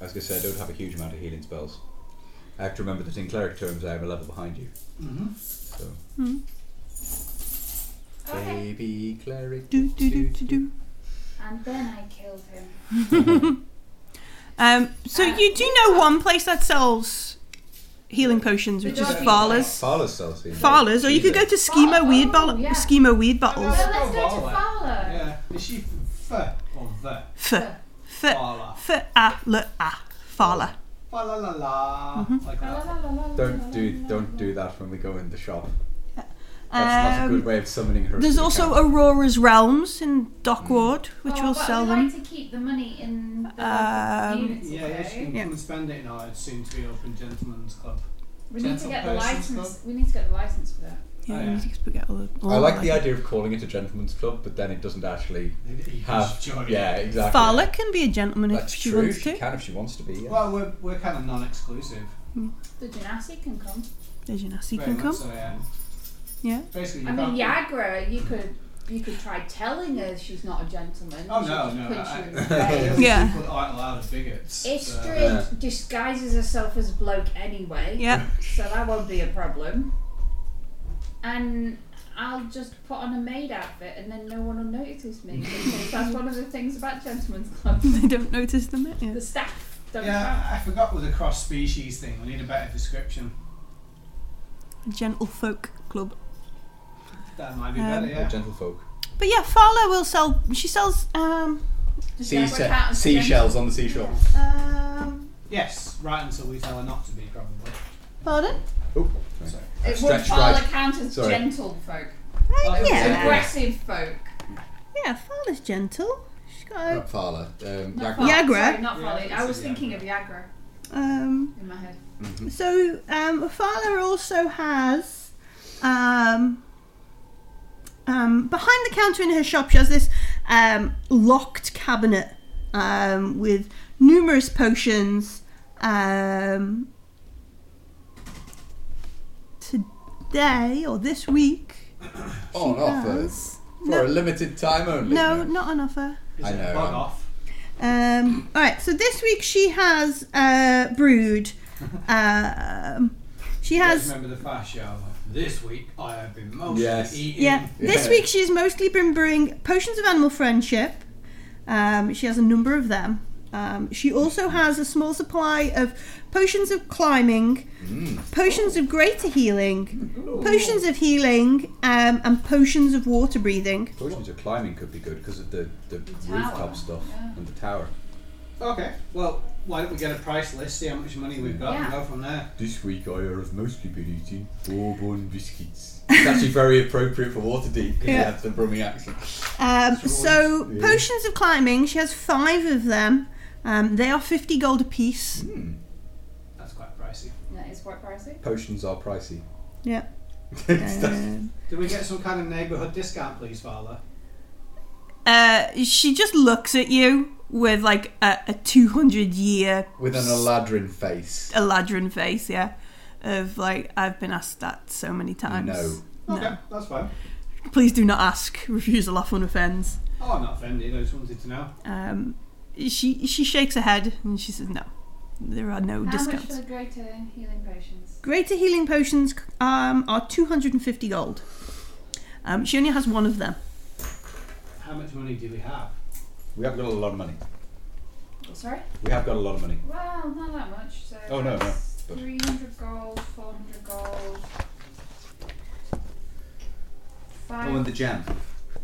Speaker 3: I was going to say, I don't have a huge amount of healing spells. I have to remember that in cleric terms, I am a level behind you.
Speaker 5: Mm-hmm.
Speaker 3: So.
Speaker 4: Okay.
Speaker 3: Baby cleric.
Speaker 2: Do do do do do.
Speaker 4: And then I killed him.
Speaker 2: Um, so
Speaker 7: Uh,
Speaker 2: you do know one place that sells healing potions, which is
Speaker 7: doggy
Speaker 2: Farlers.
Speaker 3: Farless sells healing.
Speaker 2: Farlers, or you could go to Schemo
Speaker 4: Oh,
Speaker 2: Weird Bottle.
Speaker 4: yeah.
Speaker 2: Schemo Weird Bottles.
Speaker 4: So
Speaker 5: Let's
Speaker 4: let's
Speaker 5: go
Speaker 4: go to
Speaker 5: Varla.
Speaker 4: Fowler.
Speaker 5: Yeah. Is she f or the?
Speaker 2: F f
Speaker 5: Fala.
Speaker 2: f a l a Farler.
Speaker 5: Fa la la la.
Speaker 2: Mm-hmm.
Speaker 5: Like uh,
Speaker 4: La,
Speaker 5: that.
Speaker 4: la, la, la, la, la,
Speaker 3: Don't do
Speaker 4: la, la,
Speaker 3: don't
Speaker 4: la.
Speaker 3: do that when we go in the shop. That's not a good way of summoning her.
Speaker 2: Um, There's
Speaker 3: to the Mm.
Speaker 2: also
Speaker 3: camp.
Speaker 2: Aurora's Realms in Dockward, which
Speaker 4: Oh,
Speaker 2: will
Speaker 4: but
Speaker 2: sell
Speaker 4: we
Speaker 2: them.
Speaker 4: like to keep the money in the
Speaker 2: Um,
Speaker 4: units,
Speaker 5: Yeah, yeah, she
Speaker 4: okay?
Speaker 5: can
Speaker 2: Yeah.
Speaker 5: come and spend it in our soon to be open gentleman's club.
Speaker 4: We need to
Speaker 5: Gentle
Speaker 4: get the
Speaker 5: persons
Speaker 4: license. We need to get the license for that.
Speaker 2: Yeah,
Speaker 5: Oh,
Speaker 2: you
Speaker 5: yeah.
Speaker 2: just forget all the. all
Speaker 3: I like the
Speaker 2: that.
Speaker 3: idea of calling it a gentleman's club, but then it doesn't actually
Speaker 5: You can
Speaker 3: have.
Speaker 5: join it.
Speaker 3: Yeah, exactly.
Speaker 2: Farla can be a gentleman if
Speaker 3: That's
Speaker 2: she
Speaker 3: true.
Speaker 2: wants
Speaker 3: She
Speaker 2: to.
Speaker 3: can if she wants to be. Yeah.
Speaker 5: Well, we're, we're kind of non-exclusive.
Speaker 4: The Genasi can come.
Speaker 2: There's your nasty
Speaker 5: very
Speaker 2: can
Speaker 5: much
Speaker 2: come.
Speaker 5: So, yeah.
Speaker 2: Yeah.
Speaker 5: Basically, you
Speaker 4: I
Speaker 5: can't
Speaker 4: mean, Yagra, you could you could try telling her she's not a gentleman.
Speaker 5: Oh
Speaker 4: She'll
Speaker 5: no,
Speaker 4: just
Speaker 5: no.
Speaker 4: punch
Speaker 5: I,
Speaker 4: you
Speaker 5: (laughs)
Speaker 4: in the
Speaker 5: I,
Speaker 4: face.
Speaker 2: Yeah.
Speaker 5: People aren't allowed as bigots. so- uh,
Speaker 7: Istrid
Speaker 3: Yeah.
Speaker 7: disguises herself as bloke anyway,
Speaker 2: Yeah. (laughs)
Speaker 7: so that won't be a problem.
Speaker 4: and I'll just put on a maid outfit, and then no one will notice
Speaker 5: (laughs)
Speaker 4: me. because that's one of the things about gentlemen's
Speaker 2: (laughs)
Speaker 4: clubs.
Speaker 2: they don't notice them. eh? Yeah.
Speaker 4: The staff don't count.
Speaker 5: Yeah, I forgot with the cross species thing. We need a better description.
Speaker 2: Gentle folk club.
Speaker 5: That might be
Speaker 2: Um,
Speaker 5: better. Yeah.
Speaker 3: Gentlefolk.
Speaker 2: But yeah, Farla will sell. She sells. Um.
Speaker 4: Does
Speaker 3: Sea-
Speaker 4: that work out as a
Speaker 3: seashells on the seashore.
Speaker 2: Um.
Speaker 5: Yes, right until we tell her not to be, probably.
Speaker 2: Pardon?
Speaker 3: Oh,
Speaker 5: So,
Speaker 7: It would
Speaker 3: Stretched
Speaker 7: file
Speaker 3: right.
Speaker 7: count as
Speaker 3: Sorry.
Speaker 7: gentle folk,
Speaker 5: Well,
Speaker 2: Uh, yeah.
Speaker 7: aggressive folk.
Speaker 2: Yeah. Farla's gentle. She's got. A,
Speaker 3: not Farla. Um,
Speaker 7: Not
Speaker 3: Yak-
Speaker 7: fol-
Speaker 2: Yagra.
Speaker 7: Sorry, not
Speaker 5: Yeah,
Speaker 7: folly.
Speaker 5: it's
Speaker 7: I
Speaker 5: a
Speaker 7: was thinking
Speaker 5: Yagra.
Speaker 7: of Yagra
Speaker 2: um.
Speaker 7: in my head.
Speaker 2: So um, Farla also has. Um. Um, behind the counter in her shop, she has this um, locked cabinet um, with numerous potions. Um, today or this week,
Speaker 3: on offer
Speaker 2: has-
Speaker 3: for a limited time only.
Speaker 2: no, not an offer.
Speaker 5: is
Speaker 3: I
Speaker 5: it
Speaker 3: know,
Speaker 5: bug
Speaker 3: I'm-
Speaker 5: off?
Speaker 2: Um, all right, so this week she has uh,
Speaker 3: (laughs)
Speaker 2: brewed. Um, she
Speaker 5: Just
Speaker 2: has
Speaker 5: remember the fast shower. This week I have been mostly
Speaker 3: Yes.
Speaker 5: eating.
Speaker 2: yeah. This
Speaker 3: Yeah.
Speaker 2: week she's mostly been brewing potions of animal friendship. Um, she has a number of them. Um, she also has a small supply of potions of climbing,
Speaker 3: Mm.
Speaker 2: potions of greater healing, potions of healing, um, and potions of water breathing.
Speaker 3: Potions of climbing could be good because of the, the,
Speaker 7: tower,
Speaker 3: rooftop stuff and the tower.
Speaker 5: Okay. Well, why don't we get a price list, see how much money we've got, and
Speaker 7: Yeah.
Speaker 5: go from there.
Speaker 3: This week I have mostly been eating bourbon biscuits. It's actually very appropriate for Waterdeep because
Speaker 2: Yeah.
Speaker 3: he has the Brummie accent.
Speaker 2: Um,
Speaker 3: Sure.
Speaker 2: so
Speaker 3: Yeah.
Speaker 2: potions of climbing, she has five of them. Um, they are fifty gold
Speaker 3: (laughs)
Speaker 2: apiece.
Speaker 5: That's quite pricey.
Speaker 7: That is quite pricey.
Speaker 3: Potions are pricey.
Speaker 2: Yeah. Um,
Speaker 5: Do we get some kind of neighbourhood discount, please, Fowler?
Speaker 2: uh, she just looks at you with like a, a two hundred year
Speaker 3: (laughs) With an Aladrin face.
Speaker 2: Eladrin face, yeah, of like I've been asked that so many times.
Speaker 3: No.
Speaker 5: Okay, that's fine.
Speaker 2: Please do not ask. (laughs) Refuse a laugh on offends.
Speaker 5: Oh, I'm not offended. I just wanted to know.
Speaker 2: Um, she she shakes her head and she says, "No, there are no
Speaker 4: How much
Speaker 2: discounts."
Speaker 4: for the greater healing potions?
Speaker 2: Greater healing potions um, are 250 gold. Um, she only has one of them.
Speaker 5: How much money do we have?
Speaker 3: We have got a lot of money.
Speaker 4: Oh, Sorry?
Speaker 3: We have got a lot of money.
Speaker 4: Well, not that much. So
Speaker 3: Oh, no, no,
Speaker 4: that's
Speaker 3: but-
Speaker 4: 300 gold, 400 gold.
Speaker 3: Oh, and
Speaker 4: Five,
Speaker 3: the jam.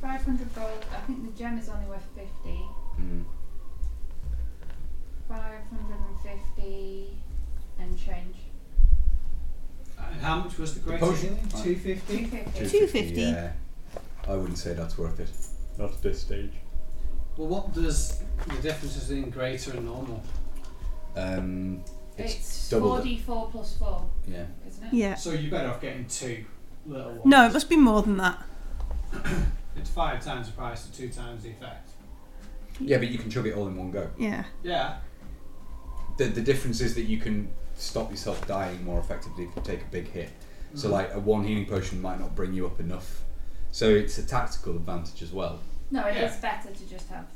Speaker 4: 500 gold. I think the gem is only worth 50.
Speaker 3: Mm.
Speaker 4: 550 and change.
Speaker 5: And how much was the greater
Speaker 3: potion?
Speaker 5: healing? Two fifty.
Speaker 4: 250.
Speaker 2: 250.
Speaker 3: Yeah. I wouldn't say that's worth it. Not at this stage.
Speaker 5: Well, what does the difference between greater and normal?
Speaker 3: Um, it's,
Speaker 4: It's
Speaker 3: double. the-
Speaker 4: 4d4 plus 4,
Speaker 3: yeah.
Speaker 4: isn't it?
Speaker 2: Yeah.
Speaker 5: So you're better off getting two little ones.
Speaker 2: No, it must be more than that.
Speaker 5: It's five times the price and two times the effect.
Speaker 3: Yeah, but you can chug it all in one go.
Speaker 2: Yeah.
Speaker 5: Yeah.
Speaker 3: The, the difference is that you can stop yourself dying more effectively if you take a big hit. So, like, a one healing potion might not bring you up enough. So, it's a tactical advantage as well.
Speaker 4: No, it is
Speaker 5: Yeah.
Speaker 4: better to just have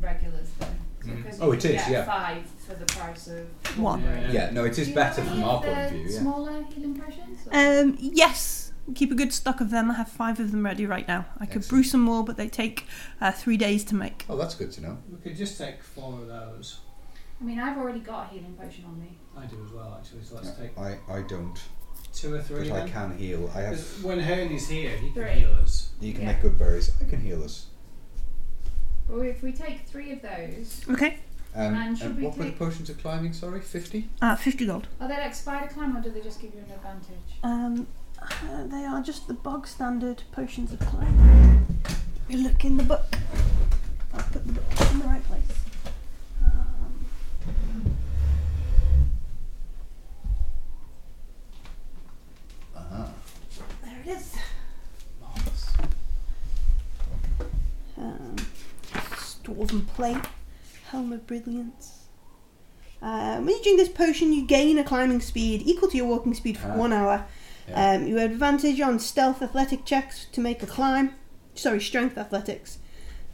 Speaker 4: regulars then. Because
Speaker 3: Oh,
Speaker 4: you
Speaker 3: it
Speaker 4: can
Speaker 3: is,
Speaker 4: get
Speaker 3: yeah.
Speaker 4: Five for the price of
Speaker 2: One.
Speaker 3: Yeah,
Speaker 5: Yeah.
Speaker 3: no, it is
Speaker 4: Do you
Speaker 3: better
Speaker 4: have
Speaker 3: from
Speaker 4: any
Speaker 3: our
Speaker 4: of the
Speaker 3: point of view. Yeah.
Speaker 4: Smaller healing potions? or-
Speaker 2: Um, yes, keep a good stock of them. I have five of them ready right now. I could
Speaker 3: Excellent.
Speaker 2: brew some more, but they take uh, three days to make.
Speaker 3: Oh, that's good to know.
Speaker 5: We could just take four of those.
Speaker 4: I mean, I've already got a healing potion on me.
Speaker 5: I do as well, actually. So let's
Speaker 3: Yeah,
Speaker 5: take
Speaker 3: I, I don't,
Speaker 5: two or three.
Speaker 3: but I
Speaker 5: Then.
Speaker 3: can heal. I have.
Speaker 5: 'Cause when Hearn is here, he can
Speaker 4: Three.
Speaker 5: heal us.
Speaker 3: You can
Speaker 4: Yeah.
Speaker 3: make good berries. I can heal us.
Speaker 4: But if we take three of those,
Speaker 2: Okay.
Speaker 3: Um,
Speaker 4: And should we
Speaker 3: what were the
Speaker 4: take-
Speaker 3: potions of climbing? Sorry, fifty.
Speaker 2: Uh, 50 gold.
Speaker 4: are they like spider climb or do they just give you an advantage?
Speaker 2: Um, uh, they are just the bog standard potions of climb. We look in the book. I'll put the book in the right place. Um,
Speaker 3: Ah,
Speaker 2: there it is.
Speaker 5: Marvellous.
Speaker 2: um, dwarven plate, helm of brilliance. Um, when you drink this potion, you gain a climbing speed equal to your walking speed for
Speaker 3: Ah.
Speaker 2: one hour.
Speaker 3: Yeah.
Speaker 2: Um, you have advantage on stealth athletic checks to make a climb. Sorry, strength athletics.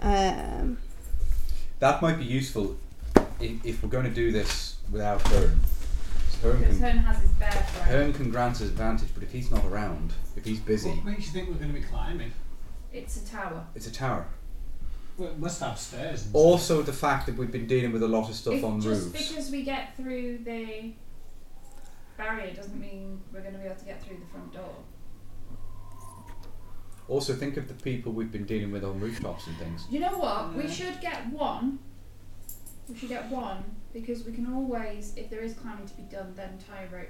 Speaker 2: Um,
Speaker 3: that might be useful if, if we're going to do this without Hearn. 'Cause Hearn
Speaker 4: Because
Speaker 3: can,
Speaker 4: Hearn has his bear throw.
Speaker 3: Hearn can grant us advantage, but if he's not around, if he's busy,
Speaker 5: What makes you think we're going to be climbing?
Speaker 4: It's a tower.
Speaker 3: it's a tower.
Speaker 5: We must have stairs. and
Speaker 3: Also, the fact that we've been dealing with a lot of stuff
Speaker 4: If-
Speaker 3: on
Speaker 4: just
Speaker 3: roofs.
Speaker 4: because we get through the barrier doesn't mean we're going to be able to get through the front door.
Speaker 3: Also, think of the people we've been dealing with on rooftops and things.
Speaker 4: You know what? We
Speaker 5: Yeah.
Speaker 4: should get one. We should get one because we can always, if there is climbing to be done, then tie a rope.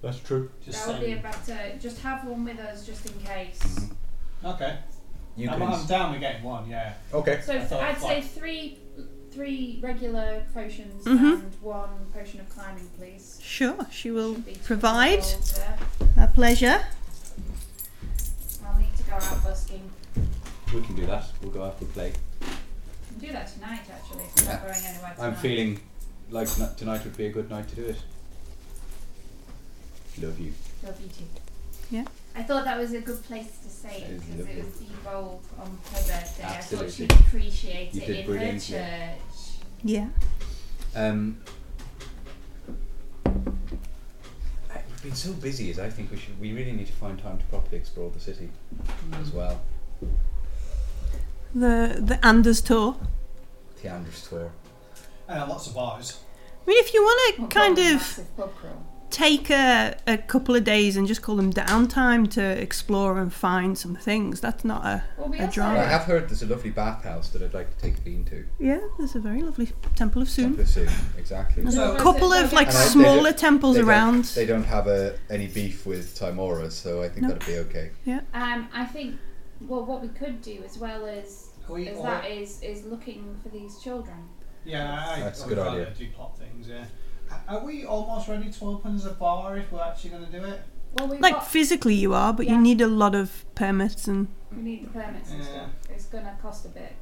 Speaker 3: That's true.
Speaker 5: stuff. Just
Speaker 4: that would be a
Speaker 5: saying.
Speaker 4: better. Just have one with us just in case.
Speaker 5: Okay.
Speaker 3: You
Speaker 5: I'm,
Speaker 3: can.
Speaker 5: I'm down with getting one, yeah.
Speaker 3: okay.
Speaker 4: So
Speaker 5: I
Speaker 4: th-
Speaker 5: thought
Speaker 4: I'd say
Speaker 5: five.
Speaker 4: three, three regular potions
Speaker 2: Mhm.
Speaker 4: and one potion of climbing, please.
Speaker 2: sure, she will
Speaker 4: Should be two
Speaker 2: provide
Speaker 4: rolls there.
Speaker 2: a pleasure.
Speaker 4: I'll need to go out busking.
Speaker 3: We can do that. We'll go after the play.
Speaker 4: Can do that tonight, actually. If we're not going anywhere tonight.
Speaker 3: I'm feeling like n- tonight would be a good night to do it. Love you.
Speaker 4: Love you too.
Speaker 2: Yeah.
Speaker 4: I thought that was a good place to say it
Speaker 3: That is
Speaker 4: because
Speaker 3: lovely.
Speaker 4: it was the role on her birthday. I
Speaker 3: Absolutely.
Speaker 4: thought she'd appreciate
Speaker 3: You
Speaker 4: it
Speaker 3: did
Speaker 4: in her
Speaker 3: brilliant,
Speaker 4: church.
Speaker 3: yeah.
Speaker 2: Yeah.
Speaker 3: Um, I- we've been so busy, as I think we should. We really need to find time to properly explore the city as well.
Speaker 2: The the Anders tour.
Speaker 3: The Andrews tour.
Speaker 5: And lots of bars.
Speaker 2: I mean, if you want to
Speaker 4: Well,
Speaker 2: kind
Speaker 4: probably a
Speaker 2: of
Speaker 4: massive pub crawl.
Speaker 2: take a, a couple of days and just call them downtime to explore and find some things. That's not a
Speaker 4: Well, we
Speaker 2: A
Speaker 4: also
Speaker 2: drama.
Speaker 3: Well, I have heard there's a lovely bathhouse that I'd like to take a bean to.
Speaker 2: yeah. There's a very lovely temple of Soon.
Speaker 3: Temple Soon, exactly.
Speaker 2: There's
Speaker 5: So-
Speaker 2: a couple of like
Speaker 3: And I- they
Speaker 2: smaller
Speaker 3: don't-
Speaker 2: temples
Speaker 3: they don't-
Speaker 2: around.
Speaker 3: They don't have a, any beef with Timora, so I think
Speaker 2: No.
Speaker 3: that'd be okay.
Speaker 4: Um, I think. Well, what we could do as well as
Speaker 5: Can we
Speaker 4: as
Speaker 5: all-
Speaker 4: that is is looking for these children.
Speaker 5: Yeah, I,
Speaker 3: That's a
Speaker 5: I'd
Speaker 3: good
Speaker 5: rather
Speaker 3: idea.
Speaker 5: Do plot things, yeah. A- Are we almost ready to open as a bar if we're actually going to do it?
Speaker 8: Well, we've
Speaker 2: Like
Speaker 8: got,
Speaker 2: physically you are, but you
Speaker 8: Yeah.
Speaker 2: need a lot of permits and
Speaker 4: We need the permits and
Speaker 5: Yeah.
Speaker 4: stuff. It's gonna cost a bit.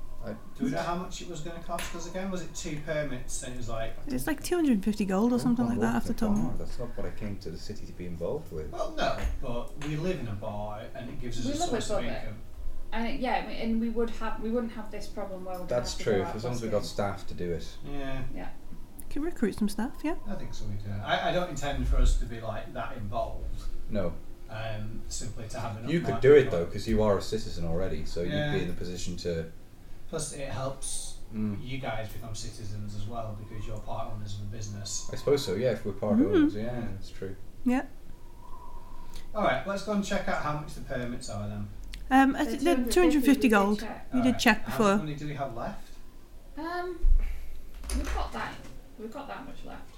Speaker 5: Do we know how much it was going to cost? Because again, was it two permits and it was like,
Speaker 2: it's like 250
Speaker 3: Oh,
Speaker 2: gold or something like that after time.
Speaker 3: That's not what I came to the city to be involved with.
Speaker 5: well, no, but we live in a bar and it gives us
Speaker 4: We
Speaker 5: a
Speaker 4: live
Speaker 5: source
Speaker 4: above
Speaker 5: of
Speaker 4: it.
Speaker 5: income.
Speaker 4: And yeah, we- and we would have we wouldn't have this problem where we.
Speaker 3: That's true. As long as we've got staff to do it.
Speaker 5: Yeah,
Speaker 2: Can recruit some staff, yeah.
Speaker 5: I think so. We do. I, I don't intend for us to be like that involved.
Speaker 3: No,
Speaker 5: Um, simply to have an.
Speaker 3: you could
Speaker 5: upright
Speaker 3: do it
Speaker 5: people.
Speaker 3: though, because you are a citizen already, so
Speaker 5: Yeah.
Speaker 3: you'd be in the position to.
Speaker 5: Plus, it helps
Speaker 3: Mm,
Speaker 5: you guys become citizens as well because you're part owners of a business.
Speaker 3: I suppose so. Yeah, if we're part
Speaker 2: Mhm.
Speaker 3: owners, yeah, that's true.
Speaker 5: All right, let's go and check out how much the permits are then.
Speaker 2: Um, I th- they're 250 gold. We
Speaker 5: All
Speaker 2: did
Speaker 5: right,
Speaker 2: check
Speaker 5: How
Speaker 2: before.
Speaker 5: much money do we have left?
Speaker 4: Um, we've got that. We've got that much left,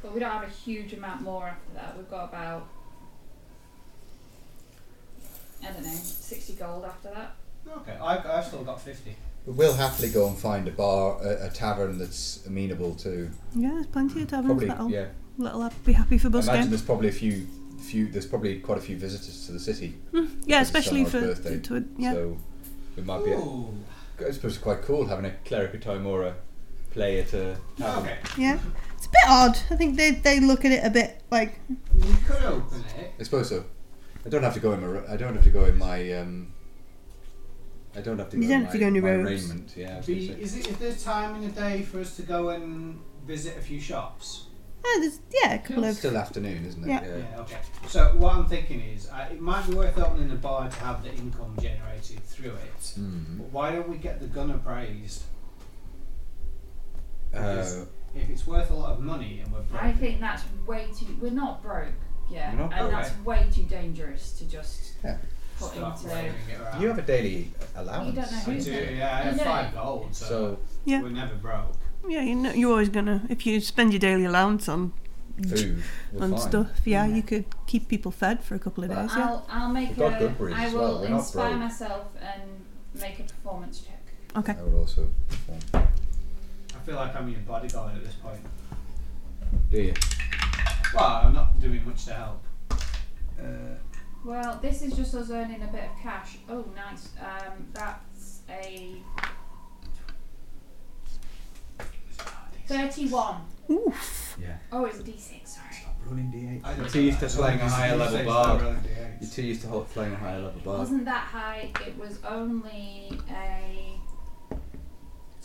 Speaker 4: but we don't have a huge amount more after that. We've got about I don't know sixty gold after that.
Speaker 5: Okay, I've, I've still got fifty.
Speaker 3: We'll happily go and find a bar, a, a tavern that's amenable to
Speaker 2: Yeah, there's plenty of taverns
Speaker 3: probably.
Speaker 2: that'll,
Speaker 3: Yeah,
Speaker 2: that'll be happy for
Speaker 3: I imagine
Speaker 2: busking.
Speaker 3: there's probably a few, few. There's probably quite a few visitors to the city.
Speaker 2: Mm, yeah,
Speaker 3: because it's
Speaker 2: especially for
Speaker 3: someone's
Speaker 2: to,
Speaker 3: birthday,
Speaker 2: to yeah.
Speaker 3: So it might be. A,
Speaker 5: Ooh.
Speaker 3: I suppose it's quite cool having a cleric of Timora play at a tavern.
Speaker 5: Okay.
Speaker 2: yeah, it's a bit odd. I think they they look at it a bit like
Speaker 5: We could open it.
Speaker 3: I suppose so. I don't have to go in my. ro- I don't have to go in my. Um, I don't have to.
Speaker 2: You
Speaker 3: go
Speaker 2: don't
Speaker 3: in
Speaker 2: have to
Speaker 3: my-
Speaker 2: go in your
Speaker 3: my
Speaker 2: robes.
Speaker 3: arraignment. Yeah. I was
Speaker 5: Be,
Speaker 3: gonna say.
Speaker 5: is it is there time in the day for us to go and visit a few shops?
Speaker 2: ah, there's, yeah, a couple
Speaker 3: It's
Speaker 2: of
Speaker 3: still afternoon, isn't it?
Speaker 2: Yeah.
Speaker 5: Yeah. Okay. So what I'm thinking is, uh, it might be worth opening a bar to have the income generated through it.
Speaker 3: Mm.
Speaker 5: But why don't we get the gun appraised?
Speaker 3: Uh,
Speaker 5: If it's worth a lot of money and we're broke,
Speaker 4: I think that's way too. We're not broke. Yeah,
Speaker 3: We're not
Speaker 4: and
Speaker 5: broke.
Speaker 4: that's way too dangerous to just
Speaker 3: Yeah.
Speaker 4: put
Speaker 5: start
Speaker 4: into.
Speaker 5: waving it around.
Speaker 3: you have a daily allowance.
Speaker 4: You don't know
Speaker 5: I
Speaker 4: who's
Speaker 5: do,
Speaker 4: got it.
Speaker 5: yeah. I have
Speaker 4: You know-
Speaker 5: five gold, so,
Speaker 3: So
Speaker 2: Yeah.
Speaker 5: we're never broke.
Speaker 2: yeah. You know, you're always gonna if you spend your daily allowance on
Speaker 3: food. We're
Speaker 2: on
Speaker 3: fine.
Speaker 2: stuff. Yeah, you could keep people fed for a couple of
Speaker 4: But
Speaker 2: days. Yeah.
Speaker 4: I'll, I'll make
Speaker 3: We've
Speaker 4: a.
Speaker 3: got Goodberries
Speaker 4: I
Speaker 3: as
Speaker 4: will
Speaker 3: well, we're not
Speaker 4: inspire
Speaker 3: broke.
Speaker 4: myself and make a performance check.
Speaker 2: Okay.
Speaker 3: I would also perform.
Speaker 5: I feel like I'm your bodyguard at this point.
Speaker 3: Do you?
Speaker 5: Well, I'm not doing much to help.
Speaker 4: Well, this is just us earning a bit of cash. Oh, nice. Um, that's a thirty-one.
Speaker 2: Oof.
Speaker 3: Yeah.
Speaker 4: Oh, it's a D6. Sorry.
Speaker 3: Rolling D8.
Speaker 5: I
Speaker 3: You're
Speaker 5: don't
Speaker 3: too
Speaker 5: know,
Speaker 3: used to
Speaker 5: I don't
Speaker 3: playing a
Speaker 5: think it's
Speaker 3: higher
Speaker 5: used
Speaker 3: level
Speaker 5: to
Speaker 3: bar.
Speaker 5: rolling D8s.
Speaker 3: You're too used to ho- playing a higher level
Speaker 4: It
Speaker 3: bar.
Speaker 4: wasn't that high. It was only a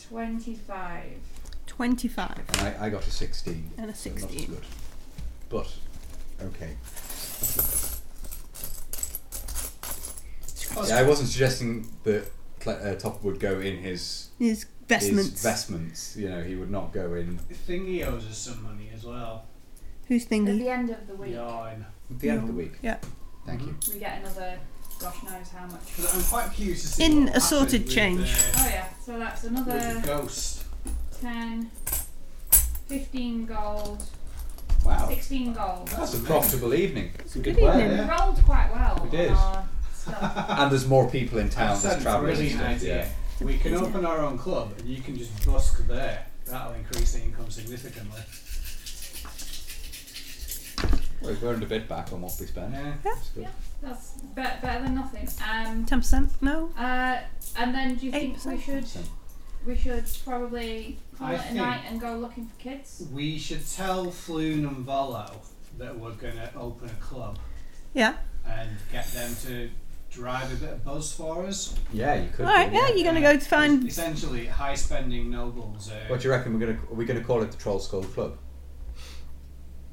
Speaker 4: twenty-five.
Speaker 2: 25
Speaker 3: And I, I got a 16.
Speaker 2: and a
Speaker 3: so not as
Speaker 2: 16.
Speaker 3: good. But, okay.
Speaker 5: Oh,
Speaker 3: Yeah, I wasn't suggesting that Cle- uh, Top would go in his
Speaker 2: Is
Speaker 3: His
Speaker 2: vestments.
Speaker 3: vestments. You know, he would not go in.
Speaker 5: Thingy owes us some money as well.
Speaker 2: Who's
Speaker 4: At
Speaker 2: thingy?
Speaker 4: the end of the week,
Speaker 5: Yarn.
Speaker 3: At the end of the week.
Speaker 2: Yeah.
Speaker 3: Thank you.
Speaker 4: we get another. Gosh knows how much.
Speaker 5: 'Cause I'm quite curious to see
Speaker 2: In
Speaker 5: what
Speaker 2: assorted
Speaker 5: happened with
Speaker 2: change.
Speaker 4: Oh yeah. So that's
Speaker 5: The, with the
Speaker 4: another
Speaker 5: ghost.
Speaker 4: 10, 15 gold,
Speaker 3: Wow.
Speaker 4: 16 gold.
Speaker 3: That's a profitable evening.
Speaker 2: It's
Speaker 3: a
Speaker 2: a
Speaker 3: good
Speaker 2: good
Speaker 3: plan,
Speaker 2: evening.
Speaker 4: We rolled quite well.
Speaker 3: We did.
Speaker 4: On our stuff. (laughs)
Speaker 3: And there's more people in town
Speaker 5: That's
Speaker 3: that's
Speaker 5: a
Speaker 3: travelling. and
Speaker 5: brilliant
Speaker 3: stuff,
Speaker 5: idea.
Speaker 3: yeah.
Speaker 5: We can
Speaker 2: Yeah.
Speaker 5: open our own club and you can just busk there. That'll increase the income significantly.
Speaker 3: Well, we've earned a bit back on what we spent.
Speaker 5: Yeah.
Speaker 3: That's good.
Speaker 4: That's be- better than nothing. Um,
Speaker 2: 10%? No?
Speaker 4: uh, and then do you think we
Speaker 2: 8%?
Speaker 4: should we should probably call
Speaker 5: I
Speaker 4: it a
Speaker 5: think-
Speaker 4: night and go looking for kids?
Speaker 5: We should tell Floon and Volo that we're going to open a club
Speaker 2: Yeah.
Speaker 5: and get them to drive a bit of buzz for us.
Speaker 3: Yeah, you could.
Speaker 2: Alright,
Speaker 3: do,
Speaker 2: yeah, you're gonna go to find.
Speaker 5: Essentially, high spending nobles. Uh,
Speaker 3: What do you reckon? We're gonna are we gonna call it the Troll Skull Club?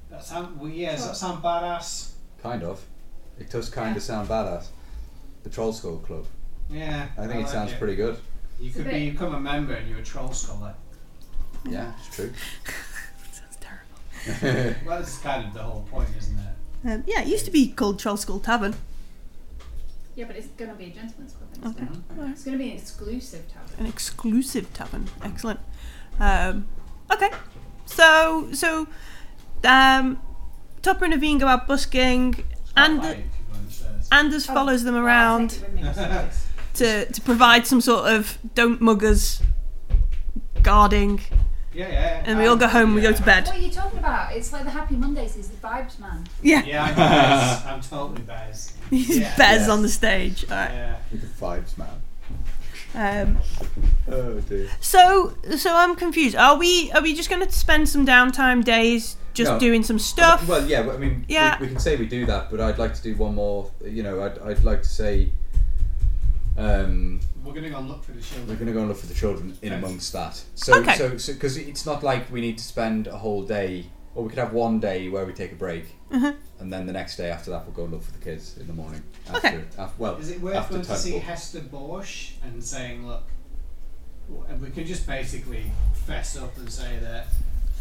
Speaker 5: that sound, well, yeah, does that sound badass?
Speaker 3: Kind of. It does kind of sound badass. The Troll Skull Club.
Speaker 5: Yeah.
Speaker 3: I think it
Speaker 2: Oh,
Speaker 5: like
Speaker 3: sounds pretty good.
Speaker 5: You could
Speaker 4: bit-
Speaker 5: be, become a member and you're a troll scholar.
Speaker 3: Yeah, it's true. (laughs)
Speaker 2: Sounds terrible.
Speaker 5: Well, that's kind of the whole point, isn't it?
Speaker 2: Um, yeah, it used to be called Troll School Tavern.
Speaker 4: Yeah, but it's going to be a gentleman's club. Instead.
Speaker 2: Okay.
Speaker 4: It's going to be an exclusive tavern.
Speaker 2: An exclusive tavern. Excellent. Um, okay. So, so, um, Topper and Avine go out busking.
Speaker 5: It's quite
Speaker 2: And-
Speaker 5: light if you go downstairs.
Speaker 2: Anders
Speaker 4: Oh,
Speaker 2: follows them
Speaker 4: well, I'll
Speaker 2: around
Speaker 4: take it with me just in case.
Speaker 2: to, to provide some sort of don't muggers guarding.
Speaker 5: Yeah, yeah. Um,
Speaker 2: and we all go home. We go
Speaker 5: yeah.
Speaker 2: to bed.
Speaker 4: What are you talking about? It's like the Happy Mondays is the vibes, man.
Speaker 5: Yeah, I'm, Bez.
Speaker 3: (laughs)
Speaker 5: I'm totally Bez.
Speaker 2: (laughs) He's
Speaker 5: Yeah.
Speaker 2: Bez
Speaker 3: Yes.
Speaker 2: on the stage. All right.
Speaker 5: Yeah.
Speaker 3: With the vibes, man.
Speaker 2: Um,
Speaker 3: Oh dear.
Speaker 2: so, so I'm confused. Are we? Are we just going to spend some downtime days just
Speaker 3: No.
Speaker 2: doing some stuff?
Speaker 3: Well, yeah. I mean,
Speaker 2: Yeah.
Speaker 3: We, we can say we do that, but I'd like to do one more. You know, I'd, I'd like to say. Um,
Speaker 5: We're going to go and look for the
Speaker 3: We're
Speaker 5: children.
Speaker 3: going to go and look for the children in
Speaker 5: Okay.
Speaker 3: amongst that. So,
Speaker 2: Okay.
Speaker 3: so, because it's not like we need to spend a whole day, or we could have one day where we take a break,
Speaker 2: Mm-hmm.
Speaker 3: and then the next day after that we'll go and look for the kids in the morning. After,
Speaker 2: Okay.
Speaker 3: af- well,
Speaker 5: Is it worth
Speaker 3: after
Speaker 5: going to
Speaker 3: time.
Speaker 5: see Hester Bosch and saying, look, w- and we can just basically fess up and say that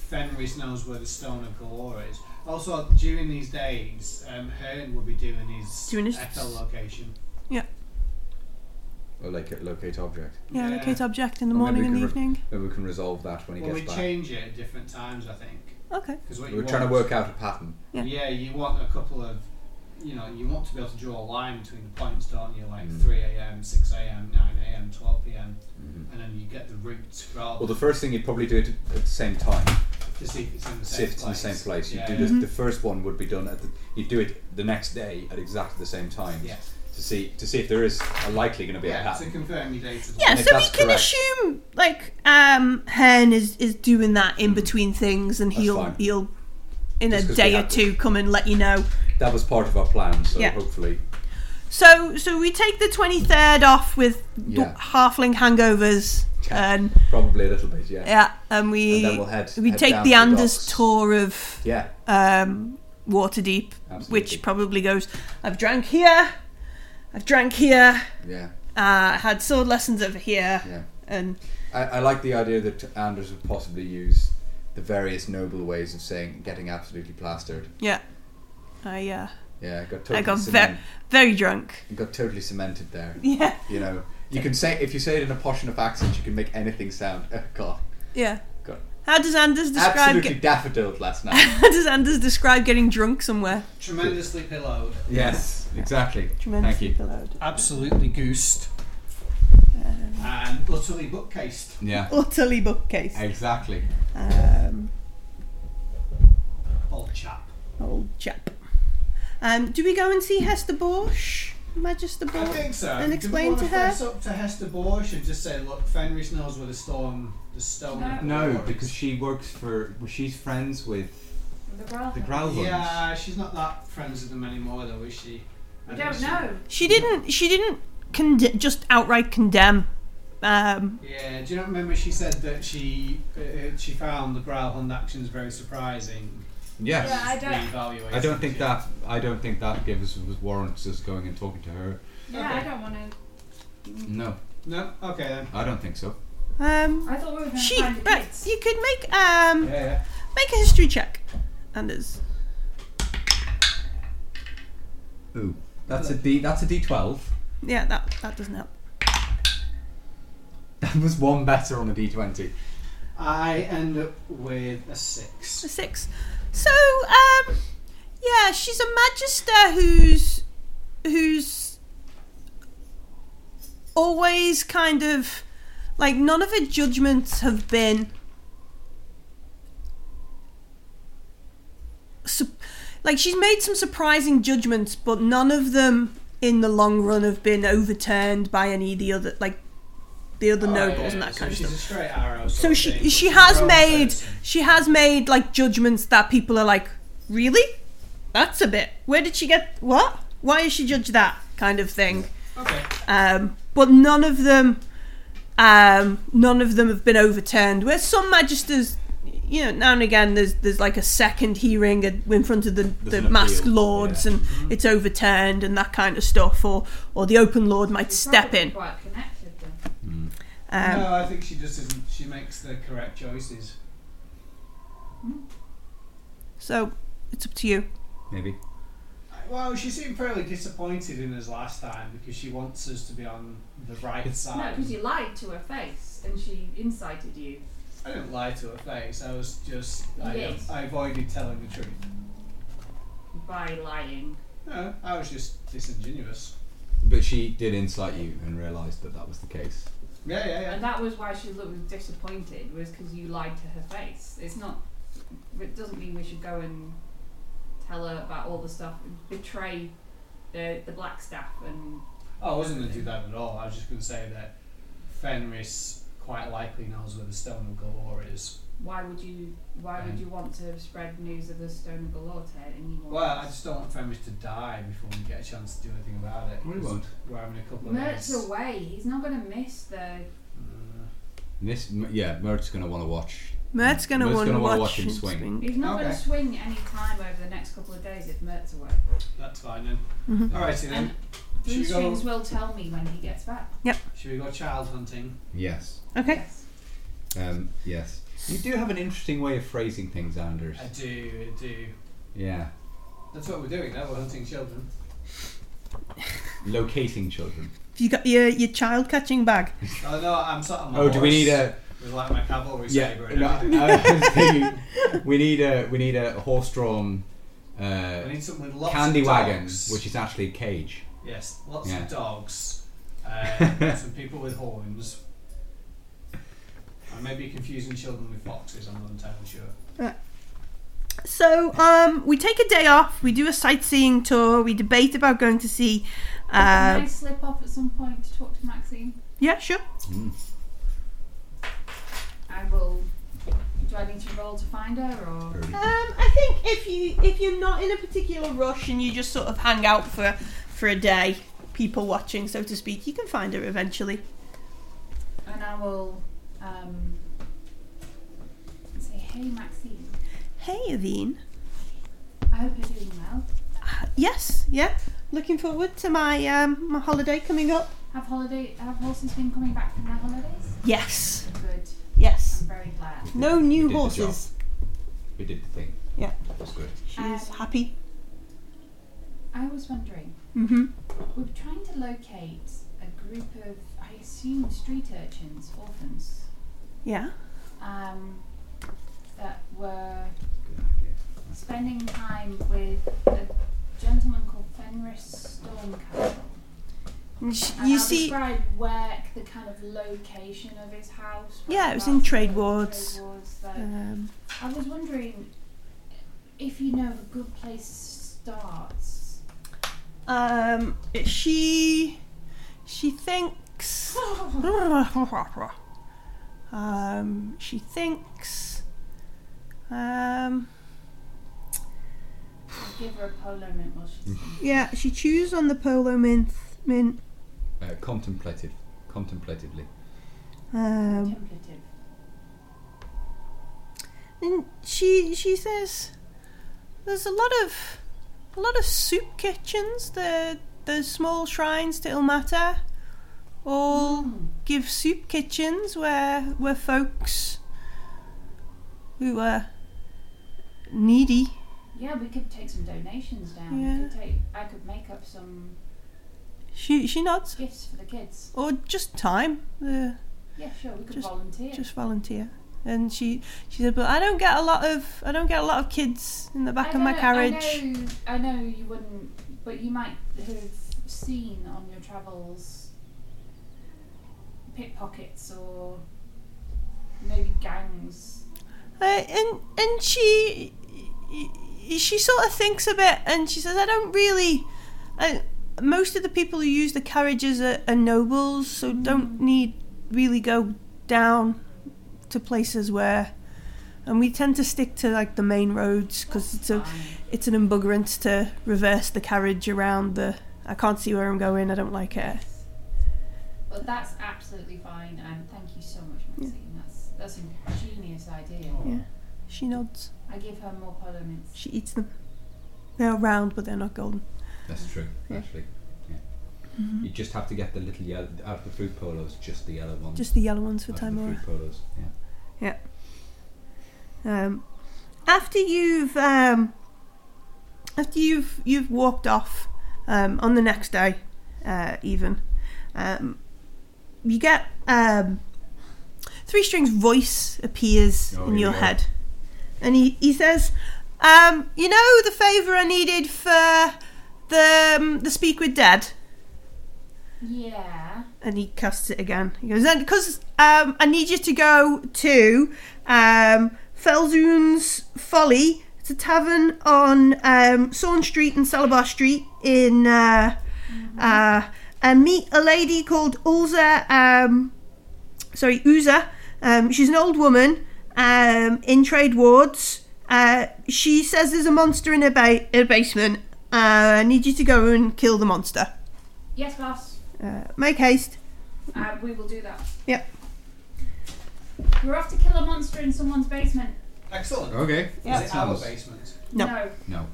Speaker 5: Fenris knows where the Stone of Galore is. Also, during these days, um, Hearn will be doing his
Speaker 2: Doing his-
Speaker 5: echolocation.
Speaker 3: Or like a locate object.
Speaker 2: yeah,
Speaker 5: yeah.
Speaker 2: locate object in the
Speaker 3: Or maybe
Speaker 2: morning
Speaker 3: we
Speaker 2: and
Speaker 3: can re-
Speaker 2: evening.
Speaker 3: Maybe we can resolve that when he
Speaker 5: Well, we
Speaker 3: gets back.
Speaker 5: change it at different times, I think.
Speaker 2: Okay.
Speaker 5: 'cause what
Speaker 3: We're
Speaker 5: you
Speaker 3: trying to
Speaker 5: want-
Speaker 3: work out a pattern.
Speaker 2: Yeah.
Speaker 5: Yeah. you want a couple of, you know, you want to be able to draw a line between the points, don't you? Like
Speaker 3: Mm.
Speaker 5: 3 a.m., 6 a.m., 9 a.m., 12 p.m.,
Speaker 3: Mm-hmm.
Speaker 5: and then you get the routes rather
Speaker 3: Well, the first thing you'd probably do it at the same time,
Speaker 5: to see if it's in the
Speaker 3: see
Speaker 5: same
Speaker 3: if it's in the
Speaker 5: place.
Speaker 3: same place. You
Speaker 5: Yeah,
Speaker 3: do
Speaker 5: yeah.
Speaker 3: this, the
Speaker 2: Mm-hmm.
Speaker 3: first one would be done at the, you'd do it the next day at exactly the same time
Speaker 5: Yeah.
Speaker 3: to see to see if there is a likely going to be a
Speaker 5: Yeah,
Speaker 3: pattern.
Speaker 5: to confirm your data.
Speaker 2: Yeah,
Speaker 3: And if
Speaker 2: so we
Speaker 3: that's
Speaker 2: can
Speaker 3: correct-
Speaker 2: assume like um Hen is is doing that in between things, and
Speaker 3: Mm-hmm. That's
Speaker 2: he'll
Speaker 3: fine.
Speaker 2: he'll in
Speaker 3: Just
Speaker 2: a
Speaker 3: 'cause we
Speaker 2: day or
Speaker 3: have to.
Speaker 2: two come and let you know.
Speaker 3: that was part of our plan, so
Speaker 2: Yeah.
Speaker 3: hopefully.
Speaker 2: So so we take the twenty third off with d-
Speaker 3: Yeah.
Speaker 2: halfling hangovers
Speaker 3: Yeah.
Speaker 2: and
Speaker 3: Probably a little bit, yeah.
Speaker 2: yeah, and we
Speaker 3: And then we'll head-
Speaker 2: we
Speaker 3: head
Speaker 2: take
Speaker 3: down
Speaker 2: the
Speaker 3: to the
Speaker 2: Anders
Speaker 3: docks.
Speaker 2: tour of
Speaker 3: Yeah.
Speaker 2: um, Waterdeep,
Speaker 3: Absolutely.
Speaker 2: which probably goes. I've drank here, I've drank here,
Speaker 3: Yeah.
Speaker 2: uh, had sword lessons over here,
Speaker 3: Yeah.
Speaker 2: and
Speaker 3: I, I like the idea that Anders would possibly use the various noble ways of saying getting absolutely plastered.
Speaker 2: yeah, I uh,
Speaker 3: Yeah, got totally
Speaker 2: I got very
Speaker 3: cemented,
Speaker 2: very drunk. (laughs)
Speaker 3: got totally cemented there.
Speaker 2: Yeah,
Speaker 3: You know, you can say if you say it in a posh enough accent, you can make anything sound. (laughs) Oh God,
Speaker 2: yeah.
Speaker 3: God,
Speaker 2: How does Anders describe?
Speaker 3: absolutely
Speaker 2: Get,
Speaker 3: daffodiled last
Speaker 6: (laughs)
Speaker 2: (laughs)
Speaker 3: night.
Speaker 2: how does Anders describe getting drunk somewhere?
Speaker 5: Tremendously pillowed.
Speaker 3: yes, exactly. Thank
Speaker 2: Tremendously
Speaker 3: you.
Speaker 2: pillowed.
Speaker 5: Absolutely goosed. And utterly bookcased.
Speaker 3: Yeah,
Speaker 2: Utterly bookcase.
Speaker 3: exactly.
Speaker 2: Um,
Speaker 5: Old chap.
Speaker 2: old chap. Um, do we go and see Hester Borsch, Magister
Speaker 5: I
Speaker 2: Borsch?
Speaker 5: think so.
Speaker 2: And
Speaker 5: Do we
Speaker 2: explain
Speaker 5: wanna
Speaker 2: to her?
Speaker 5: fess up to Hester Bosch and just say, look, Fenris knows where the storm, the stone. of
Speaker 6: No,
Speaker 5: war is."
Speaker 6: because she works for. Well, she's friends with
Speaker 7: The growl.
Speaker 6: the Growlhunds.
Speaker 5: Yeah, she's not that friends with them anymore, though, is she? I
Speaker 7: We
Speaker 5: think
Speaker 7: don't
Speaker 5: she-
Speaker 7: know.
Speaker 2: She didn't. She didn't conde- just outright condemn. Um,
Speaker 5: Yeah, do you not remember she said that she uh, she found the Growlhund actions very surprising?
Speaker 6: Yes.
Speaker 7: Yeah, I don't.
Speaker 5: Reevaluating
Speaker 6: I don't think
Speaker 5: it.
Speaker 6: that I don't think that gives us warrants us going and talking to her.
Speaker 7: Yeah, I
Speaker 5: Okay.
Speaker 7: don't want to.
Speaker 6: No,
Speaker 5: No, okay then.
Speaker 6: I don't think so.
Speaker 2: um,
Speaker 7: I thought we were going
Speaker 2: she.
Speaker 7: to find the
Speaker 2: Right,
Speaker 7: kids.
Speaker 2: you could make um,
Speaker 5: Yeah, yeah.
Speaker 2: make a history check, Anders.
Speaker 3: Ooh,
Speaker 6: That's a D. That's a D twelve.
Speaker 2: Yeah, that that doesn't help.
Speaker 3: (laughs) that was one better on a D twenty.
Speaker 5: I end up with a six.
Speaker 2: A six. So, um, yeah, she's a magister who's who's always kind of like none of her judgments have been sup- like she's made some surprising judgments, but none of them in the long run have been overturned by any of the other like the other nobles
Speaker 5: Oh, yeah,
Speaker 2: and that
Speaker 5: so
Speaker 2: kind of
Speaker 5: she's
Speaker 2: stuff.
Speaker 5: a straight arrow.
Speaker 2: So
Speaker 5: sort of
Speaker 2: she
Speaker 5: thing,
Speaker 2: she
Speaker 5: but she's a
Speaker 2: has
Speaker 5: grown
Speaker 2: made
Speaker 5: person.
Speaker 2: she has made like judgments that people are like, really? That's a bit. Where did she get what? Why is she judged that kind of thing?
Speaker 5: Okay.
Speaker 2: Um, but none of them, um, none of them have been overturned. Where some magisters, you know, now and again, there's there's like a second hearing at- in front of the, the
Speaker 6: an
Speaker 2: masked
Speaker 6: appeal,
Speaker 2: lords,
Speaker 6: yeah.
Speaker 2: and
Speaker 3: Mm-hmm.
Speaker 2: it's overturned and that kind of stuff, or or the open lord might
Speaker 7: She's
Speaker 2: step
Speaker 7: probably
Speaker 2: in.
Speaker 7: Quite connected then.
Speaker 2: Um,
Speaker 5: no, I think she just isn't. She makes the correct choices.
Speaker 2: So it's up to you.
Speaker 6: Maybe.
Speaker 5: I- Well, she seemed fairly disappointed in us last time because she wants us to be on the right
Speaker 7: No,
Speaker 5: side.
Speaker 7: because you lied to her face and she incited you.
Speaker 5: I didn't lie to her face. I was just. I, um,
Speaker 7: Yes.
Speaker 5: I avoided telling the truth.
Speaker 7: by lying.
Speaker 5: No, I was just disingenuous.
Speaker 6: But she did incite you and realised that that was the case.
Speaker 5: Yeah, yeah, yeah.
Speaker 7: And that was why she looked disappointed, was because you lied to her face. It's not. It doesn't mean we should go and tell her about all the stuff, betray the the black staff, and
Speaker 5: Oh, I wasn't going to do that at all. I was just going to say that Fenris quite likely knows where the Stone of Galore is.
Speaker 7: why would you? Why would you want to spread news of the Stone of Galore to anyone?
Speaker 5: Well, I just don't want Fenris to die before we get a chance to do anything about it.
Speaker 6: We
Speaker 5: 'cause
Speaker 6: won't.
Speaker 5: We're having a couple of
Speaker 7: Mert's
Speaker 5: days.
Speaker 7: away. He's not going to miss the.
Speaker 5: Mm.
Speaker 3: This, yeah, Mert's gonna want to watch.
Speaker 2: Mert's gonna
Speaker 3: Mert's
Speaker 2: want to
Speaker 3: gonna
Speaker 2: watch,
Speaker 3: wanna watch him
Speaker 2: and
Speaker 3: swing.
Speaker 7: He's not going
Speaker 5: Okay.
Speaker 7: to swing any time over the next couple of days if Mert's away.
Speaker 5: That's fine then. Alrighty
Speaker 7: And
Speaker 5: then. Should
Speaker 7: three
Speaker 5: we,
Speaker 7: strings
Speaker 5: go,
Speaker 7: will tell me when he gets back.
Speaker 5: should we go child hunting?
Speaker 3: Yes.
Speaker 2: Okay.
Speaker 7: Yes.
Speaker 3: Um, yes. You do have an interesting way of phrasing things, Anders.
Speaker 5: I do, I do.
Speaker 3: Yeah.
Speaker 5: That's what we're doing now, we're hunting children.
Speaker 3: Locating children.
Speaker 2: Have you got your your child catching bag?
Speaker 5: Oh no, I'm sat on my
Speaker 3: Oh, do we need
Speaker 5: horse
Speaker 3: a?
Speaker 5: With like my cavalry
Speaker 3: Yeah.
Speaker 5: saber and
Speaker 3: No,
Speaker 5: everything.
Speaker 3: I was gonna say, we need a. We need a horse-drawn uh,
Speaker 5: We need something with lots
Speaker 3: candy
Speaker 5: of
Speaker 3: wagon,
Speaker 5: dogs.
Speaker 3: which is actually a cage.
Speaker 5: Yes, lots
Speaker 3: Yeah.
Speaker 5: of dogs,
Speaker 3: (laughs)
Speaker 5: uh, some people with horns. I may be confusing children with foxes, I'm not entirely sure.
Speaker 2: So um, we take a day off. We do a sightseeing tour. We debate about going to see.
Speaker 4: Can
Speaker 2: Uh,
Speaker 4: I slip off at some point to talk to Maxine?
Speaker 2: yeah, sure.
Speaker 3: Hmm.
Speaker 7: I will. Do I need to roll to find her, or
Speaker 2: Um, I think if you if you're not in a particular rush and you just sort of hang out for for a day, people watching, so to speak, you can find her eventually.
Speaker 7: and I will um,
Speaker 4: Say, hey, Maxine.
Speaker 2: Hey, Aveen.
Speaker 4: I hope you're doing well.
Speaker 2: Uh, Yes, yeah. Looking forward to my um, my holiday coming up.
Speaker 4: Have holiday? Have horses been coming back from their holidays?
Speaker 2: Yes,
Speaker 4: Good.
Speaker 2: yes.
Speaker 4: I'm very glad.
Speaker 2: No new
Speaker 3: did the
Speaker 2: horses.
Speaker 3: We did the thing.
Speaker 2: Yeah.
Speaker 3: That's good.
Speaker 2: She's
Speaker 4: Um,
Speaker 2: happy.
Speaker 4: I was wondering.
Speaker 2: Mm-hmm.
Speaker 4: We're trying to locate a group of, I assume, street urchins, orphans,
Speaker 2: Yeah.
Speaker 4: um, that were
Speaker 3: Good idea.
Speaker 4: spending time with a gentleman called Fenris Stormcastle.
Speaker 2: And sh-
Speaker 4: And
Speaker 2: You
Speaker 4: I'll
Speaker 2: see,
Speaker 4: describe where the kind of location of his house.
Speaker 2: Yeah, it was in
Speaker 4: whereabouts,
Speaker 2: Trade
Speaker 4: trade
Speaker 2: Wards.
Speaker 4: wards, like-
Speaker 2: um,
Speaker 4: I was wondering if you know of a good place to start.
Speaker 2: (laughs) um, she she thinks. um, she thinks. Um,
Speaker 4: I'll give her a polo mint while she's.
Speaker 2: yeah, she chews on the polo mint. mint
Speaker 3: Uh, contemplative, contemplatively.
Speaker 2: um,
Speaker 4: Contemplative.
Speaker 2: and she she says, "There's a lot of a lot of soup kitchens. The the small shrines to Ilmata, all give soup kitchens where where folks who are needy."
Speaker 4: Yeah, we could take some donations down. We could take, I could make up some
Speaker 2: She she nods,
Speaker 4: gifts for the kids.
Speaker 2: or just time. The
Speaker 4: Yeah, sure, we could
Speaker 2: Just-
Speaker 4: volunteer.
Speaker 2: just volunteer and she she said but i don't get a lot of i don't get a lot of kids in the back
Speaker 4: I
Speaker 2: of my
Speaker 4: know-
Speaker 2: carriage
Speaker 4: I know, I know you wouldn't, but you might have seen on your travels pickpockets or maybe gangs.
Speaker 2: uh, and and she she sort of thinks a bit and she says i don't really I, most of the people who use the carriages are, are nobles so don't need really go down to places where and we tend to stick to like the main roads because it's a it's an embuggerance to reverse the carriage around the i can't see where i'm going i don't like it
Speaker 7: But that's absolutely fine, and thank you so much, Maxine. That's that's a genius idea.
Speaker 2: she nods
Speaker 7: I give her more polo mints.
Speaker 2: She eats them. They're round, but they're not golden.
Speaker 3: That's true, actually. Yeah. You just have to get the little yellow out of the fruit polos, just the yellow ones.
Speaker 2: Just the yellow ones for
Speaker 3: out of the
Speaker 2: Timora.
Speaker 3: fruit polos. Yeah.
Speaker 2: Um, after you've um, after you've you've walked off um, on the next day, uh, even um, you get um, three strings voice appears
Speaker 3: Oh,
Speaker 2: in
Speaker 3: here
Speaker 2: your
Speaker 3: we go.
Speaker 2: head, and he he says, um, "You know the favour I needed for the um, the speak with dead."
Speaker 4: Yeah.
Speaker 2: and he casts it again. He goes, because um, I need you to go to um, Felzoon's Folly. It's a tavern on um, Saun Street and Salabar Street in, uh, uh, and meet a lady called Ulza. Um, sorry, Uza. Um, she's an old woman um, in trade wards. Uh, she says there's a monster in her, ba- her basement. Uh, I need you to go and kill the monster.
Speaker 4: Yes, boss.
Speaker 2: Uh, make haste.
Speaker 4: Uh, we will do that.
Speaker 2: Yep.
Speaker 4: We're off to kill a monster in someone's basement.
Speaker 5: Excellent.
Speaker 3: Okay.
Speaker 5: Is it our
Speaker 3: sounds-
Speaker 5: basement?
Speaker 2: No.
Speaker 3: No.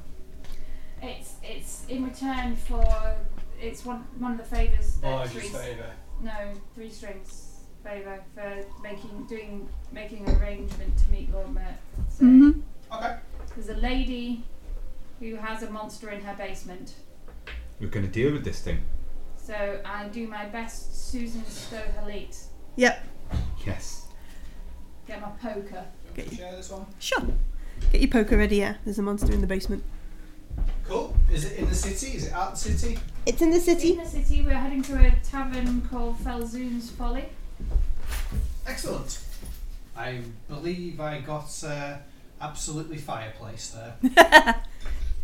Speaker 4: It's it's in return for it's one one of the favors that
Speaker 5: Or
Speaker 4: three
Speaker 5: Oh, just favour?
Speaker 4: no three strings favor for making doing making an arrangement to meet Lord Mert. So
Speaker 2: Mm-hmm.
Speaker 5: Okay.
Speaker 4: there's a lady who has a monster in her basement.
Speaker 6: We're going to deal with this thing.
Speaker 4: So I do my best, Susan Stowe Halit.
Speaker 2: Yep.
Speaker 6: Yes.
Speaker 4: Get my poker.
Speaker 5: Do you want to share this one?
Speaker 2: Sure. Get your poker ready. Yeah, there's a monster in the basement.
Speaker 5: Cool. Is it in the city? Is it out the city?
Speaker 2: It's in the
Speaker 4: In
Speaker 2: city.
Speaker 4: the city, we're heading to a tavern called Felzoon's Folly.
Speaker 5: Excellent. I believe I got uh, absolutely fireplace there.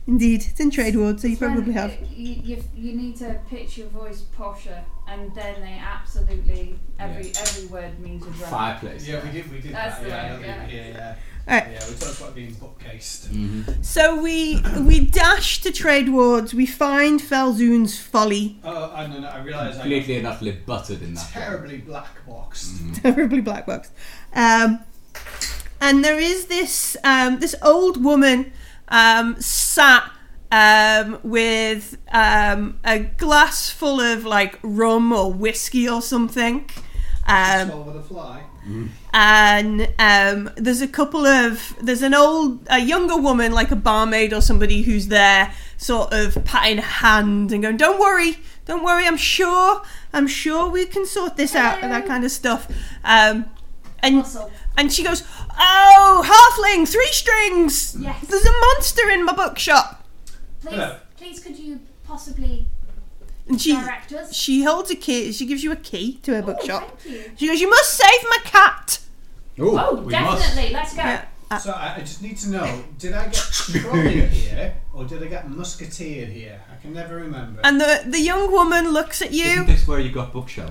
Speaker 2: Indeed, it's in Trade Ward, so you
Speaker 4: When
Speaker 2: probably have.
Speaker 4: y- You, you, you need to pitch your voice posher, and then they absolutely every every word means a drum.
Speaker 3: Fireplace.
Speaker 5: yeah, we did. We did
Speaker 4: That's
Speaker 5: that.
Speaker 4: the
Speaker 5: yeah,
Speaker 4: way,
Speaker 5: I know
Speaker 4: yeah.
Speaker 5: that you- yeah, yeah.
Speaker 2: Alright.
Speaker 5: Yeah, we talked about being bookcased.
Speaker 3: Mm.
Speaker 2: So we we dash to Trade Wards. We find Felzoon's folly, (laughs)
Speaker 5: Oh, I know. I realise I
Speaker 3: Completely and utterly buttered in
Speaker 5: got
Speaker 3: that.
Speaker 5: terribly black boxed.
Speaker 3: Mm.
Speaker 2: terribly black box, um, and there is this um, this old woman um, sat um, with um, a glass full of like rum or whiskey or something. Um,
Speaker 5: Just over the fly.
Speaker 2: and um, there's a couple of there's an old a younger woman like a barmaid or somebody who's there sort of patting a hand and going don't worry don't worry i'm sure i'm sure we can sort this out and that kind of stuff um, and
Speaker 4: Muscle.
Speaker 2: and she goes oh halfling three strings
Speaker 4: Yes.
Speaker 2: there's a monster in my bookshop
Speaker 4: Please,
Speaker 5: Hello.
Speaker 4: please, could you possibly
Speaker 2: and she
Speaker 4: direct us?
Speaker 2: she holds a key she gives you a key to her
Speaker 4: Oh,
Speaker 2: bookshop
Speaker 4: thank you.
Speaker 2: she goes you must save my cat
Speaker 3: Ooh,
Speaker 4: Oh,
Speaker 3: we must.
Speaker 4: definitely. Let's go.
Speaker 2: Yeah.
Speaker 5: So I, I just need to know: did I get
Speaker 3: (laughs)
Speaker 5: trolley here, or did I get musketeered here? I can never remember.
Speaker 2: and the the young woman looks at
Speaker 6: Isn't
Speaker 2: you
Speaker 6: this where you got bookshelved?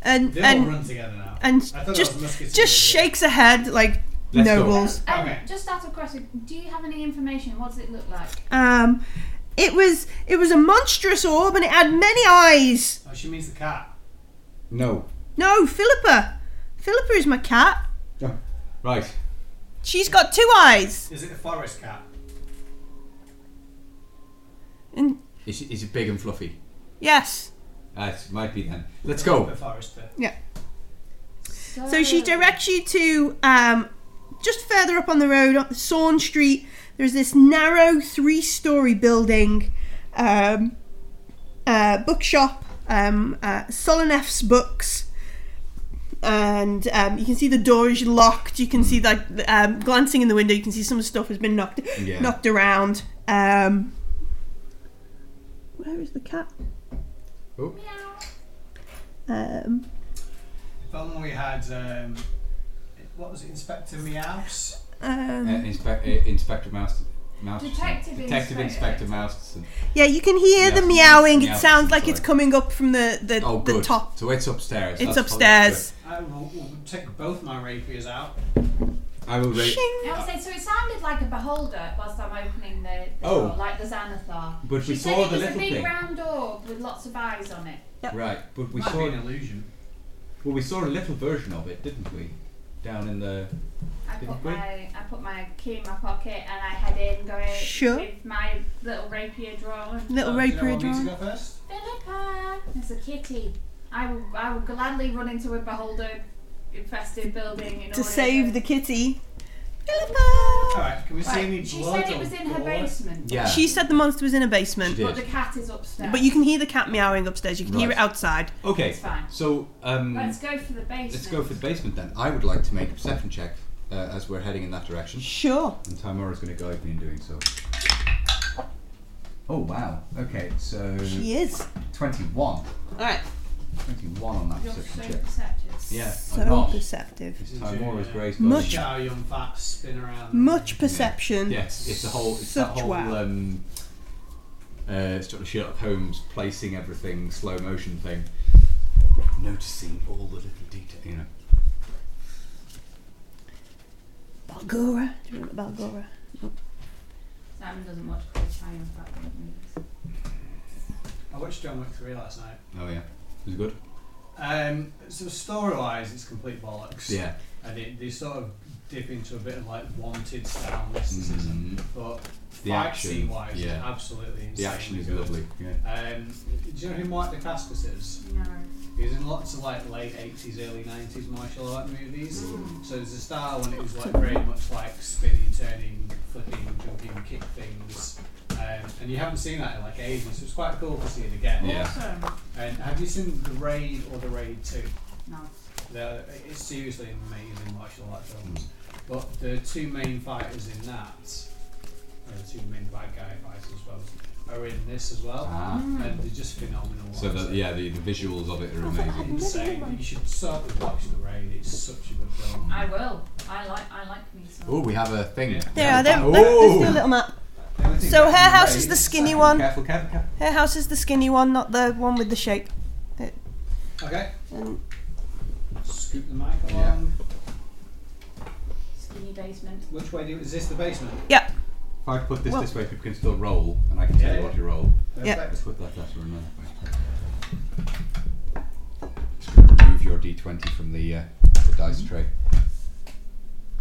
Speaker 2: and
Speaker 5: they all
Speaker 2: and
Speaker 5: run together now.
Speaker 2: and
Speaker 5: I thought
Speaker 2: just
Speaker 5: that was musketeered.
Speaker 2: just shakes a head like
Speaker 3: Let's
Speaker 2: no
Speaker 3: go.
Speaker 2: balls.
Speaker 4: Um,
Speaker 5: Okay.
Speaker 4: Just out of question, do you have any information? What does it look like?
Speaker 2: Um, it was it was a monstrous orb and it had many eyes.
Speaker 5: Oh, she means the cat.
Speaker 6: No.
Speaker 2: No, Philippa, Philippa is my cat.
Speaker 3: Right.
Speaker 2: She's got two eyes.
Speaker 5: Is it a forest cat?
Speaker 2: And
Speaker 3: Is, is it big and fluffy?
Speaker 2: yes,
Speaker 3: Uh, it might be then. Uh, Let's
Speaker 5: A
Speaker 3: go.
Speaker 5: forester.
Speaker 2: so she
Speaker 4: Oh.
Speaker 2: directs you to um, just further up on the road, on Saun Street. There's this narrow three-story building, um, uh, bookshop, um, uh, Solon F's books. and um, you can see the door is locked. You can see like um, glancing in the window, you can see some stuff has been knocked
Speaker 3: Yeah.
Speaker 2: knocked around. Um, where is the cat?
Speaker 3: Oh.
Speaker 2: Um,
Speaker 5: If only we had um, what was it, Inspector Meows?
Speaker 3: Uh,
Speaker 2: um,
Speaker 3: Inspe- uh, Inspector Mouse. Mouse
Speaker 4: Detective
Speaker 3: Detective
Speaker 4: Inspector.
Speaker 3: Inspector Mouse.
Speaker 2: yeah, you can hear the
Speaker 3: Yeah.
Speaker 2: meowing. It
Speaker 3: Meow,
Speaker 2: sounds like it's
Speaker 3: sorry.
Speaker 2: coming up from the the,
Speaker 3: Oh,
Speaker 2: the
Speaker 3: good.
Speaker 2: top.
Speaker 3: So it's upstairs.
Speaker 2: It's
Speaker 3: That's
Speaker 2: upstairs.
Speaker 5: I will, will take both my rapiers out.
Speaker 3: good. I will rate.
Speaker 2: Shing.
Speaker 4: I would say, so it sounded like a beholder whilst I'm opening the, the
Speaker 3: Oh.
Speaker 4: door, like the Xanathar.
Speaker 3: But
Speaker 4: she
Speaker 3: we
Speaker 4: said
Speaker 3: saw
Speaker 4: it was
Speaker 3: the
Speaker 4: a
Speaker 3: little
Speaker 4: big
Speaker 3: thing.
Speaker 4: round orb with lots of eyes on it.
Speaker 3: Right, but we
Speaker 5: Might
Speaker 3: saw
Speaker 5: be an illusion.
Speaker 3: well, we saw a little version of it, didn't we? Down in the
Speaker 4: I
Speaker 3: Did
Speaker 4: put
Speaker 3: we?
Speaker 4: my I put my key in my pocket and I head in going
Speaker 2: Sure.
Speaker 4: with my little rapier drawn.
Speaker 2: Little
Speaker 5: Oh, do you know
Speaker 2: rapier
Speaker 5: what means to
Speaker 2: drawing.
Speaker 5: go first?
Speaker 4: Philippa, it's a kitty. I will I will gladly run into a beholder infested building in order
Speaker 2: To save the kitty.
Speaker 5: All
Speaker 2: Philippa!
Speaker 5: right. Can we see
Speaker 4: Right,
Speaker 5: any blood
Speaker 4: She said it
Speaker 5: or
Speaker 4: was in her
Speaker 5: gore?
Speaker 4: basement,
Speaker 3: yeah.
Speaker 2: She said the monster was in a basement,
Speaker 3: She did.
Speaker 4: but the cat is upstairs.
Speaker 2: but you can hear the cat meowing upstairs. You can hear
Speaker 3: Right.
Speaker 2: it outside.
Speaker 3: Okay,
Speaker 4: It's fine.
Speaker 3: so um,
Speaker 4: Let's go for the basement.
Speaker 3: let's go for the basement then. I would like to make a perception check uh, as we're heading in that direction,
Speaker 2: Sure.
Speaker 3: and Timora's going to guide me in doing so. Oh wow! Okay, so
Speaker 2: She is.
Speaker 3: Mm-hmm. twenty-one.
Speaker 2: All right.
Speaker 3: 21 on that
Speaker 4: You're
Speaker 3: perception
Speaker 4: so
Speaker 3: check.
Speaker 4: perceptive.
Speaker 3: Yeah, I'm
Speaker 2: So
Speaker 3: not.
Speaker 2: perceptive.
Speaker 3: This is Timora's great.
Speaker 2: Much-
Speaker 5: Shower young fat spin around.
Speaker 2: Much perception.
Speaker 3: Yes, it's the whole. It's
Speaker 2: Such
Speaker 3: that whole.
Speaker 2: wow.
Speaker 3: Um, uh, sort of Sherlock Holmes placing everything slow motion thing, noticing all the little detail. You know,
Speaker 2: Balgora. Do you remember Balgora?
Speaker 7: Simon doesn't watch Clear China for that reason.
Speaker 5: I watched John Wick 3 last night.
Speaker 3: oh yeah, it was good.
Speaker 5: Um, so story-wise, it's complete bollocks.
Speaker 3: Yeah,
Speaker 5: And it, they sort of dip into a bit of like wanted style mysticism.
Speaker 3: mm,
Speaker 5: But
Speaker 3: The
Speaker 5: fight
Speaker 3: action,
Speaker 5: scene-wise,
Speaker 3: yeah.
Speaker 5: it's absolutely
Speaker 3: the action
Speaker 5: insanely
Speaker 3: is
Speaker 5: good.
Speaker 3: lovely. Yeah,
Speaker 5: Um, do you know who Mark Dacascos is?
Speaker 7: No.
Speaker 5: He was in lots of like late eighties, early nineties martial art movies. So there's a style when it was like very much like spinning, turning, flipping, jumping, kick things. Um, and you haven't seen that in like ages, so it's quite cool to see it again.
Speaker 3: Yeah.
Speaker 7: Awesome.
Speaker 5: And have you seen The Raid or The Raid Two?
Speaker 7: No.
Speaker 5: They're, it's seriously amazing martial art
Speaker 3: Mm.
Speaker 5: films. But the two main fighters in that, or the two main bad guy fighters, I suppose, are in this as well.
Speaker 3: Ah,
Speaker 5: And they're just phenomenal.
Speaker 3: so
Speaker 5: ones.
Speaker 3: the, yeah, the, the visuals of it are amazing.
Speaker 5: insane. You should certainly watch The Raid. It's such a good film.
Speaker 7: I will. I like I like me some.
Speaker 3: Oh, we have a thing.
Speaker 2: There are. There,
Speaker 3: Oh!
Speaker 2: there's your little map. So her house is the skinny one.
Speaker 3: Careful, careful, careful.
Speaker 2: Her house is the skinny one, not the one with the shape.
Speaker 5: Okay.
Speaker 2: Um,
Speaker 5: Scoop the mic along.
Speaker 3: Yeah.
Speaker 7: Skinny basement.
Speaker 5: Which way do you, is this the basement?
Speaker 3: If I put this
Speaker 2: Well-
Speaker 3: this way, people can still roll, and I can tell
Speaker 5: Yeah.
Speaker 3: you what you roll.
Speaker 2: Yeah.
Speaker 5: Perfect.
Speaker 3: Let's put that letter another way. Just going to remove your d20 from the, uh, the dice tray.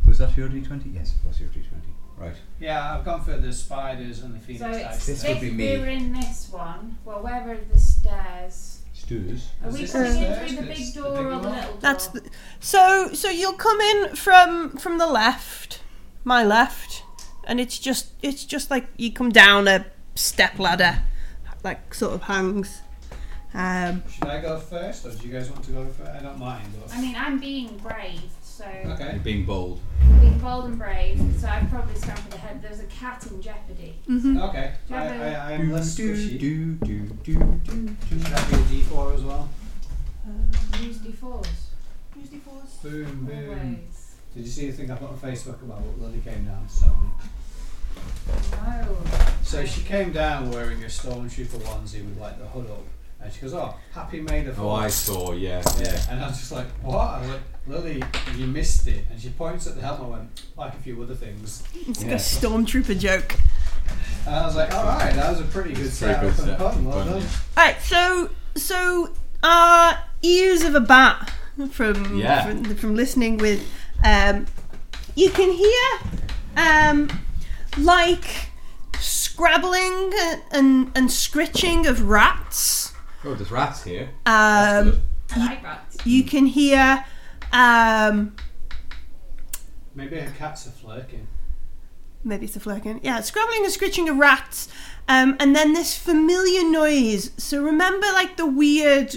Speaker 3: Was that your d20? Yes, it was your d20. Right.
Speaker 5: Yeah, I've gone for the spiders and the phoenix
Speaker 7: So
Speaker 5: dice.
Speaker 7: it's
Speaker 3: This
Speaker 7: if
Speaker 3: would be
Speaker 7: we
Speaker 3: me.
Speaker 7: were in this one, well where are the stairs?
Speaker 3: Stews.
Speaker 7: Are
Speaker 5: Is
Speaker 7: we
Speaker 5: this
Speaker 7: coming
Speaker 5: the
Speaker 7: in
Speaker 5: stairs?
Speaker 7: through the
Speaker 5: It's
Speaker 7: big
Speaker 5: the
Speaker 7: door
Speaker 5: big
Speaker 7: or the
Speaker 5: one?
Speaker 7: little door?
Speaker 2: That's the, so. So you'll come in from from the left, my left, and it's just it's just like you come down a step ladder, like sort of hangs. Um,
Speaker 5: Should I go first, or do you guys want to go first? I don't mind. But
Speaker 7: I mean I'm being brave, so
Speaker 5: okay.
Speaker 3: You're being bold.
Speaker 7: being bold and brave, so I'd probably stand for the head. There's a cat in jeopardy.
Speaker 5: Okay.
Speaker 7: Do you
Speaker 5: I,
Speaker 7: have a-
Speaker 5: I, I'm less squishy.
Speaker 3: do, do, do, do.
Speaker 5: Should I be a D4 as well?
Speaker 2: uh,
Speaker 7: Use D4s.
Speaker 5: Boom, boom.
Speaker 7: Always.
Speaker 5: Did you see the thing I put on Facebook about what Lily came down to tell me?
Speaker 7: No.
Speaker 5: So she came down wearing a stormtrooper onesie with like the hood up, and she goes, "Oh, happy made of
Speaker 3: Oh, I saw, yeah.
Speaker 5: Yeah, and I was just like, what? I was like, Lily, you missed it. And she points at the helmet and went, like a few other things.
Speaker 2: it's like
Speaker 3: Yeah.
Speaker 2: a stormtrooper joke.
Speaker 5: And I was like, alright, that was a pretty good
Speaker 3: It's a pretty
Speaker 5: setup
Speaker 3: good
Speaker 5: and
Speaker 3: setup,
Speaker 5: fun. Well
Speaker 3: fun,
Speaker 5: done.
Speaker 3: yeah.
Speaker 2: Alright, so so uh ears of a bat from
Speaker 3: Yeah.
Speaker 2: from, from listening with um you can hear um like scrabbling and and scritching of rats.
Speaker 3: Oh, there's rats here. That's
Speaker 2: Um
Speaker 3: good.
Speaker 7: I like rats.
Speaker 2: you can hear um
Speaker 5: Maybe her cats are flirting.
Speaker 2: maybe it's a flirkin. Yeah, scrabbling and scritching of rats. Um, and then this familiar noise. So remember like the weird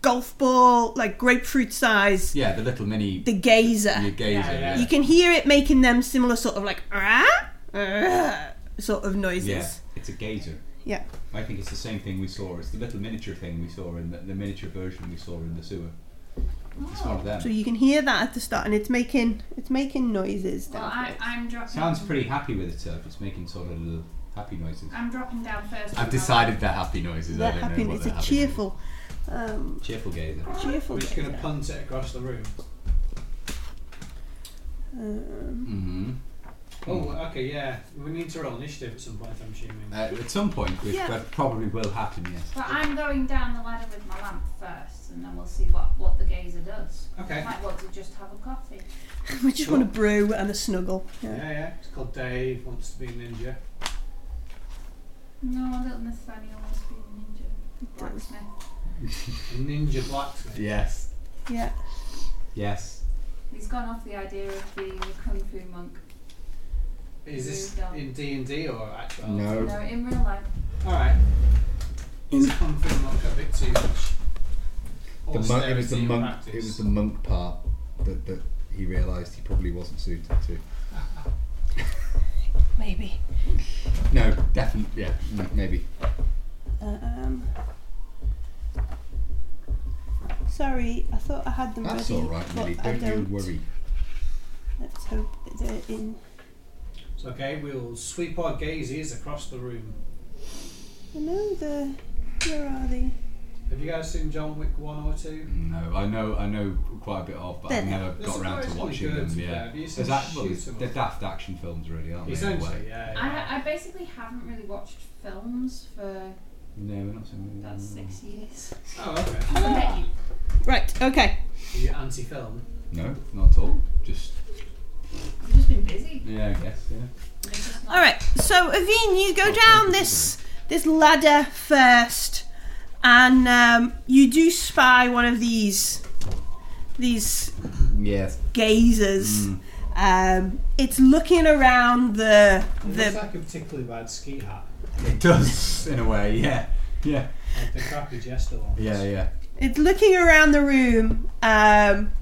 Speaker 2: golf ball, like grapefruit size,
Speaker 3: Yeah, the little mini
Speaker 2: the gazer.
Speaker 3: your gazer.
Speaker 7: Yeah,
Speaker 5: yeah.
Speaker 3: Yeah,
Speaker 2: You can hear it making them similar sort of like ah, ah, sort of noises.
Speaker 3: Yeah, it's a gazer.
Speaker 2: Yeah.
Speaker 3: I think it's the same thing we saw. It's the little miniature thing we saw in the, the miniature version we saw in the sewer. It's one of them.
Speaker 2: So you can hear that at the start, and it's making it's making noises.
Speaker 7: Oh. Well,
Speaker 2: Down
Speaker 7: I, I'm dropping.
Speaker 3: Sounds pretty happy with itself. It's making sort of little happy noises.
Speaker 7: I'm dropping down first.
Speaker 3: I've decided they're happy noises.
Speaker 2: they're
Speaker 3: I don't
Speaker 2: happy.
Speaker 3: know what
Speaker 2: It's
Speaker 3: they're
Speaker 2: a
Speaker 3: happy
Speaker 2: cheerful, um,
Speaker 3: noises. cheerful gazer.
Speaker 2: cheerful.
Speaker 5: We're just going to
Speaker 2: gaze.
Speaker 5: punt it across the room.
Speaker 3: Hmm.
Speaker 2: Um, (laughs)
Speaker 3: Mm-hmm.
Speaker 5: Oh, okay, yeah. We need to roll initiative at some point, I'm assuming.
Speaker 3: Uh, at some point, which
Speaker 2: Yeah.
Speaker 3: that probably will happen. Yes.
Speaker 7: But I'm going down the ladder with my lamp first, and then we'll see what, what the gazer does. I
Speaker 5: Okay.
Speaker 7: might want to just have a coffee.
Speaker 2: we just want a brew and a snuggle.
Speaker 5: Yeah,
Speaker 2: Yeah.
Speaker 5: yeah. It's called Dave Wants to Be a Ninja.
Speaker 7: No, little Nathaniel wants to be a ninja. Blacksmith.
Speaker 5: A ninja blacksmith.
Speaker 3: Yes.
Speaker 2: yeah.
Speaker 3: Yes.
Speaker 7: He's gone off the idea of being a kung fu monk.
Speaker 5: Is this
Speaker 7: Ninja.
Speaker 5: in D&D or actual?
Speaker 7: No, in real life.
Speaker 5: Alright. Is Kung Fu Monk a bit too much?
Speaker 3: The monk, it was the
Speaker 5: Austerity or
Speaker 3: monk. It
Speaker 5: practice?
Speaker 3: was the monk part that, that he realised he probably wasn't suited to.
Speaker 2: Maybe.
Speaker 3: No, definitely. Yeah, m- maybe.
Speaker 2: Um, sorry. I thought I had them
Speaker 6: That's
Speaker 2: ready.
Speaker 6: all right,
Speaker 2: but
Speaker 6: Millie.
Speaker 2: I
Speaker 6: Don't you worry.
Speaker 2: Let's hope that they're in.
Speaker 5: It's okay, we'll sweep our gazes across the room.
Speaker 2: I know the. Where are they?
Speaker 5: Have you guys seen John Wick 1 or 2?
Speaker 3: No, I know, I know quite a bit of, but I've
Speaker 2: They're-
Speaker 3: never got around to
Speaker 5: surprisingly
Speaker 3: watching
Speaker 5: good,
Speaker 3: them.
Speaker 5: yeah.
Speaker 3: Yeah,
Speaker 5: Have you seen
Speaker 3: There's act- well,
Speaker 5: Shoot 'em
Speaker 3: they're
Speaker 5: Up?
Speaker 3: daft action films, really, aren't they? in a
Speaker 5: Essentially,
Speaker 3: way?
Speaker 5: yeah. yeah.
Speaker 7: I, I basically haven't really watched films for
Speaker 3: No, we're not so
Speaker 7: about six (laughs) years.
Speaker 5: Oh, okay.
Speaker 7: I met you.
Speaker 2: Right. Okay.
Speaker 5: Are you anti film?
Speaker 3: No, not at all. Just
Speaker 7: I've just been busy.
Speaker 3: yeah, I guess. Yeah.
Speaker 7: It's just not-
Speaker 2: All right. So Avine, you go down this this ladder first, and um, you do spy one of these these
Speaker 3: Yes.
Speaker 2: gazers.
Speaker 3: Hmm. Mm.
Speaker 2: Um, it's looking around the
Speaker 5: It
Speaker 2: the
Speaker 5: looks like a particularly bad ski hat.
Speaker 3: It does in a way. Yeah. Yeah.
Speaker 5: Like the crappy jester one.
Speaker 3: Yeah. Yeah.
Speaker 2: It's looking around the room. Um,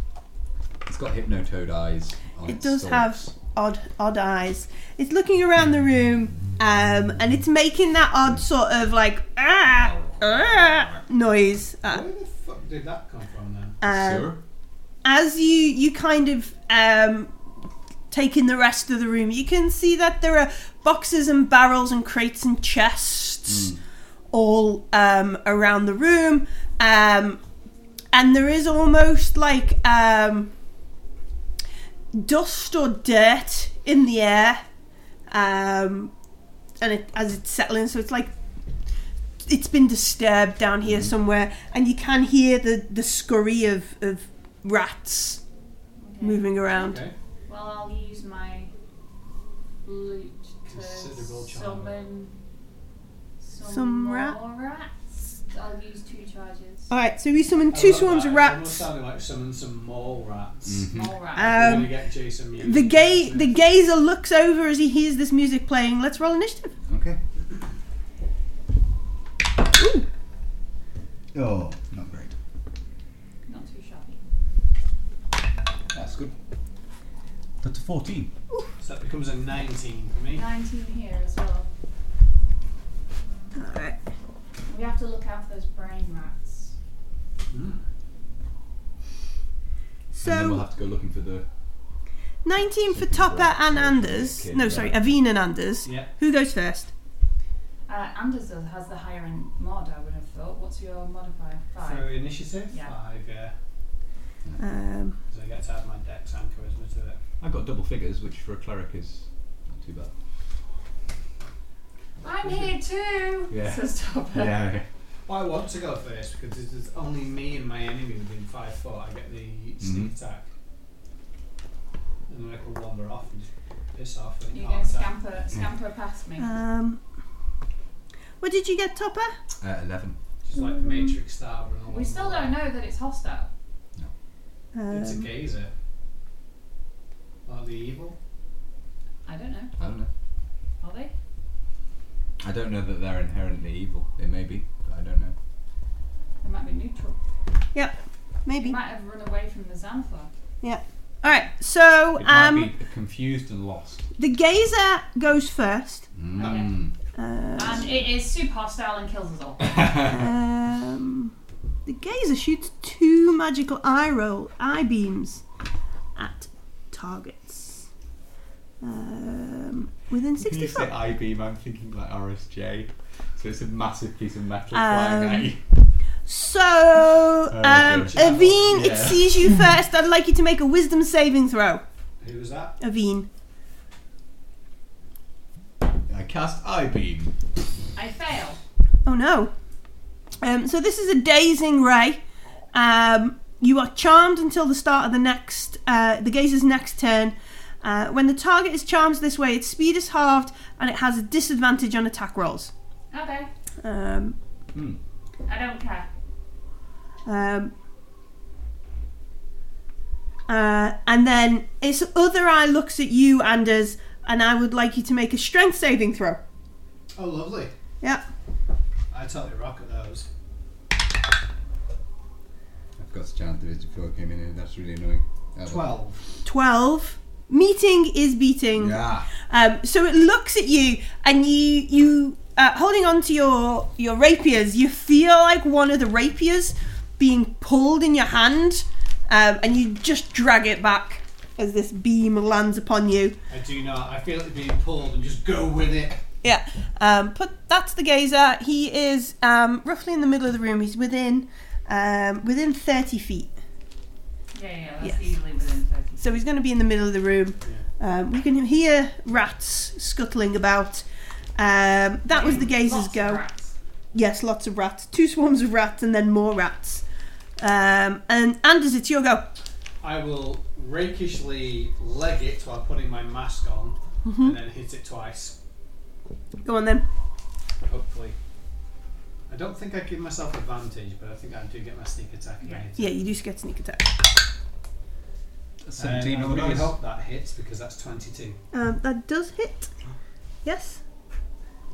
Speaker 3: It's got hypnotoad eyes. On
Speaker 2: it
Speaker 3: its
Speaker 2: does have
Speaker 3: stalks.
Speaker 2: odd, odd eyes. It's looking around the room, um, and it's making that odd sort of like ah, ah noise. Uh,
Speaker 5: Where the fuck did that come from then?
Speaker 2: um,
Speaker 3: Sure.
Speaker 2: as you you kind of um, take in the rest of the room, you can see that there are boxes and barrels and crates and chests all um, around the room, um, and there is almost like um, dust or dirt in the air, um, and it, as it's settling, so it's like it's been disturbed down here somewhere, and you can hear the, the scurry of, of rats
Speaker 7: Okay.
Speaker 2: moving around.
Speaker 5: Okay.
Speaker 7: Well, I'll use my loot to
Speaker 5: Considerable charm.
Speaker 7: summon some,
Speaker 2: Some
Speaker 7: more
Speaker 2: rat?
Speaker 7: rats. I'll use two charges.
Speaker 2: All right, so we summon
Speaker 5: I
Speaker 2: two
Speaker 5: love
Speaker 2: swarms
Speaker 5: that.
Speaker 2: of
Speaker 5: It almost
Speaker 2: rats.
Speaker 5: sounded like summon some more rats.
Speaker 3: Mm-hmm.
Speaker 7: More rats.
Speaker 5: I'm gonna
Speaker 2: Um,
Speaker 5: get Jason Mewes
Speaker 2: the
Speaker 5: to
Speaker 2: gay
Speaker 5: do
Speaker 2: the
Speaker 5: it.
Speaker 2: gazer looks over as he hears this music playing. Let's roll initiative.
Speaker 3: Okay. Oh, not great.
Speaker 7: Not too shabby.
Speaker 3: That's good. That's a fourteen.
Speaker 5: So that becomes a 19 for me.
Speaker 7: 19 here as well.
Speaker 2: All right.
Speaker 7: We have to look out for those brain rats.
Speaker 5: Mm-hmm.
Speaker 3: and then we'll
Speaker 2: So
Speaker 3: have to go looking for the.
Speaker 2: 19 for Topper and Anders.
Speaker 3: Okay,
Speaker 2: No,
Speaker 3: right.
Speaker 2: sorry, Avine and Anders.
Speaker 5: Yeah.
Speaker 2: Who goes first?
Speaker 7: Uh, Anders does- has the higher end mod, I would have thought. What's your modifier?
Speaker 5: For
Speaker 7: Five.
Speaker 5: initiative?
Speaker 7: Yeah.
Speaker 5: Five, yeah.
Speaker 2: Um,
Speaker 5: So I get to add my dex and charisma to it.
Speaker 3: I got double figures, which for a cleric is not
Speaker 2: (laughs)
Speaker 3: too bad.
Speaker 7: I'm here too!
Speaker 3: Yeah.
Speaker 7: Says Topper.
Speaker 3: Yeah.
Speaker 5: I want to go first because it is only me and my enemy within five foot. I get the sneak attack, and then I can wander off and just piss off and
Speaker 7: You're
Speaker 5: heart
Speaker 7: going
Speaker 3: Oh,
Speaker 7: to scamper,
Speaker 5: attack.
Speaker 3: Mm.
Speaker 7: scamper past me.
Speaker 2: um, what did you get, Topper?
Speaker 3: Uh, Eleven.
Speaker 5: Just like the Matrix style. and all
Speaker 7: Mm-hmm. We still don't know that it's hostile.
Speaker 5: It's a
Speaker 2: Um,
Speaker 5: gazer. Are they evil?
Speaker 7: I don't know.
Speaker 3: I don't know.
Speaker 7: Are they?
Speaker 3: I don't know that they're inherently evil. They may be, but I don't know.
Speaker 7: They might be neutral. They
Speaker 2: maybe.
Speaker 7: might have run away from the Xanthar.
Speaker 2: All right. So
Speaker 3: It
Speaker 2: um,
Speaker 3: might be confused and lost.
Speaker 2: the gazer goes first.
Speaker 3: Hmm.
Speaker 2: Uh,
Speaker 3: Ah,
Speaker 7: And it is super hostile and kills us all.
Speaker 2: Um, the gazer shoots two magical eye roll eye beams at targets um, within
Speaker 3: When
Speaker 2: sixty
Speaker 3: you say
Speaker 2: foot.
Speaker 3: I beam, I'm thinking like RSJ. So it's a massive piece of metal flying at
Speaker 2: Um,
Speaker 3: you.
Speaker 2: So, um,
Speaker 3: good
Speaker 5: job.
Speaker 2: Aveen, it
Speaker 3: Yeah.
Speaker 2: sees you first. I'd like you to make a Wisdom saving throw,
Speaker 5: Who was that?
Speaker 2: Aveen.
Speaker 3: I cast I beam.
Speaker 7: I fail.
Speaker 2: Oh no. Um, so this is a dazing ray. Um, you are charmed until the start of the next, uh, the gazer's next turn. Uh, when the target is charmed this way, its speed is halved and it has a disadvantage on attack rolls.
Speaker 7: Okay.
Speaker 2: Um,
Speaker 3: Hmm.
Speaker 7: I don't care.
Speaker 2: um, uh, and then its other eye looks at you, Anders, and I would like you to make a strength saving throw.
Speaker 5: Oh, lovely.
Speaker 2: Yeah.
Speaker 5: I totally rock at those.
Speaker 3: I've got to chant this before I came in here. That's really annoying. Ever.
Speaker 5: Twelve.
Speaker 2: 12. Meeting is beating.
Speaker 3: Yeah.
Speaker 2: Um, so it looks at you, and you you uh, holding on to your your rapiers. You feel like one of the rapiers being pulled in your hand, um, and you just drag it back as this beam lands upon you.
Speaker 5: I do not. I feel it being pulled and just go with it.
Speaker 2: Yeah. Um, but that's the gazer. He is um, roughly in the middle of the room. He's within um, within thirty feet,
Speaker 7: Yeah, yeah, that's
Speaker 2: Yes.
Speaker 7: easily within 30.
Speaker 2: so he's going to be in the middle of the room. Um, we can hear rats scuttling about. Um, that was the gazer's
Speaker 7: Lots of
Speaker 2: go.
Speaker 7: rats.
Speaker 2: Yes, lots of rats. Two swarms of rats and then more rats. Um, and Anders, it's your go.
Speaker 5: I will rakishly leg it while putting my mask on and then hit it twice,
Speaker 2: Go on then.
Speaker 5: hopefully. I don't think I give myself advantage, but I think I do get my sneak attack. if I
Speaker 7: Yeah.
Speaker 5: hit it.
Speaker 2: Yeah, you do get sneak attack.
Speaker 5: Um,
Speaker 3: 17
Speaker 5: I
Speaker 3: on the
Speaker 5: really
Speaker 3: dice.
Speaker 5: hope that hits because that's 22.
Speaker 2: Um, that does hit. Yes.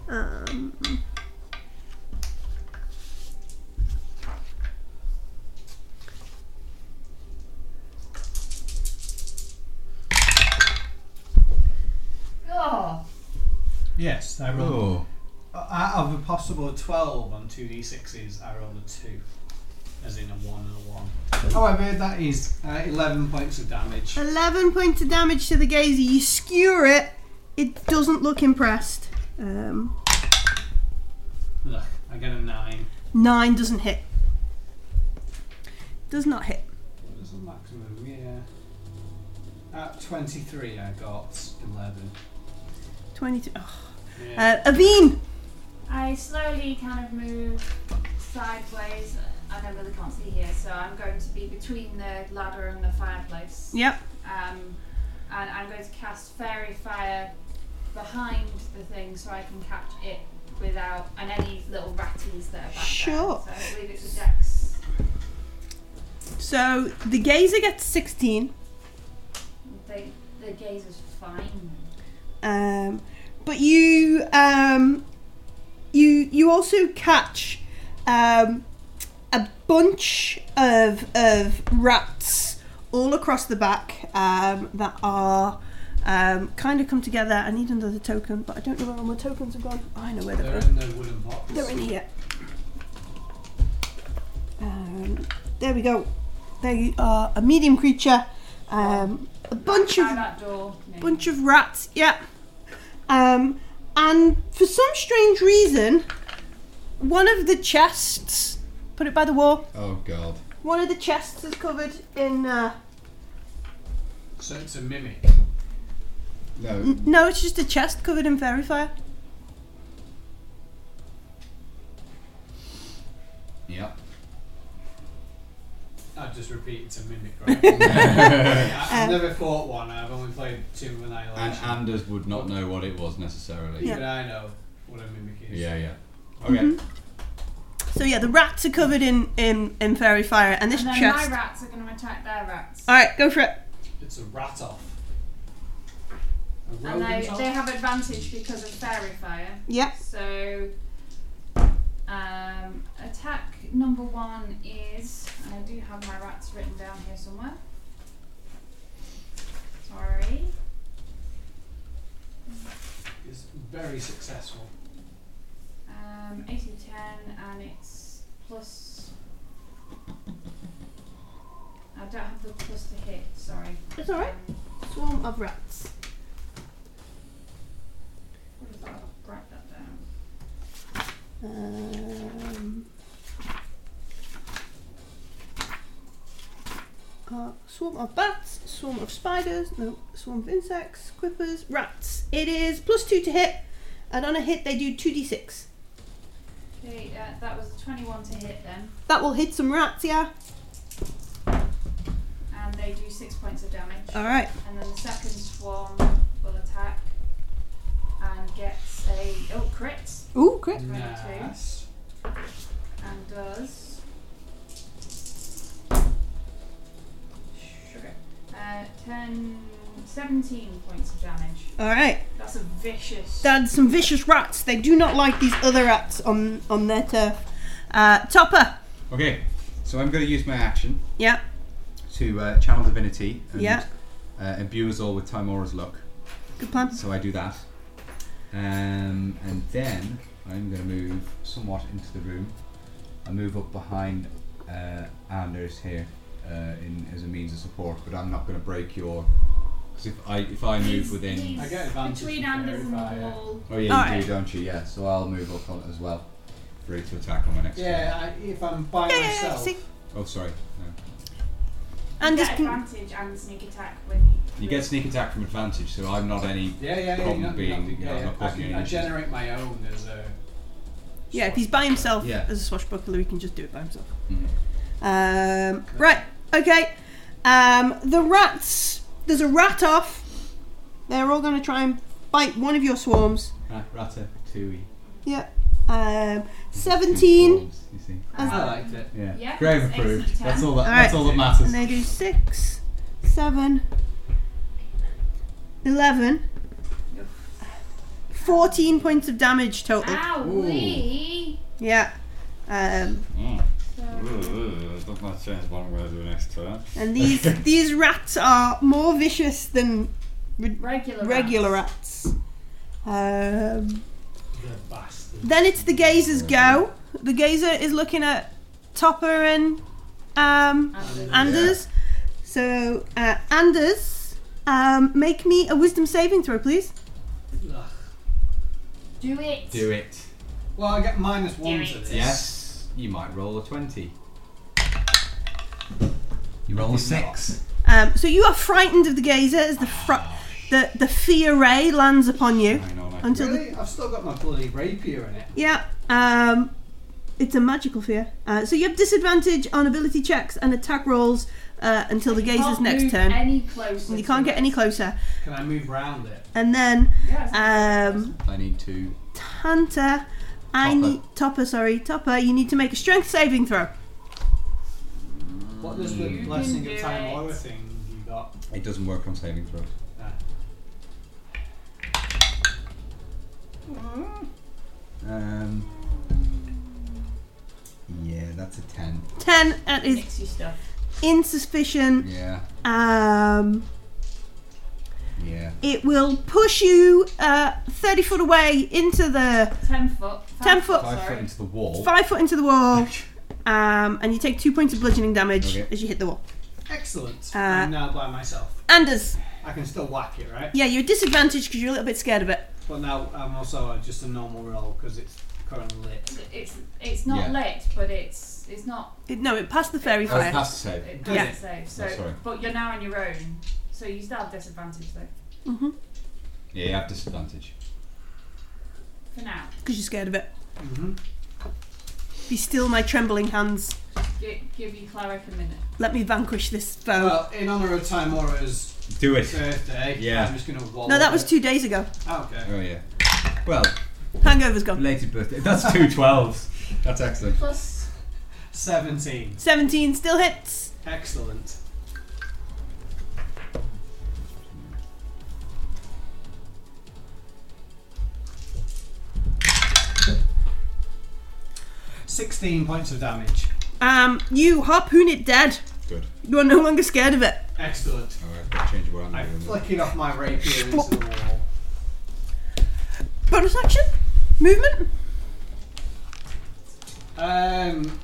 Speaker 2: Um,
Speaker 7: Oh,
Speaker 5: Yes, I rolled.
Speaker 3: Oh,
Speaker 5: Uh, Out of a possible 12 on 2d6s, I rolled a 2. As in a 1 and a 1. However, Oh, that is uh, 11 points of damage.
Speaker 2: 11 points of damage to the gazer. You skewer it. It doesn't look impressed. Um,
Speaker 5: Ugh, I get a 9.
Speaker 2: nine doesn't hit. Does not hit.
Speaker 5: That's the maximum, yeah. At 23, I got 11.
Speaker 2: 22. Oh.
Speaker 5: Yeah.
Speaker 2: Uh, Aveen!
Speaker 4: I slowly kind of move sideways. I don't really can't see here, so I'm going to be between the ladder and the fireplace.
Speaker 2: Yep.
Speaker 4: Um, and I'm going to cast fairy fire behind the thing so I can catch it without and any little ratties that are back
Speaker 2: Sure.
Speaker 4: there. So I believe it's a dex.
Speaker 2: So the gazer gets 16.
Speaker 4: They, the gaze is fine.
Speaker 2: Um, but you um, you you also catch um, a bunch of of rats all across the back um, that are um, kind of come together. I need another token, but I don't know where all my tokens have gone. Oh, I know where
Speaker 5: They're
Speaker 2: they're.
Speaker 5: in the wooden box.
Speaker 2: They're in here. Um, there we go. They are a medium creature. Um, a bunch of
Speaker 7: by that door. No.
Speaker 2: bunch of rats. Yeah. Um, and for some strange reason, one of the chests, put it by the wall.
Speaker 3: oh god.
Speaker 2: One of the chests is covered in. Uh,
Speaker 5: So it's a mimic.
Speaker 3: No,
Speaker 2: n- no, it's just a chest covered in fairy fire.
Speaker 3: yeah.
Speaker 5: I just repeat, it's a
Speaker 3: (laughs)
Speaker 5: mimic, right? yeah,
Speaker 2: Uh,
Speaker 5: I've never fought one. I've only played Tomb of
Speaker 3: And
Speaker 5: Annihilation.
Speaker 3: Anders would not know what it was necessarily.
Speaker 2: Yeah. Mm-hmm.
Speaker 5: Even I know what a mimic is.
Speaker 3: yeah. yeah. Okay.
Speaker 2: So yeah, the rats are covered in in, in fairy fire, and this
Speaker 4: And then
Speaker 2: chest.
Speaker 4: my rats are going to attack their rats.
Speaker 2: All right, go for it.
Speaker 5: It's a rat off. A
Speaker 4: and
Speaker 5: rodent
Speaker 4: they,
Speaker 5: off?
Speaker 4: they have advantage because of fairy fire.
Speaker 2: Yeah.
Speaker 4: So, um, attack number one is. And I do have my rats written down here somewhere. Sorry.
Speaker 5: It's very successful.
Speaker 4: Um, 80 10, and it's plus. I don't have the plus to hit, sorry.
Speaker 2: It's all right.
Speaker 4: Um,
Speaker 2: Swarm of rats.
Speaker 4: what is that? I'll write that down.
Speaker 2: Um, uh, swarm of bats, swarm of spiders, no, swarm of insects, quippers, rats. It is plus two to hit, and on a hit they do 2d6.
Speaker 4: Okay, uh, that was a 21 to hit then,
Speaker 2: That will hit some rats, yeah?
Speaker 4: and they do 6 points of damage.
Speaker 2: Alright.
Speaker 4: And then the second swarm will attack and gets a. Oh, crit!
Speaker 2: Ooh, great.
Speaker 5: Nice.
Speaker 4: And does. Sugar. Uh, 10, 17 points of damage.
Speaker 2: Alright.
Speaker 4: That's a vicious.
Speaker 2: That's some vicious rats. They do not like these other rats on, on their turf. Uh, topper.
Speaker 3: Okay. So I'm going to use my action
Speaker 2: Yeah.
Speaker 3: to uh, channel divinity and
Speaker 2: Yeah.
Speaker 3: uh, imbue us all with Timora's luck.
Speaker 2: Good plan.
Speaker 3: So I do that. Um, and then I'm going to move somewhat into the room. I move up behind uh, Anders here uh, in, as a means of support, but I'm not going to break your. Because if I if I move
Speaker 9: He's-
Speaker 3: within,
Speaker 9: he's
Speaker 5: I get advantage
Speaker 9: between
Speaker 5: from
Speaker 9: Anders and the
Speaker 5: clarify, yeah.
Speaker 9: wall.
Speaker 3: oh yeah, you
Speaker 2: Alright.
Speaker 3: do, don't you? Yeah, so I'll move up on as well, ready to attack on my next. turn.
Speaker 5: Yeah, I, if I'm by
Speaker 2: Yeah, yeah, yeah.
Speaker 5: myself.
Speaker 2: See,
Speaker 3: Oh, sorry. No.
Speaker 2: Anders
Speaker 9: get
Speaker 2: can.
Speaker 9: advantage and sneak attack when you.
Speaker 3: You get sneak attack from advantage, so I'm not any.
Speaker 5: Yeah, yeah, yeah.
Speaker 3: Problem
Speaker 5: not-
Speaker 3: being,
Speaker 5: not-
Speaker 3: you know,
Speaker 5: yeah,
Speaker 3: not
Speaker 5: I,
Speaker 3: causing
Speaker 5: can,
Speaker 3: any
Speaker 5: I
Speaker 3: issues.
Speaker 5: generate my own as a.
Speaker 2: Yeah, if he's by himself
Speaker 3: Yeah.
Speaker 2: as a swashbuckler, he can just do it by himself.
Speaker 3: Mm.
Speaker 2: Um, right. Okay. Um, the rats. There's a rat off. They're all going to try and bite one of your swarms.
Speaker 3: Ra- Ah, Rata Tui.
Speaker 2: Yeah. Um, 17.
Speaker 3: You see.
Speaker 5: I liked it.
Speaker 3: Yeah.
Speaker 9: Yeah,
Speaker 3: Graham
Speaker 9: that's excellent
Speaker 3: approved. That's
Speaker 9: time.
Speaker 3: all that.
Speaker 2: Alright.
Speaker 3: That's all that matters.
Speaker 2: And they do 6, 7, 11, 14 points of damage total.
Speaker 4: Ah.
Speaker 9: Owie!
Speaker 2: Yeah. Um,
Speaker 3: Mm. Does not change what I'm going to do next turn.
Speaker 2: and these these rats are more vicious than
Speaker 9: Regular.
Speaker 2: regular rats. Um,
Speaker 5: The bastard.
Speaker 2: then it's the gazer's go. The gazer is looking at Topper and um, Anders. So uh, Anders, um, make me a wisdom saving throw, please.
Speaker 5: Ugh.
Speaker 9: Do it.
Speaker 3: Do it.
Speaker 5: Well, I get minus one
Speaker 9: Damn
Speaker 5: to
Speaker 9: it.
Speaker 5: this.
Speaker 3: Yes. You might roll a twenty. You roll
Speaker 5: I
Speaker 3: a
Speaker 5: did not.
Speaker 3: six.
Speaker 2: Um, so you are frightened of the gazer as the fr- the the fear ray lands upon you.
Speaker 3: Hang on. I can-
Speaker 2: Until the
Speaker 5: Really? I've still got my bloody rapier in it.
Speaker 2: yeah, um, it's a magical fear. Uh, so you have disadvantage on ability checks and attack rolls uh, until the gazer's
Speaker 9: Can't
Speaker 2: next
Speaker 9: move
Speaker 2: turn.
Speaker 9: Any closer.
Speaker 2: You can't
Speaker 9: to
Speaker 2: get
Speaker 9: it.
Speaker 2: any closer.
Speaker 5: Can I move round it?
Speaker 2: And then
Speaker 9: Yeah, it's-
Speaker 2: um,
Speaker 3: I need to.
Speaker 2: Hunter, I
Speaker 3: Topper.
Speaker 2: need Topper. Sorry, Topper. You need to make a strength saving throw.
Speaker 5: What does the
Speaker 9: You
Speaker 5: blessing
Speaker 9: can
Speaker 5: of
Speaker 9: do
Speaker 5: time aura
Speaker 9: it.
Speaker 5: thing you got?
Speaker 3: It doesn't work on saving throws.
Speaker 5: Ah.
Speaker 3: Um. Yeah, that's a ten.
Speaker 2: Ten. That is
Speaker 4: Mixy stuff.
Speaker 2: insufficient.
Speaker 3: Yeah.
Speaker 2: Um,
Speaker 3: Yeah.
Speaker 2: it will push you uh, thirty foot away into the
Speaker 4: Ten foot. five
Speaker 2: 10 foot.
Speaker 3: Five foot
Speaker 4: Oh, Sorry.
Speaker 3: into the wall.
Speaker 2: five foot into the wall, um, and you take two points of bludgeoning damage
Speaker 3: Okay.
Speaker 2: as you hit the wall.
Speaker 5: Excellent.
Speaker 2: Uh,
Speaker 5: I'm now by myself.
Speaker 2: Anders,
Speaker 5: I can still whack it, right?
Speaker 2: yeah, you're at disadvantage because you're a little bit scared of it.
Speaker 5: But now I'm also just a normal roll because it's currently lit.
Speaker 4: It's it's not
Speaker 3: Yeah.
Speaker 4: lit, but it's it's not.
Speaker 2: It- no, it passed the fairy
Speaker 3: Oh,
Speaker 2: fire.
Speaker 3: that's the save.
Speaker 4: It
Speaker 5: Does
Speaker 4: doesn't
Speaker 5: it?
Speaker 4: save. So,
Speaker 3: sorry.
Speaker 4: but you're now on your own, so you still have disadvantage though.
Speaker 3: Yeah, you have disadvantage.
Speaker 4: For now,
Speaker 2: Because you're scared of it.
Speaker 5: Mm-hmm.
Speaker 2: Be still, my trembling hands.
Speaker 4: Gi- give you cleric a minute.
Speaker 2: Let me vanquish this
Speaker 3: Uh,
Speaker 2: foe.
Speaker 5: Uh, Well, in honour of Timora's
Speaker 3: Do it.
Speaker 5: birthday,
Speaker 3: Yeah.
Speaker 5: I'm just going to wall
Speaker 2: No, that was
Speaker 5: it.
Speaker 2: two days ago.
Speaker 5: Oh, okay.
Speaker 3: Oh yeah. Well,
Speaker 2: Hangover's gone.
Speaker 3: belated birthday. That's two twelves. That's excellent.
Speaker 4: Plus
Speaker 5: 17.
Speaker 2: 17 still hits.
Speaker 5: Excellent. Sixteen points of damage.
Speaker 2: Um, you harpoon it dead.
Speaker 3: Good.
Speaker 2: You are no longer scared of it.
Speaker 5: Excellent.
Speaker 3: All right, I've got to change where I'm
Speaker 5: I
Speaker 3: doing it.
Speaker 5: flick it off my rapier into the wall.
Speaker 2: Bonus action? Movement?
Speaker 5: Um,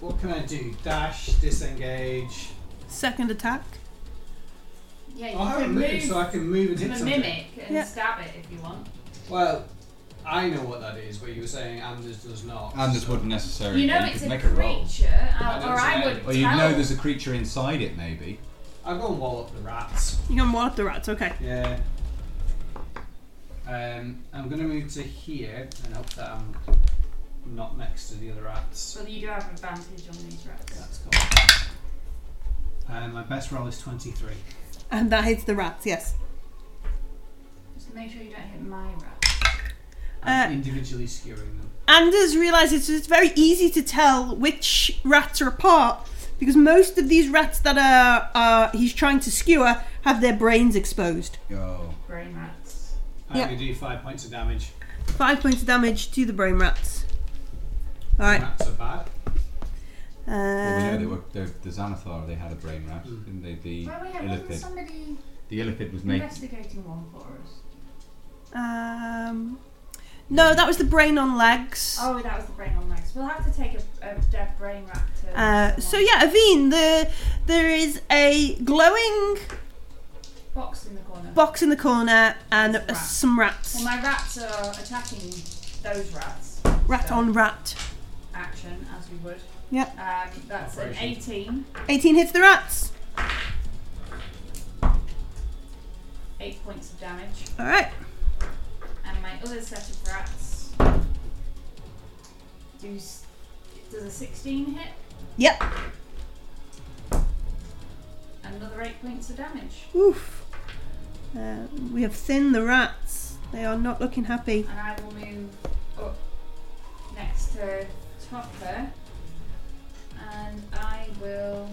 Speaker 5: what can I do? Dash, disengage.
Speaker 2: Second attack.
Speaker 4: yeah, you
Speaker 5: Oh, I
Speaker 4: can
Speaker 5: haven't
Speaker 4: move
Speaker 5: moved, so I can move and
Speaker 4: to
Speaker 5: hit
Speaker 4: the
Speaker 5: something.
Speaker 4: mimic and
Speaker 2: Yeah.
Speaker 4: stab it if you want.
Speaker 5: Well, I know what that is, but you were saying Anders does not.
Speaker 3: And this
Speaker 5: so-
Speaker 3: wouldn't necessarily.
Speaker 4: You know
Speaker 3: you
Speaker 4: it's
Speaker 3: could
Speaker 4: a
Speaker 3: make a roll.
Speaker 4: creature,
Speaker 5: I
Speaker 4: uh,
Speaker 5: don't
Speaker 4: or I
Speaker 5: say
Speaker 4: would
Speaker 5: it.
Speaker 3: Or
Speaker 4: tell.
Speaker 3: you know there's a creature inside it, maybe.
Speaker 5: I'll go and wall up the rats.
Speaker 2: You're going to wall up the rats, okay.
Speaker 5: Yeah. Um, I'm gonna move to here and hope that I'm not next to the other rats.
Speaker 4: Well, you do have advantage on these rats.
Speaker 5: That's cool. Um, my best roll is 23.
Speaker 2: And that hits the rats, yes.
Speaker 4: Just make sure you don't hit my rat.
Speaker 5: I'm
Speaker 2: Uh,
Speaker 5: individually skewering them.
Speaker 2: Anders realizes it's very easy to tell which rats are apart because most of these rats that are, are he's trying to skewer have their brains exposed.
Speaker 3: Oh.
Speaker 4: Brain rats.
Speaker 5: I'm
Speaker 2: yeah.
Speaker 5: gonna do five points of damage.
Speaker 2: Five points of damage to the brain rats. All right.
Speaker 5: Rats are bad.
Speaker 3: Well, we know they
Speaker 2: Um,
Speaker 3: were, the, the Xanathar, they had a brain rat, didn't they? The
Speaker 9: Well, we have wasn't
Speaker 3: Illithid.
Speaker 9: somebody
Speaker 3: The Illithid was made.
Speaker 4: Investigating one for us.
Speaker 2: um, No, that was the brain on legs.
Speaker 4: Oh, that was the brain on legs. We'll have to take a, a dead brain rat to.
Speaker 2: Uh, so
Speaker 4: someone.
Speaker 2: yeah, Aveen, the there is a glowing
Speaker 4: Box in the corner.
Speaker 2: box in the corner and
Speaker 4: Rat.
Speaker 2: some rats.
Speaker 4: well, my rats are attacking those rats.
Speaker 2: Rat on rat.
Speaker 4: Action, as we would.
Speaker 2: Yep.
Speaker 4: Um, that's an 18,
Speaker 2: 18 hits the rats.
Speaker 4: 8 points of damage.
Speaker 2: All right.
Speaker 4: And my other set of rats do s- does a 16 hit,
Speaker 2: Yep.
Speaker 4: another 8 points of damage.
Speaker 2: Oof. Uh, we have thinned the rats. They are not looking happy.
Speaker 4: And I will move up next to Topper. And I will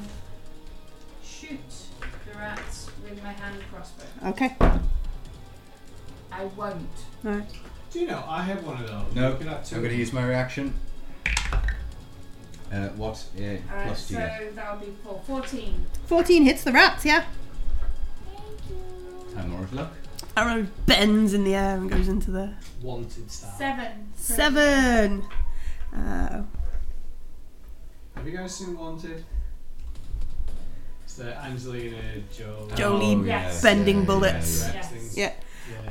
Speaker 4: shoot the rats with my hand crossbow.
Speaker 2: Okay.
Speaker 4: I won't.
Speaker 2: All right.
Speaker 5: Do you know, I have one of those.
Speaker 3: No,
Speaker 5: You could have 2
Speaker 3: I'm going to use my reaction. Uh, what uh,
Speaker 4: Uh,
Speaker 3: plus do
Speaker 4: so
Speaker 3: you get?
Speaker 4: that'll be four. 14.
Speaker 2: 14 hits the rats, yeah.
Speaker 4: Thank you.
Speaker 3: Time more of luck.
Speaker 2: Arrow bends in the air and goes into the.
Speaker 5: wanted style.
Speaker 4: Seven.
Speaker 2: Seven! Uh,
Speaker 5: Have you guys seen Wanted? It's the Angelina Jolie.
Speaker 2: Jolie
Speaker 3: Oh, yes.
Speaker 2: bending
Speaker 3: Yeah, yeah,
Speaker 2: bullets.
Speaker 3: yeah,
Speaker 5: Right,
Speaker 4: Yes.
Speaker 5: things.
Speaker 2: Yeah.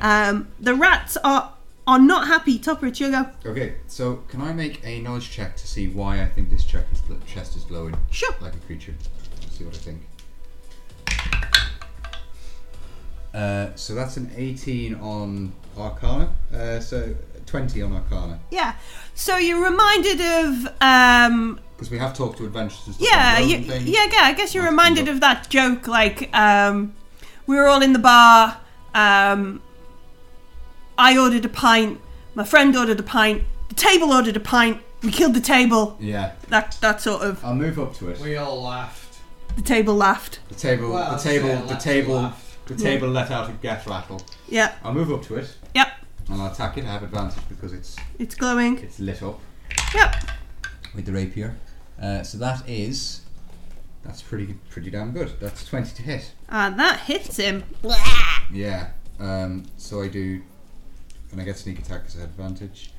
Speaker 5: Yeah.
Speaker 2: Um, the rats are are not happy. Topper, it's your go.
Speaker 3: yeah. Okay, so can I make a knowledge check to see why I think this check is bl- chest is glowing
Speaker 2: Sure.
Speaker 3: like a creature? See what I think. Uh, so that's an 18 on Arcana. Uh, so 20 on Arcana.
Speaker 2: Yeah. So you're reminded of um,
Speaker 3: Because we have talked to adventures and stuff.
Speaker 2: Yeah,
Speaker 3: on the
Speaker 2: you,
Speaker 3: road and
Speaker 2: yeah,
Speaker 3: things.
Speaker 2: yeah. I guess you're
Speaker 3: Like,
Speaker 2: reminded
Speaker 3: look-
Speaker 2: of that joke. Like, um, we were all in the bar. Um, I ordered a pint. My friend ordered a pint. The table ordered a pint. We killed the table.
Speaker 3: Yeah,
Speaker 2: That that sort of.
Speaker 3: I'll move up to it.
Speaker 5: We all laughed.
Speaker 2: The table laughed.
Speaker 3: The table,
Speaker 5: Well,
Speaker 3: the table,
Speaker 5: yeah,
Speaker 3: the
Speaker 5: laughed,
Speaker 3: table,
Speaker 5: laughed.
Speaker 3: the table let out a gafflattle.
Speaker 2: Yeah.
Speaker 3: I'll move up to it.
Speaker 2: Yep.
Speaker 3: And I'll attack it. I have advantage because it's
Speaker 2: It's glowing.
Speaker 3: it's lit up
Speaker 2: Yep.
Speaker 3: with the rapier. Uh, so that is that's pretty pretty damn good. That's twenty to hit.
Speaker 2: And that hits him.
Speaker 3: Yeah. Um, so I do, and I get sneak attack because I have advantage.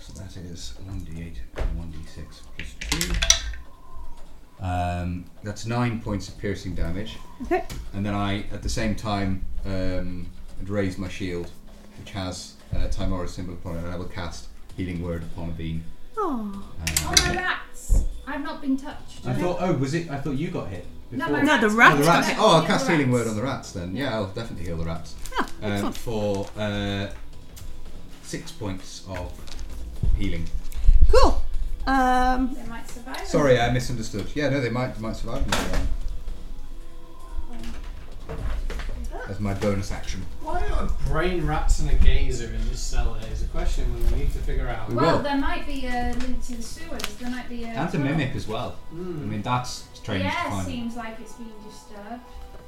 Speaker 3: So that is one d eight and one d six plus two. Um, that's nine points of piercing damage.
Speaker 2: Okay.
Speaker 3: and then I, at the same time, um, had raised my shield, which has uh, Timora's symbol upon it, and I will cast Healing Word upon a beam. Um,
Speaker 2: Oh.
Speaker 4: Oh, my rats. I've not been touched.
Speaker 3: I thought, oh, was it? I thought you got hit.
Speaker 4: No, my
Speaker 3: before.
Speaker 2: No,
Speaker 4: rats.
Speaker 2: the
Speaker 3: Oh,
Speaker 2: rats.
Speaker 3: the rats.
Speaker 4: got hit.
Speaker 3: Oh, I'll
Speaker 4: Yeah,
Speaker 3: cast
Speaker 4: the
Speaker 3: Healing
Speaker 4: rats.
Speaker 3: Word on the rats then. Yeah, I'll definitely heal the rats.
Speaker 2: Yeah,
Speaker 3: Um,
Speaker 2: excellent.
Speaker 3: for uh, six points of healing.
Speaker 2: Cool. Um,
Speaker 4: They might survive. it.
Speaker 3: Sorry, I misunderstood. Yeah, no, they might might survive. Another round. That's my bonus action.
Speaker 5: Why are brain rats and a gazer in this cellar is a question we need to figure out.
Speaker 3: We
Speaker 4: Well,
Speaker 3: will.
Speaker 4: there might be a link to the sewers. There might be a.
Speaker 3: And a
Speaker 4: tunnel.
Speaker 3: mimic as well.
Speaker 5: Hmm.
Speaker 3: I mean, that's strange to
Speaker 4: Yeah,
Speaker 3: find.
Speaker 4: seems like it's been disturbed.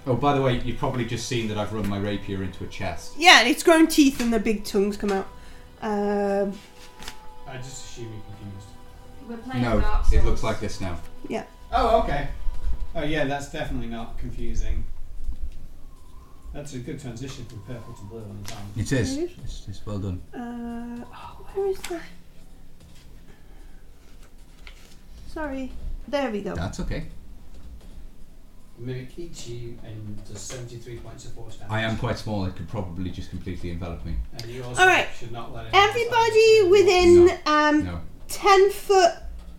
Speaker 3: Oh, by the way, you've probably just seen that I've run my rapier into a chest.
Speaker 2: yeah, it's grown teeth and their big tongues come out. Um,
Speaker 5: I just assume you're confused.
Speaker 4: We're playing
Speaker 3: No,
Speaker 4: Dark
Speaker 3: it
Speaker 4: Souls.
Speaker 3: looks like this now.
Speaker 5: Oh, okay. Oh, yeah, that's definitely not confusing. That's a good transition from purple to blue on the time.
Speaker 3: It is. It's, it's well done.
Speaker 2: Uh, oh, where is the? Sorry, there we go.
Speaker 3: That's okay.
Speaker 5: Mimic each you and does 73 points of force damage.
Speaker 3: I am quite small. It could probably just completely envelop me.
Speaker 5: And you also
Speaker 2: Alright.
Speaker 5: should not let it.
Speaker 2: Everybody within
Speaker 3: No.
Speaker 2: um
Speaker 3: No.
Speaker 2: ten foot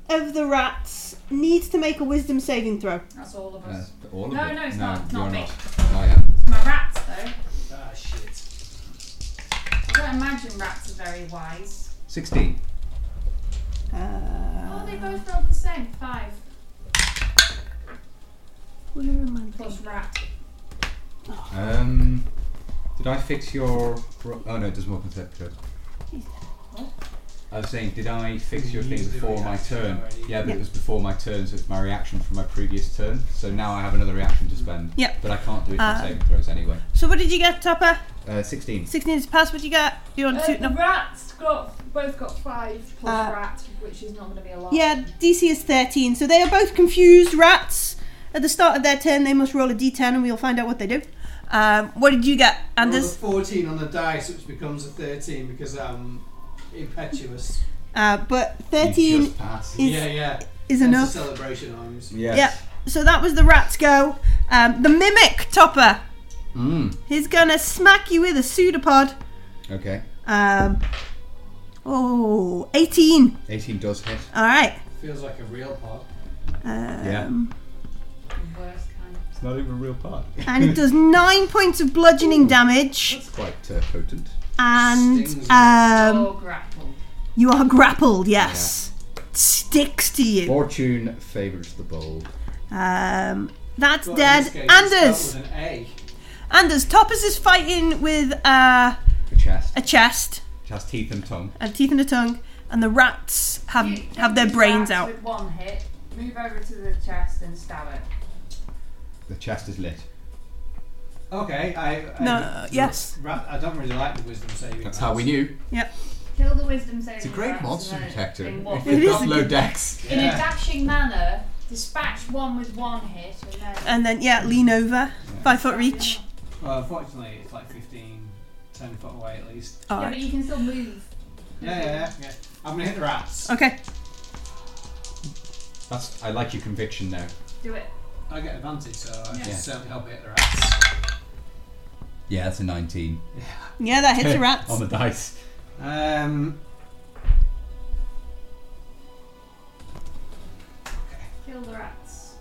Speaker 2: of the rats needs to make a wisdom saving throw.
Speaker 4: That's all of
Speaker 3: Uh,
Speaker 4: us.
Speaker 3: all of
Speaker 4: No,
Speaker 3: it.
Speaker 4: no, it's not- it's
Speaker 3: you're Oh,
Speaker 4: not me.
Speaker 3: I am.
Speaker 4: It's my rats, though.
Speaker 5: Ah, shit.
Speaker 4: I don't imagine rats are very wise.
Speaker 3: Sixteen.
Speaker 2: Uh,
Speaker 4: Oh, they both rolled the same. Five
Speaker 2: where am I?
Speaker 4: plus rat.
Speaker 3: Um, did I fix your? ro- Oh no, it doesn't work on third code. I was saying, did I fix your thing
Speaker 5: Used the
Speaker 3: before my
Speaker 5: reaction
Speaker 3: turn?
Speaker 5: already.
Speaker 3: Yeah, but
Speaker 2: Yeah.
Speaker 3: it was before my turn, so it's my reaction from my previous turn. So now I have another reaction to spend.
Speaker 2: Yeah.
Speaker 3: But I can't do it from
Speaker 2: Uh,
Speaker 3: saving throws anyway.
Speaker 2: So what did you get, Topper?
Speaker 3: Uh, Sixteen.
Speaker 2: Sixteen is pass. What you got? Do you want
Speaker 4: Uh,
Speaker 2: to?
Speaker 4: the
Speaker 2: No.
Speaker 4: rats got both got five plus
Speaker 2: Uh,
Speaker 4: rat, which is not going to be a lot.
Speaker 2: Yeah, DC is thirteen. So they are both confused rats. At the start of their turn, they must roll a D10, and we'll find out what they do. Um, what did you get,
Speaker 5: Roll a
Speaker 3: Uh,
Speaker 2: Anders?
Speaker 5: 14 on the dice, which becomes a 13 because I'm impetuous.
Speaker 2: Uh, but 13
Speaker 3: Just pass.
Speaker 2: is,
Speaker 5: yeah, yeah.
Speaker 2: is
Speaker 5: Hence the
Speaker 2: enough.
Speaker 5: celebration arms.
Speaker 3: Yes.
Speaker 2: Yeah. So that was the rats go. Um, the mimic topper.
Speaker 3: Mm.
Speaker 2: He's gonna smack you with a pseudopod.
Speaker 3: Okay.
Speaker 2: Um, oh, 18.
Speaker 3: 18 does hit.
Speaker 2: All right. Um,
Speaker 5: Feels like a real pod.
Speaker 3: yeah.
Speaker 7: The worst kind.
Speaker 6: It's not even a real part.
Speaker 2: And it
Speaker 5: (laughs)
Speaker 2: does nine points of bludgeoning damage,
Speaker 3: That's quite uh, potent.
Speaker 2: and
Speaker 5: Stings.
Speaker 2: um,
Speaker 7: or grapple.
Speaker 2: you are grappled. Yes, sticks to you.
Speaker 3: Fortune favours the bold.
Speaker 2: Um, that's
Speaker 5: Well, in
Speaker 2: dead.
Speaker 5: this case, it's
Speaker 2: Anders,
Speaker 5: spelled With an A.
Speaker 2: Anders, Toppers is fighting with uh,
Speaker 3: The chest.
Speaker 2: a chest,
Speaker 3: Has teeth and tongue.
Speaker 2: a teeth and a tongue, and the rats have
Speaker 7: You
Speaker 2: have their
Speaker 7: take the
Speaker 2: brains
Speaker 7: axe
Speaker 2: out.
Speaker 7: With one hit, move over to the chest and stab it.
Speaker 3: The chest is lit.
Speaker 5: Okay, I. I
Speaker 2: No, uh, yes.
Speaker 5: Ra- I don't really like the wisdom saving.
Speaker 3: That's how we knew.
Speaker 7: Kill the wisdom saving.
Speaker 3: It's a great
Speaker 7: throw,
Speaker 3: monster
Speaker 7: so that
Speaker 3: protector.
Speaker 7: thing
Speaker 3: If
Speaker 7: wobbles.
Speaker 3: you've
Speaker 2: is
Speaker 3: got
Speaker 2: a
Speaker 3: low
Speaker 2: good-
Speaker 3: decks.
Speaker 7: In a
Speaker 5: Yeah.
Speaker 7: dashing manner, dispatch one with one hit and then.
Speaker 2: And then yeah, lean over, five foot reach.
Speaker 5: Well, unfortunately, it's like 15, 10 foot away at least.
Speaker 2: All
Speaker 7: Yeah, but
Speaker 2: right.
Speaker 7: you can still move.
Speaker 5: Yeah, yeah, yeah. yeah. I'm gonna hit the rats.
Speaker 2: Okay.
Speaker 3: That's, I like your conviction there.
Speaker 7: Do it.
Speaker 5: I get advantage, so I
Speaker 7: Yeah.
Speaker 5: can certainly help hit the rats.
Speaker 3: Yeah, that's a 19.
Speaker 2: Yeah, that hits the rats.
Speaker 3: On the dice.
Speaker 5: Um,
Speaker 7: Kill the rats.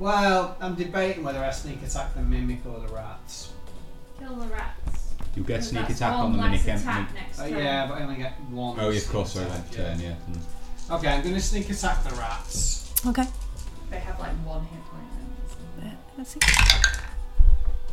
Speaker 5: well, I'm debating whether I sneak attack the mimic or the rats.
Speaker 7: Kill the rats.
Speaker 3: You'll get sneak
Speaker 7: That's
Speaker 3: attack
Speaker 7: one
Speaker 3: on the
Speaker 7: less
Speaker 3: minicamp.
Speaker 7: attack next
Speaker 5: Oh
Speaker 7: turn.
Speaker 5: yeah, but I only get one.
Speaker 3: Oh, yeah, of
Speaker 5: sneak
Speaker 3: course, sorry,
Speaker 5: attack,
Speaker 3: left turn, yeah. Mm.
Speaker 5: Okay, I'm gonna sneak attack the rats.
Speaker 2: Okay.
Speaker 7: They have like one hit point. don't they?
Speaker 2: Let's see.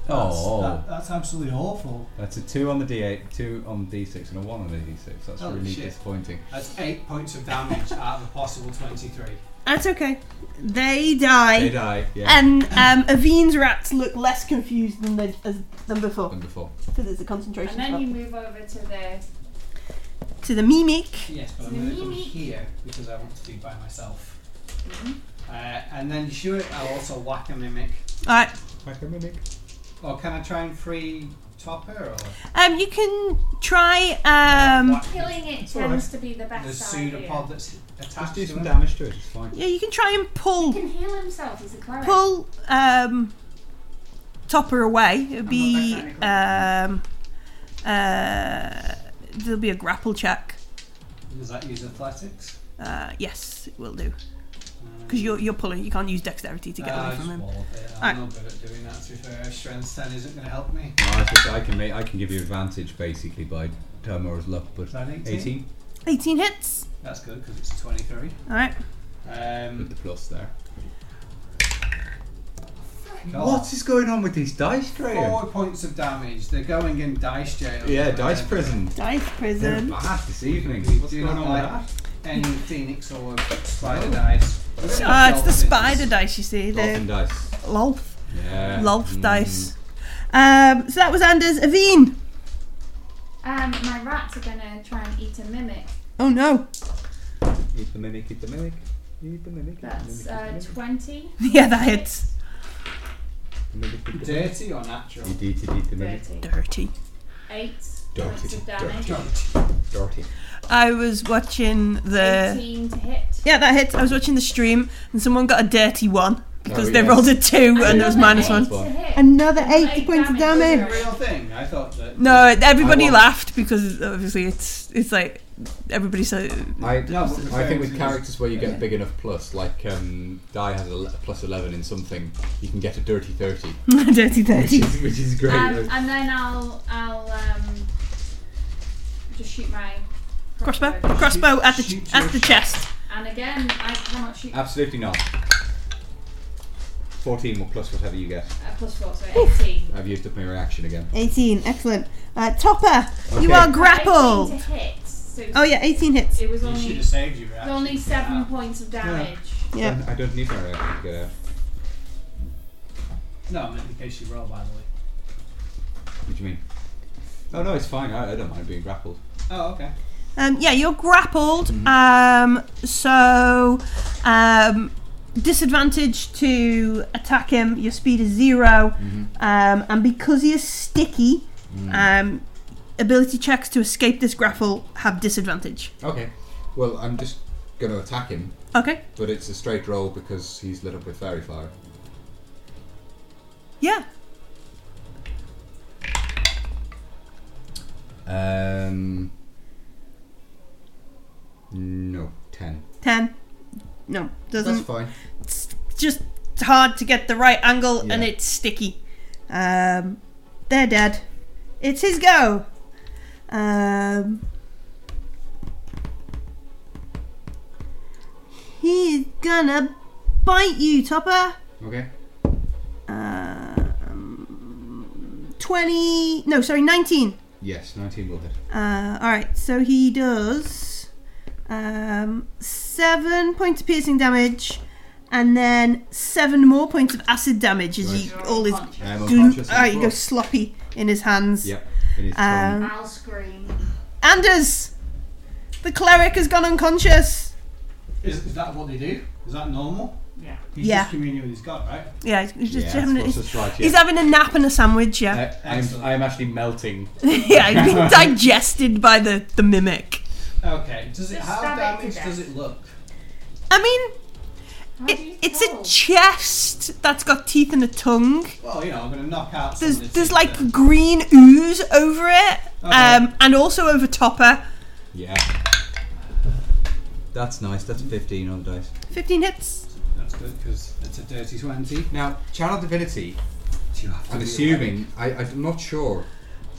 Speaker 3: Oh. that-
Speaker 5: that's absolutely awful.
Speaker 3: That's a 2 on the d8, 2 on the d6, and a 1 on the d6. That's
Speaker 5: Holy
Speaker 3: really
Speaker 5: shit.
Speaker 3: disappointing.
Speaker 5: That's eight points of damage out of a possible twenty-three.
Speaker 2: That's okay. They die.
Speaker 3: They die, yeah.
Speaker 2: And um, Avine's rats look less confused than they, as, than before
Speaker 3: Than before.
Speaker 2: because there's a concentration
Speaker 7: And then
Speaker 2: spell.
Speaker 7: you move over to the.
Speaker 2: to the mimic.
Speaker 5: Yes, but
Speaker 7: So
Speaker 5: I'm going to come
Speaker 7: Mimi-
Speaker 5: here because I want to be by myself.
Speaker 7: Mhm.
Speaker 5: Uh, and then sure, I'll also whack a mimic.
Speaker 2: All right.
Speaker 5: Or can I try and free Topper or
Speaker 2: Um, you can try. Um,
Speaker 5: whack
Speaker 7: Killing it
Speaker 5: It's all right.
Speaker 7: tends to be the
Speaker 5: the
Speaker 7: best
Speaker 5: pseudopod
Speaker 7: idea.
Speaker 5: that's
Speaker 3: Just
Speaker 5: attached
Speaker 3: do
Speaker 5: to
Speaker 3: some
Speaker 5: him?
Speaker 3: damage to it, it's fine.
Speaker 2: yeah, you can try and
Speaker 7: He
Speaker 2: pull
Speaker 7: can heal himself. He's a cleric.
Speaker 2: pull um, Topper away. It'd be
Speaker 5: I'm not
Speaker 2: um, uh, there'll be a grapple check.
Speaker 5: Does that
Speaker 2: (laughs)
Speaker 5: use athletics?
Speaker 2: Uh, yes, it will do
Speaker 5: Um,
Speaker 2: because you're you're pulling. You can't use dexterity to get
Speaker 5: uh,
Speaker 2: away
Speaker 5: just
Speaker 2: from him.
Speaker 5: wall of it.
Speaker 2: Alright.
Speaker 5: I'm not good at doing that. To be fair, strength ten isn't going to help me.
Speaker 3: No, I, think I can make, I can give you advantage basically by Tamara's luck, but
Speaker 5: Is that an 18?
Speaker 3: 18
Speaker 2: 18 hits.
Speaker 5: That's good because it's twenty-three.
Speaker 2: All right.
Speaker 3: with
Speaker 5: Um,
Speaker 3: the plus there.
Speaker 5: God.
Speaker 3: What is going on with these dice, Graham?
Speaker 5: Four points of damage. They're going in dice jail.
Speaker 3: yeah, dice prison.
Speaker 2: Dice
Speaker 3: They're
Speaker 2: prison.
Speaker 3: bad this
Speaker 5: We
Speaker 3: evening. What's
Speaker 5: do
Speaker 3: going
Speaker 5: not
Speaker 3: on with that?
Speaker 5: like any phoenix or spider dice.
Speaker 2: Uh, it's the spider dice, you see. The
Speaker 3: Dolphin dice.
Speaker 2: Lolf.
Speaker 3: Yeah. Mm.
Speaker 2: Lolf dice. Um, so that was Anders Aveen.
Speaker 7: Um, my rats are gonna try and eat a mimic.
Speaker 2: Oh no. (laughs)
Speaker 3: Eat the mimic, eat the mimic. Eat the mimic. eat the mimic, eat
Speaker 7: That's
Speaker 3: the
Speaker 7: uh,
Speaker 3: mimic,
Speaker 7: twenty.
Speaker 2: yeah, that hits.
Speaker 3: eat the mimic, eat the mimic.
Speaker 5: Dirty or natural?
Speaker 3: Eat, eat, eat, eat the mimic.
Speaker 7: Dirty.
Speaker 2: Dirty.
Speaker 7: Eight
Speaker 3: Dirty,
Speaker 7: points of damage.
Speaker 3: Dirty.
Speaker 2: I was watching the.
Speaker 7: Eighteen to hit.
Speaker 2: Yeah, that hits. I was watching the stream and someone got a dirty one because
Speaker 3: Oh,
Speaker 2: they
Speaker 3: yes.
Speaker 2: rolled a two and
Speaker 7: Another
Speaker 2: there was minus
Speaker 7: eight
Speaker 2: one.
Speaker 7: to hit.
Speaker 2: Another eight,
Speaker 7: Eight
Speaker 2: points of
Speaker 7: damage.
Speaker 2: damage.
Speaker 5: a real thing. I thought that.
Speaker 2: No, everybody
Speaker 3: won.
Speaker 2: laughed because obviously it's it's like everybody so.
Speaker 3: I,
Speaker 5: No, but
Speaker 3: I think with
Speaker 5: referring to-
Speaker 3: characters where you get a big enough plus, like um, Die has a le- plus 11 in something, you can get a dirty 30,
Speaker 2: (laughs) dirty
Speaker 3: which
Speaker 2: dirty.
Speaker 3: is, which is great.
Speaker 7: Um, and then I'll I'll um, just shoot my
Speaker 2: Crossbow, crossbow at the
Speaker 5: Shoot your
Speaker 2: at the chest.
Speaker 7: And again, I cannot shoot
Speaker 5: Uh,
Speaker 7: a
Speaker 3: Absolutely not. 14 or plus whatever you get.
Speaker 7: plus four, so eighteen.
Speaker 3: I've used up my reaction again.
Speaker 2: 18, excellent. Uh, Topper, you
Speaker 3: Okay.
Speaker 2: are
Speaker 7: Eighteen
Speaker 2: grappled.
Speaker 7: to hit. So
Speaker 2: Oh yeah, 18 hits.
Speaker 7: it was
Speaker 5: You should
Speaker 7: only
Speaker 5: have saved your
Speaker 7: it
Speaker 5: reaction.
Speaker 7: was only seven
Speaker 5: Yeah.
Speaker 7: points of damage.
Speaker 2: Yeah.
Speaker 3: I don't need my reaction to get out.
Speaker 5: No, I meant in case you roll, by the way.
Speaker 3: What do you mean? Oh no, it's fine. I, I don't mind being grappled.
Speaker 5: Oh, okay.
Speaker 2: Um, yeah, you're grappled.
Speaker 5: Mm-hmm.
Speaker 2: Um, so um, disadvantage to attack him.
Speaker 5: Mm-hmm. Mm.
Speaker 2: Your speed is 0 um, and because he is sticky, um, ability checks to escape this grapple have disadvantage.
Speaker 3: Okay. Well, I'm just going to attack him,
Speaker 2: Okay.
Speaker 3: but it's a straight roll because he's lit up with fairy fire.
Speaker 2: Yeah.
Speaker 3: Um. No, ten.
Speaker 2: Ten. No,
Speaker 3: That's
Speaker 2: doesn't.
Speaker 3: fine.
Speaker 2: It's just hard to get the right angle, and
Speaker 3: Yeah.
Speaker 2: it's sticky. Um, they're dead. It's his go. Um, he's gonna bite you, Topper.
Speaker 3: Okay.
Speaker 2: Um, 20 no sorry 19
Speaker 3: Yes, nineteen will hit.
Speaker 2: uh, all right so he does um, seven points of piercing damage and then seven more points of acid damage as he
Speaker 7: You're
Speaker 2: all his
Speaker 7: unconscious.
Speaker 3: I'm
Speaker 2: goo-
Speaker 3: unconscious.
Speaker 2: all right,
Speaker 3: and
Speaker 2: you
Speaker 3: full.
Speaker 2: go sloppy in his hands
Speaker 3: Yep. It is
Speaker 2: Um,
Speaker 3: um,
Speaker 4: I'll scream.
Speaker 2: anders the cleric has gone unconscious
Speaker 5: Is, is that what they do? Is that normal?
Speaker 7: Yeah.
Speaker 5: He's
Speaker 2: Yeah.
Speaker 5: just communing with his god, right?
Speaker 2: yeah he's, he's just
Speaker 3: yeah,
Speaker 2: having, a,
Speaker 3: that's what's right, yeah.
Speaker 2: he's having a nap and a sandwich yeah
Speaker 3: I, Uh, I'm,
Speaker 5: Excellent.
Speaker 3: I'm actually melting.
Speaker 2: (laughs) yeah he's
Speaker 3: (laughs)
Speaker 2: been digested by the, the mimic
Speaker 5: Okay. Does it
Speaker 7: Just
Speaker 5: how
Speaker 7: stab it to
Speaker 5: damage
Speaker 7: death.
Speaker 5: does it look?
Speaker 2: i mean
Speaker 4: How do you
Speaker 2: It, it's
Speaker 4: roll?
Speaker 2: a chest that's got teeth and a tongue.
Speaker 5: Well, you know, I'm gonna knock out. some
Speaker 2: There's
Speaker 5: of the
Speaker 2: there's
Speaker 5: teeth
Speaker 2: like
Speaker 5: there.
Speaker 2: green ooze over it,
Speaker 5: Okay.
Speaker 2: um, and also over Topper.
Speaker 3: Yeah. That's nice. That's 15 on the dice.
Speaker 2: Fifteen hits.
Speaker 5: That's good because it's a dirty twenty.
Speaker 3: Now, channel divinity.
Speaker 5: You have to
Speaker 3: I'm
Speaker 5: be awake.
Speaker 3: assuming. I, I'm not sure.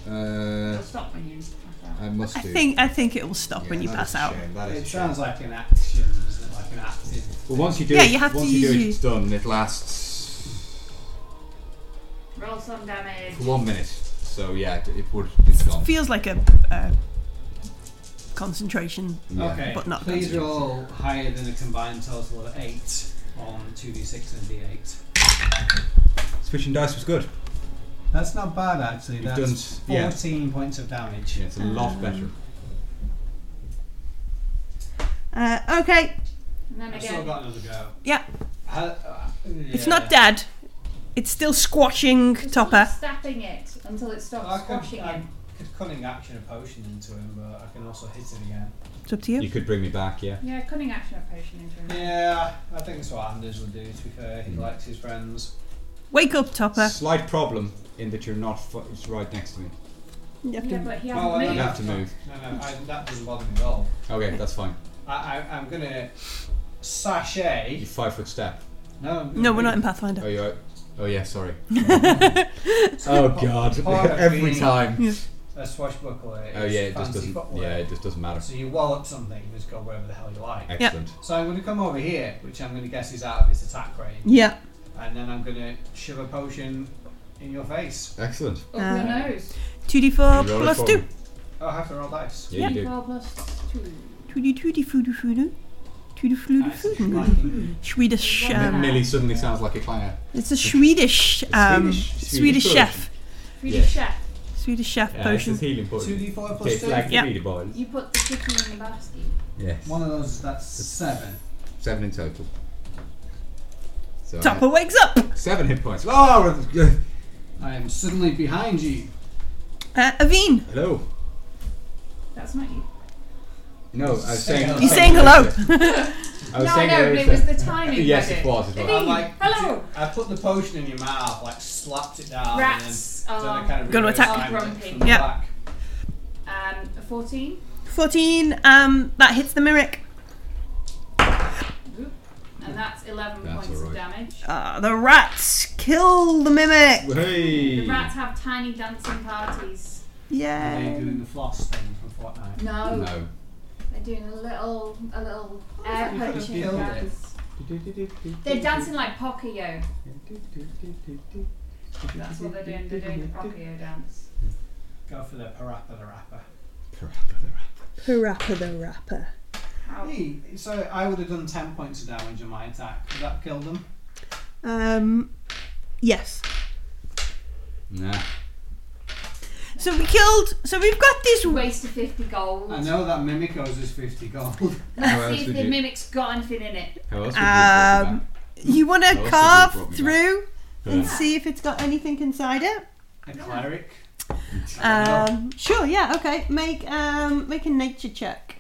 Speaker 3: Uh,
Speaker 7: It'll stop when you pass out.
Speaker 3: I must
Speaker 2: I
Speaker 3: do.
Speaker 2: think I think it will stop
Speaker 3: Yeah,
Speaker 2: when you
Speaker 3: that
Speaker 2: pass
Speaker 3: is a
Speaker 2: out.
Speaker 3: shame, that is a
Speaker 5: It
Speaker 3: shame.
Speaker 5: sounds like an action, isn't it? Like an active.
Speaker 3: Well, once you do
Speaker 2: Yeah,
Speaker 3: it,
Speaker 2: you have to
Speaker 3: once you do
Speaker 2: use
Speaker 3: it, it's done. It lasts
Speaker 7: Roll some damage.
Speaker 3: for one minute. So yeah, it, it would be gone.
Speaker 2: Feels like a, uh concentration.
Speaker 3: Yeah.
Speaker 5: Okay.
Speaker 2: But not
Speaker 5: Please roll higher than a combined total of eight on two d six and d eight.
Speaker 3: Switching dice was good.
Speaker 5: That's not bad actually.
Speaker 3: You've
Speaker 5: That's
Speaker 3: done s-
Speaker 5: fourteen points of damage.
Speaker 3: Yeah, it's a lot better.
Speaker 2: Uh, okay,
Speaker 7: And then
Speaker 5: I've still
Speaker 7: again,
Speaker 5: got another go.
Speaker 2: Yeah.
Speaker 5: How- uh,
Speaker 2: it's
Speaker 5: yeah.
Speaker 2: not dead. It's still squashing
Speaker 7: just
Speaker 2: Topper.
Speaker 7: keep stabbing it until it
Speaker 5: I
Speaker 7: stops
Speaker 5: could-
Speaker 7: squashing
Speaker 5: I
Speaker 7: him.
Speaker 5: could cunning action a potion into him, but I can also hit him again.
Speaker 2: It's up to you.
Speaker 3: You could bring me back, yeah.
Speaker 7: Yeah, cunning action of potion into him.
Speaker 5: Yeah, I think that's what Anders would do. To be fair,
Speaker 2: Mm.
Speaker 5: he likes his friends.
Speaker 2: Wake up, Topper.
Speaker 3: Slight problem in that you're not fu- it's right next to me.
Speaker 2: You have to-
Speaker 7: Yeah, but he
Speaker 5: Oh, I
Speaker 7: hasn't
Speaker 5: don't
Speaker 7: moved.
Speaker 3: have to move.
Speaker 5: No, no, I, that doesn't bother me at all.
Speaker 3: Okay, that's fine.
Speaker 5: I, I, I'm gonna
Speaker 3: You
Speaker 5: sashay.
Speaker 3: five foot step.
Speaker 5: No, I'm gonna
Speaker 2: no, we're
Speaker 5: move.
Speaker 2: not in
Speaker 3: Oh,
Speaker 2: Pathfinder.
Speaker 3: you. are- Oh
Speaker 2: (laughs)
Speaker 3: yeah, sorry. oh god,
Speaker 5: Part of
Speaker 3: (laughs) every
Speaker 5: me-
Speaker 3: time.
Speaker 5: A swashbuckler.
Speaker 3: Oh
Speaker 5: is
Speaker 3: yeah, it just
Speaker 5: fancy
Speaker 3: doesn't.
Speaker 5: footwear.
Speaker 3: Yeah, it just doesn't matter.
Speaker 5: So you wallop something, you just go wherever the hell you like.
Speaker 3: Excellent.
Speaker 5: So I'm gonna come over here, which I'm gonna guess is out of its attack range,
Speaker 2: Yeah.
Speaker 5: and then I'm gonna shove a potion in your face.
Speaker 3: Excellent.
Speaker 7: Up your
Speaker 2: Uh,
Speaker 7: nose.
Speaker 2: Two d
Speaker 3: You
Speaker 2: four
Speaker 3: roll it
Speaker 2: plus
Speaker 3: for
Speaker 2: two.
Speaker 3: me.
Speaker 5: Oh, I have to roll dice.
Speaker 3: Yeah, you do.
Speaker 7: Twelve plus two.
Speaker 2: Two d two d foo do foo do. Two d foo do
Speaker 5: Nice.
Speaker 2: foo do.
Speaker 5: Liking-
Speaker 2: Swedish.
Speaker 7: Yeah.
Speaker 2: Um,
Speaker 3: Millie suddenly sounds like a clanger.
Speaker 2: It's a Swedish, um,
Speaker 3: Swedish-
Speaker 2: Swedish,
Speaker 3: Swedish
Speaker 2: chef,
Speaker 7: Really
Speaker 3: Yes.
Speaker 7: chef.
Speaker 2: Swedish chef
Speaker 3: Yeah, this
Speaker 2: potion.
Speaker 3: is healing potion.
Speaker 5: 2d4 plus
Speaker 3: Tastes
Speaker 5: 2.
Speaker 3: like
Speaker 2: Yeah.
Speaker 3: meaty boys.
Speaker 7: You put the chicken in the basket.
Speaker 3: Yes.
Speaker 5: One of those, that's 7.
Speaker 3: Seven in total. So I
Speaker 2: Topper wakes up.
Speaker 3: had seven hit points. Oh, uh,
Speaker 5: I am suddenly behind you.
Speaker 2: Uh, Aveen,
Speaker 3: hello.
Speaker 7: That's not you.
Speaker 3: No, I was saying.
Speaker 2: he's saying hello.
Speaker 3: I was
Speaker 7: no, I
Speaker 3: saying
Speaker 7: know,
Speaker 3: hello,
Speaker 7: but it
Speaker 3: so-
Speaker 7: was the timing.
Speaker 3: (laughs) Yes,
Speaker 7: wasn't
Speaker 3: it was. It
Speaker 7: Did
Speaker 3: was.
Speaker 5: I'm like,
Speaker 7: Hello.
Speaker 5: I put the potion in your mouth, like slapped it down.
Speaker 7: Rats
Speaker 5: And then, then I
Speaker 7: are-
Speaker 5: kind of
Speaker 2: Gonna
Speaker 5: reversed
Speaker 2: attack.
Speaker 5: timed it
Speaker 7: Grumpy.
Speaker 5: from the
Speaker 2: Yeah.
Speaker 5: back.
Speaker 7: Um, a fourteen.
Speaker 2: (laughs) Fourteen. Um, that hits the mimic.
Speaker 7: Oop. And that's eleven
Speaker 3: That's
Speaker 7: points
Speaker 3: alright.
Speaker 7: of damage.
Speaker 2: Uh, the rats kill the mimic.
Speaker 3: Hey.
Speaker 7: The rats have tiny dancing parties.
Speaker 5: Are they
Speaker 2: Yay!
Speaker 5: doing the floss thing from Fortnite?
Speaker 7: No,
Speaker 3: No.
Speaker 7: they're doing a little, a little air
Speaker 5: you could have
Speaker 7: punching
Speaker 5: killed
Speaker 7: dance. They're dancing like Pocoyo. That's what they're doing. They're doing the Pocoyo dance.
Speaker 5: Go for the parappa the rapper.
Speaker 7: Oh.
Speaker 2: Parappa the rapper.
Speaker 7: How?
Speaker 5: Hey, so I would have done 10 points of damage on my attack. Would that kill them?
Speaker 2: Um, yes.
Speaker 3: Nah.
Speaker 2: So we killed. So we've got this.
Speaker 7: Waste of fifty gold.
Speaker 5: I know that Mimikos is 50 gold.
Speaker 3: How
Speaker 7: Let's
Speaker 3: else
Speaker 7: see if
Speaker 3: would
Speaker 7: the
Speaker 3: you-
Speaker 7: mimic's got anything in it.
Speaker 3: How else would you have brought me
Speaker 2: Um, you want to
Speaker 3: also
Speaker 2: carve
Speaker 3: brought me back.
Speaker 2: through and
Speaker 3: Yeah.
Speaker 2: see if it's got anything inside it.
Speaker 5: A (laughs) cleric.
Speaker 3: (laughs)
Speaker 2: Um, sure, yeah, okay. Make um, make a nature check.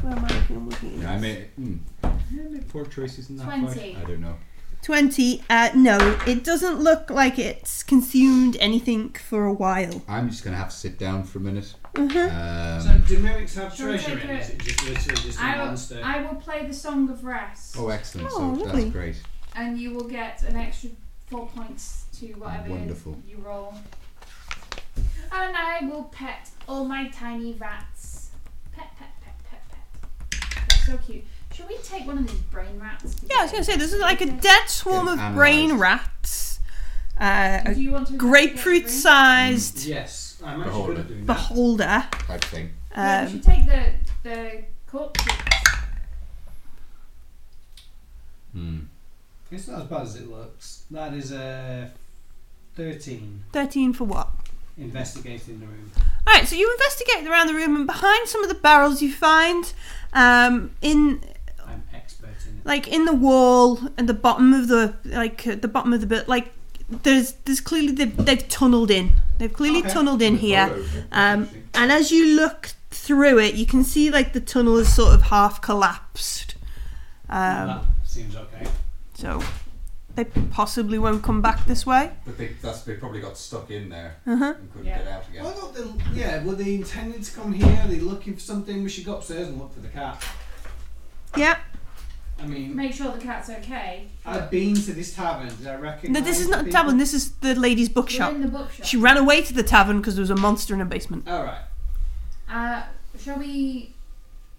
Speaker 2: Where am I looking? I'm looking at
Speaker 6: Yeah, I
Speaker 2: this.
Speaker 6: made, hmm. I made poor choices in that
Speaker 4: Twenty.
Speaker 6: fight. I don't know.
Speaker 2: 20. Uh, no, it doesn't look like it's consumed anything for a while.
Speaker 6: I'm just going to have to sit down for a minute.
Speaker 2: Mhm.
Speaker 5: So
Speaker 6: Um,
Speaker 5: do mimics have
Speaker 4: Shall we
Speaker 5: treasure
Speaker 4: take
Speaker 5: in? it? Is it just literally just
Speaker 4: I
Speaker 5: a
Speaker 4: will,
Speaker 5: monster?
Speaker 4: I will play the Song of Rest,
Speaker 6: oh, excellent.
Speaker 2: Oh,
Speaker 6: so
Speaker 2: lovely.
Speaker 6: that's great.
Speaker 4: and you will get an extra four points to whatever
Speaker 6: Wonderful.
Speaker 4: you roll. And I will pet all my tiny rats. Pet, pet, pet, pet, pet. They're so cute. Should we take one of these brain rats?
Speaker 2: Yeah, I was going to say, this is like a
Speaker 4: together?
Speaker 2: dead swarm
Speaker 6: Get
Speaker 2: of
Speaker 6: analysed.
Speaker 2: brain rats. Uh,
Speaker 4: Do
Speaker 2: a
Speaker 4: you want to
Speaker 2: grapefruit
Speaker 4: get
Speaker 5: Mm,
Speaker 2: sized
Speaker 5: Yes, I'm actually
Speaker 6: Behold
Speaker 5: good
Speaker 6: it.
Speaker 5: at doing that.
Speaker 2: beholder.
Speaker 6: Type thing.
Speaker 4: the brain? No, we
Speaker 2: Um,
Speaker 4: should take the the corpses.
Speaker 6: Hmm.
Speaker 5: It's not as bad as it looks. That is a 13
Speaker 2: 13 for what?
Speaker 5: investigating the room.
Speaker 2: All right, so you investigate around the room, and behind some of the barrels, you find um, in
Speaker 5: I'm expert in it.
Speaker 2: like in the wall and the bottom of the like uh, the bottom of the bit, like there's there's clearly they've, they've tunneled in. They've clearly
Speaker 5: Okay.
Speaker 2: tunneled in here,
Speaker 6: Oh,
Speaker 2: um, and as you look through it, you can see like the tunnel is sort of half collapsed. Um,
Speaker 5: that seems okay.
Speaker 2: so they possibly won't come back this way.
Speaker 3: But they, that's, they probably got stuck in there
Speaker 2: Uh-huh.
Speaker 3: and couldn't
Speaker 7: Yeah.
Speaker 3: get out again.
Speaker 5: Well, I thought they, yeah, were they intending to come here? Are they looking for something? We should go upstairs and look for the cat.
Speaker 2: Yeah,
Speaker 5: I mean,
Speaker 4: Make sure the cat's okay.
Speaker 5: I've been to this tavern. Did I reckon?
Speaker 2: no, this is not a tavern. This is the lady's
Speaker 4: We're
Speaker 2: bookshop.
Speaker 4: in the bookshop.
Speaker 2: She ran away to the tavern because there was a monster in her basement. (laughs)
Speaker 5: All right.
Speaker 4: Uh, shall we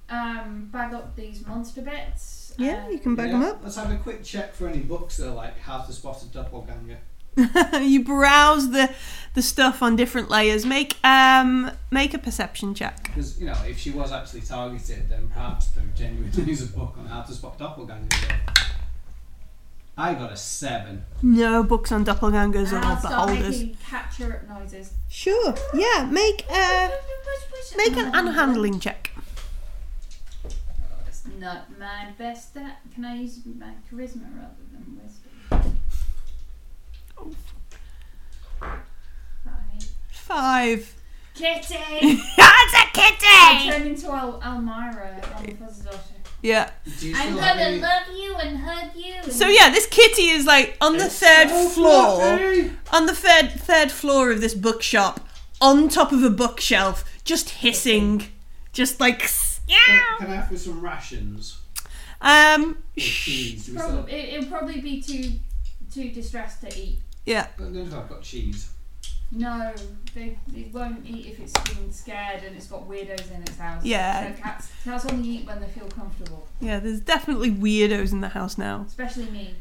Speaker 4: um, bag up these monster bits?
Speaker 2: Yeah,
Speaker 4: Uh,
Speaker 2: you can bag them up.
Speaker 5: Let's have a quick check for any books that are like how to spot a doppelganger.
Speaker 2: you browse the the stuff on different layers. Make um make a perception check.
Speaker 5: Because you know, if she was actually targeted, then perhaps there genuinely is a book on how to spot doppelgangers. there. I got a seven.
Speaker 2: No books on doppelgangers
Speaker 4: I'll
Speaker 2: or
Speaker 4: start
Speaker 2: beholders.
Speaker 4: making catcher up noises.
Speaker 2: Sure. Yeah. Make a Uh, make an unhandling check.
Speaker 4: It's not my best stat. Can I use my charisma rather than wisdom? Five.
Speaker 2: Five.
Speaker 4: Kitty!
Speaker 2: That's a
Speaker 4: I
Speaker 2: kitty.
Speaker 4: turned into Al- Almira, Alpha's daughter.
Speaker 2: Yeah.
Speaker 5: Do you
Speaker 4: I'm
Speaker 5: still
Speaker 4: gonna
Speaker 5: have any-
Speaker 4: love you and hug you. And
Speaker 2: So yeah, this kitty is like on the
Speaker 5: It's
Speaker 2: third
Speaker 5: so
Speaker 2: floor.
Speaker 5: fluffy!
Speaker 2: on the third third floor of this bookshop, on top of a bookshelf, just hissing, just like
Speaker 5: Can,
Speaker 2: yeah.
Speaker 5: can I have some rations?
Speaker 2: Um.
Speaker 5: Or cheese? Do we still have,
Speaker 4: Prob- it, it'll probably be too too distressed to eat.
Speaker 2: Yeah.
Speaker 5: I don't know if I've got cheese.
Speaker 4: No, they, they won't eat if it's been scared and it's got weirdos in its house.
Speaker 2: Yeah.
Speaker 4: So cats, cats only eat when they feel comfortable,
Speaker 2: Yeah. There's definitely weirdos in the house now.
Speaker 4: especially me.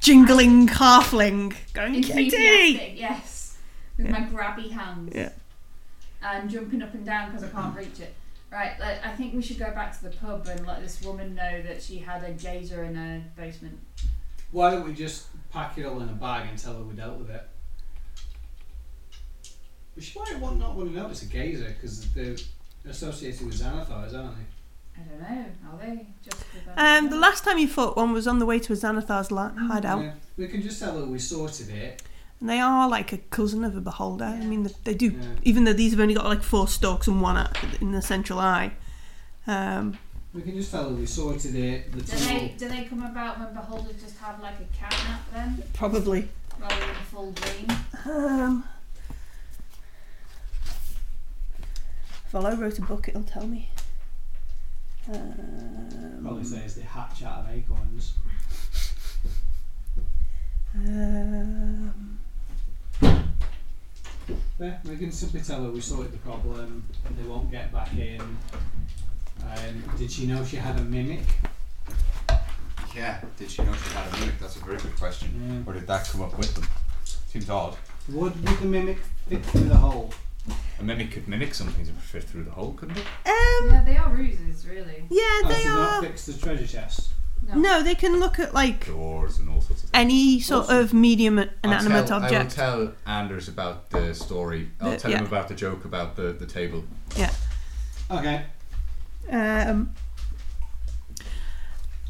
Speaker 2: jingling halfling going kitty.
Speaker 4: Enthusiastic, yes. With my grabby hands.
Speaker 2: Yeah.
Speaker 4: And jumping up and down because I can't reach it. Right, like, I think we should go back to the pub and let this woman know that she had a gazer in her basement.
Speaker 5: Why don't we just pack it all in a bag and tell her we dealt with it? But she might want not want to know it's a gazer because they're associated with Xanathars, aren't they?
Speaker 4: I don't know, are they? Just with a-
Speaker 2: Um, the last time you fought one was on the way to a Xanathar's la- hideout,
Speaker 5: Yeah. We can just tell her we sorted it.
Speaker 2: and they are like a cousin of a beholder. I mean, they, they do,
Speaker 5: Yeah.
Speaker 2: even though these have only got like four stalks and one at- in the central eye. Um,
Speaker 5: We can just tell her we sorted it. The
Speaker 4: Do
Speaker 5: tunnel.
Speaker 4: they, do they come about when beholders just have like a cat nap then,
Speaker 2: probably.
Speaker 4: rather than a full dream?
Speaker 2: Um, Follow wrote a book; it'll tell me. Um,
Speaker 5: Probably says they hatch out of acorns.
Speaker 2: um,
Speaker 5: Yeah, we can simply tell her we sorted the problem. They won't get back in. Um, did she know she had a mimic?
Speaker 3: Yeah, did she know she had a mimic? That's a very good question.
Speaker 6: Mm.
Speaker 3: Or did that come up with them? Seems odd.
Speaker 5: Would the mimic fit through the hole?
Speaker 3: A mimic could mimic something to fit through the hole, couldn't it?
Speaker 2: um,
Speaker 7: Yeah, they are ruses, really.
Speaker 2: yeah,
Speaker 5: Oh,
Speaker 2: they
Speaker 5: so
Speaker 2: are.
Speaker 5: not fix the treasure chest.
Speaker 2: No, they can look at like
Speaker 3: Doors and all sorts of things.
Speaker 2: any sort of medium and inanimate
Speaker 3: tell,
Speaker 2: object.
Speaker 3: I will tell Anders about the story. I'll
Speaker 2: The-
Speaker 3: tell him
Speaker 2: yeah.
Speaker 3: about the joke about the, the table.
Speaker 5: Okay,
Speaker 2: Um,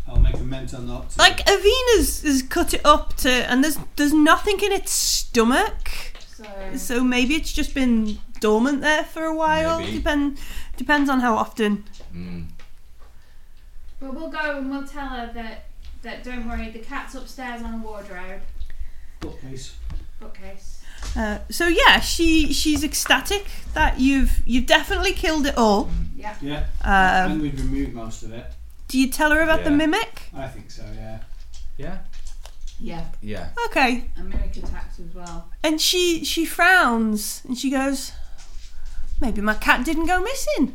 Speaker 5: I'll make a mental note. to-
Speaker 2: like Avina's has cut it up to, and there's there's nothing in its stomach.
Speaker 7: So
Speaker 2: So maybe it's just been dormant there for a while.
Speaker 3: Maybe.
Speaker 2: Depend depends on how often.
Speaker 3: Mm.
Speaker 4: But we'll go and we'll tell her that, that don't worry, the cat's upstairs on a wardrobe
Speaker 5: Bookcase.
Speaker 4: bookcase.
Speaker 2: Uh, so yeah, she she's ecstatic that you've you've definitely killed it all.
Speaker 5: Yeah.
Speaker 2: Um,
Speaker 5: and we've removed most of it.
Speaker 2: do you tell her about the
Speaker 3: Yeah.
Speaker 2: mimic?
Speaker 5: I think so, yeah.
Speaker 3: Yeah.
Speaker 7: yeah,
Speaker 3: Yeah.
Speaker 2: Okay.
Speaker 7: and mimic attacks as well.
Speaker 2: And she she frowns and she goes, maybe my cat didn't go missing.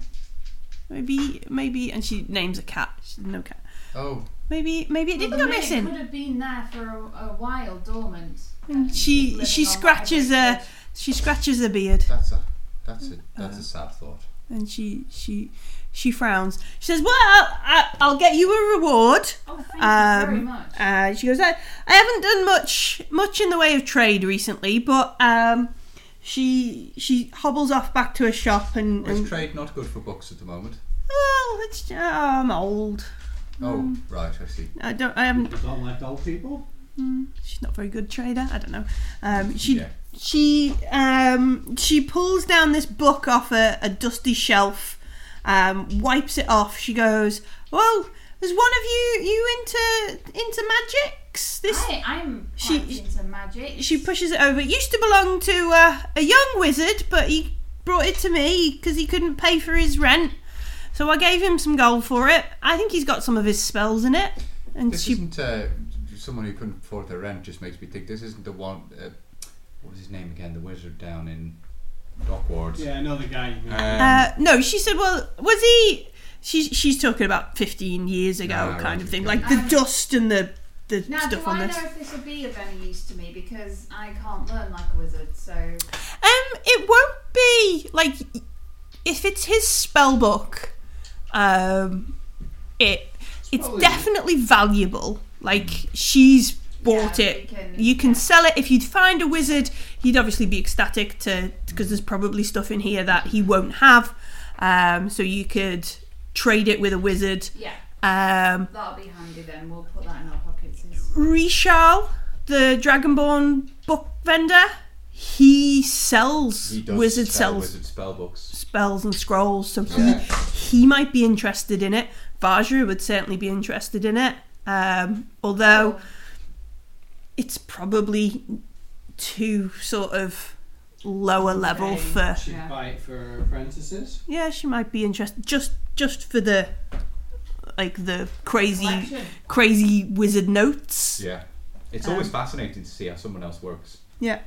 Speaker 2: Maybe maybe and she names a cat. She no cat.
Speaker 3: Oh.
Speaker 2: Maybe maybe it didn't
Speaker 4: Well, the
Speaker 2: go
Speaker 4: minute
Speaker 2: missing.
Speaker 4: could have been there for a, a while, dormant.
Speaker 2: And Mm, she
Speaker 4: Living
Speaker 2: she
Speaker 4: on
Speaker 2: scratches
Speaker 4: whatever
Speaker 2: her she scratches her beard
Speaker 3: That's a that's
Speaker 2: Mm,
Speaker 3: a that's a sad thought.
Speaker 2: and she she she frowns. She says, "Well, I, I'll get you a reward."
Speaker 4: Oh, thank you very
Speaker 2: Um,
Speaker 4: much.
Speaker 2: uh, she goes, I, "I haven't done much much in the way of trade recently, but um, she she hobbles off back to her shop and,
Speaker 3: Is
Speaker 2: and
Speaker 3: trade not good for books at the moment?
Speaker 2: well, it's oh, I'm old.
Speaker 3: Oh, right, I see.
Speaker 2: I don't. I haven't.
Speaker 5: I don't like old people.
Speaker 2: She's not a very good trader. I don't know. Um, she
Speaker 3: Yeah.
Speaker 2: she um, she pulls down this book off a, a dusty shelf, um, wipes it off. She goes, "Well, is one of you you into into magics?" This
Speaker 4: I, I'm
Speaker 2: She-
Speaker 4: quite into magic.
Speaker 2: she pushes it over. It used to belong to uh, a young wizard, but he brought it to me because he couldn't pay for his rent. So I gave him some gold for it. I think he's got some of his spells in it. And
Speaker 3: This
Speaker 2: she
Speaker 3: isn't uh, someone who couldn't afford their rent. Just makes me think this isn't the one. Uh, what was his name again? The wizard down in Dock Wards.
Speaker 5: Yeah, I know the guy you mean.
Speaker 3: Um,
Speaker 2: Uh, no, she said, "Well, was he?" She's she's talking about fifteen years ago,
Speaker 3: Ah,
Speaker 2: kind
Speaker 3: right,
Speaker 2: of thing,
Speaker 3: okay.
Speaker 2: like the
Speaker 4: Um,
Speaker 2: dust and the the
Speaker 4: now,
Speaker 2: stuff
Speaker 4: do
Speaker 2: on
Speaker 4: I
Speaker 2: this.
Speaker 4: know if this will be of any use to me? Because I can't learn like a wizard, so
Speaker 2: Um, it won't be like if it's his spell book. Um, it it's
Speaker 5: probably-
Speaker 2: definitely valuable. Like she's bought
Speaker 4: Yeah,
Speaker 2: it.
Speaker 4: we can-
Speaker 2: you can
Speaker 4: yeah.
Speaker 2: sell it if you'd find a wizard. He'd obviously be ecstatic to because there's probably stuff in here that he won't have. Um, so you could trade it with a wizard.
Speaker 4: yeah,
Speaker 2: Um,
Speaker 4: that'll be handy then. We'll put that in our pockets. as-
Speaker 2: Rishal, the Dragonborn book vendor, he sells
Speaker 3: he does
Speaker 2: wizard
Speaker 3: sell
Speaker 2: sells
Speaker 3: wizard spell books.
Speaker 2: spells and scrolls, so he
Speaker 3: Yeah.
Speaker 2: he might be interested in it. Vajra would certainly be interested in it. Um, although it's probably too sort of lower level
Speaker 7: Okay.
Speaker 2: for
Speaker 5: Should
Speaker 7: yeah.
Speaker 5: buy it for apprentices.
Speaker 2: yeah, she might be interested just just for the like the crazy
Speaker 7: Collection.
Speaker 2: crazy wizard notes.
Speaker 3: Yeah, it's
Speaker 2: Um,
Speaker 3: always fascinating to see how someone else works.
Speaker 2: Yeah.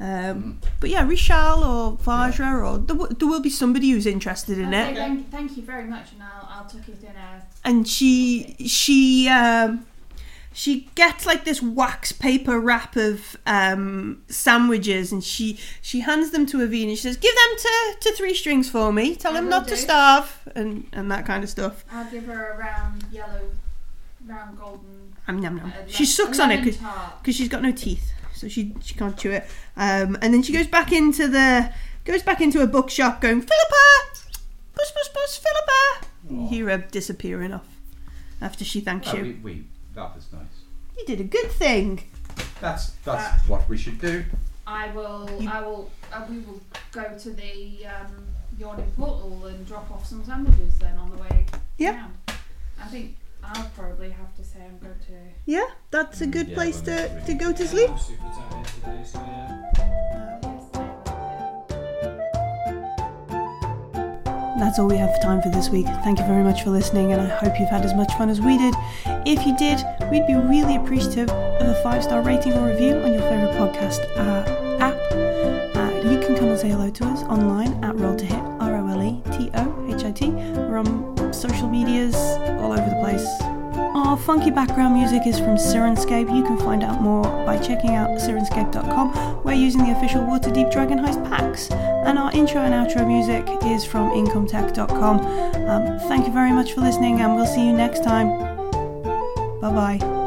Speaker 2: Um, But yeah, Rishal or Vajra or there, w- there will be somebody who's interested in
Speaker 4: Okay,
Speaker 2: it,
Speaker 4: thank, thank you very much, and I'll, I'll tuck it in a.
Speaker 2: and she she um, she gets like this wax paper wrap of um, sandwiches, and she she hands them to Avina. She says, "Give them to, to three strings for me. Tell
Speaker 4: I
Speaker 2: him
Speaker 4: will
Speaker 2: not to
Speaker 4: do.
Speaker 2: starve, and and that kind of stuff."
Speaker 4: I'll give her a round yellow, round golden.
Speaker 2: Um, nom, nom.
Speaker 4: a
Speaker 2: She
Speaker 4: le-
Speaker 2: sucks
Speaker 4: a
Speaker 2: on it
Speaker 4: lemon
Speaker 2: because
Speaker 4: tart.
Speaker 2: because she's got no teeth, so she she can't chew it. Um, and then she goes back into the goes back into a bookshop, going Philippa, push push push Philippa. You hear her disappearing off after she thanks
Speaker 3: Well, we,
Speaker 2: you.
Speaker 3: we that was nice.
Speaker 2: You did a good thing.
Speaker 3: That's that's what we should do.
Speaker 4: I will.
Speaker 2: You-
Speaker 4: I will. Uh, we will go to the um, yawning portal and drop off some sandwiches then on the way.
Speaker 2: Yeah.
Speaker 4: down. I think I'll probably have to say I'm going to.
Speaker 2: Yeah, that's a good
Speaker 3: Yeah,
Speaker 2: place
Speaker 3: well,
Speaker 2: to,
Speaker 3: that's
Speaker 2: to go to
Speaker 5: Yeah,
Speaker 2: sleep.
Speaker 5: I'm super tired today, so yeah.
Speaker 4: uh,
Speaker 1: That's all we have for time for this week. Thank you very much for listening, and I hope you've had as much fun as we did. If you did, we'd be really appreciative of a five star rating or review on your favourite podcast uh, app. Uh, you can come and say hello to us online at Roll to Hit, R O L E T O H I T. We're on social medias all over the place. Our funky background music is from Sirenscape. You can find out more by checking out sirenscape.com. We're using the official Waterdeep Dragon Heist packs. And our intro and outro music is from incometech.com. Um, thank you very much for listening, and we'll see you next time. Bye bye.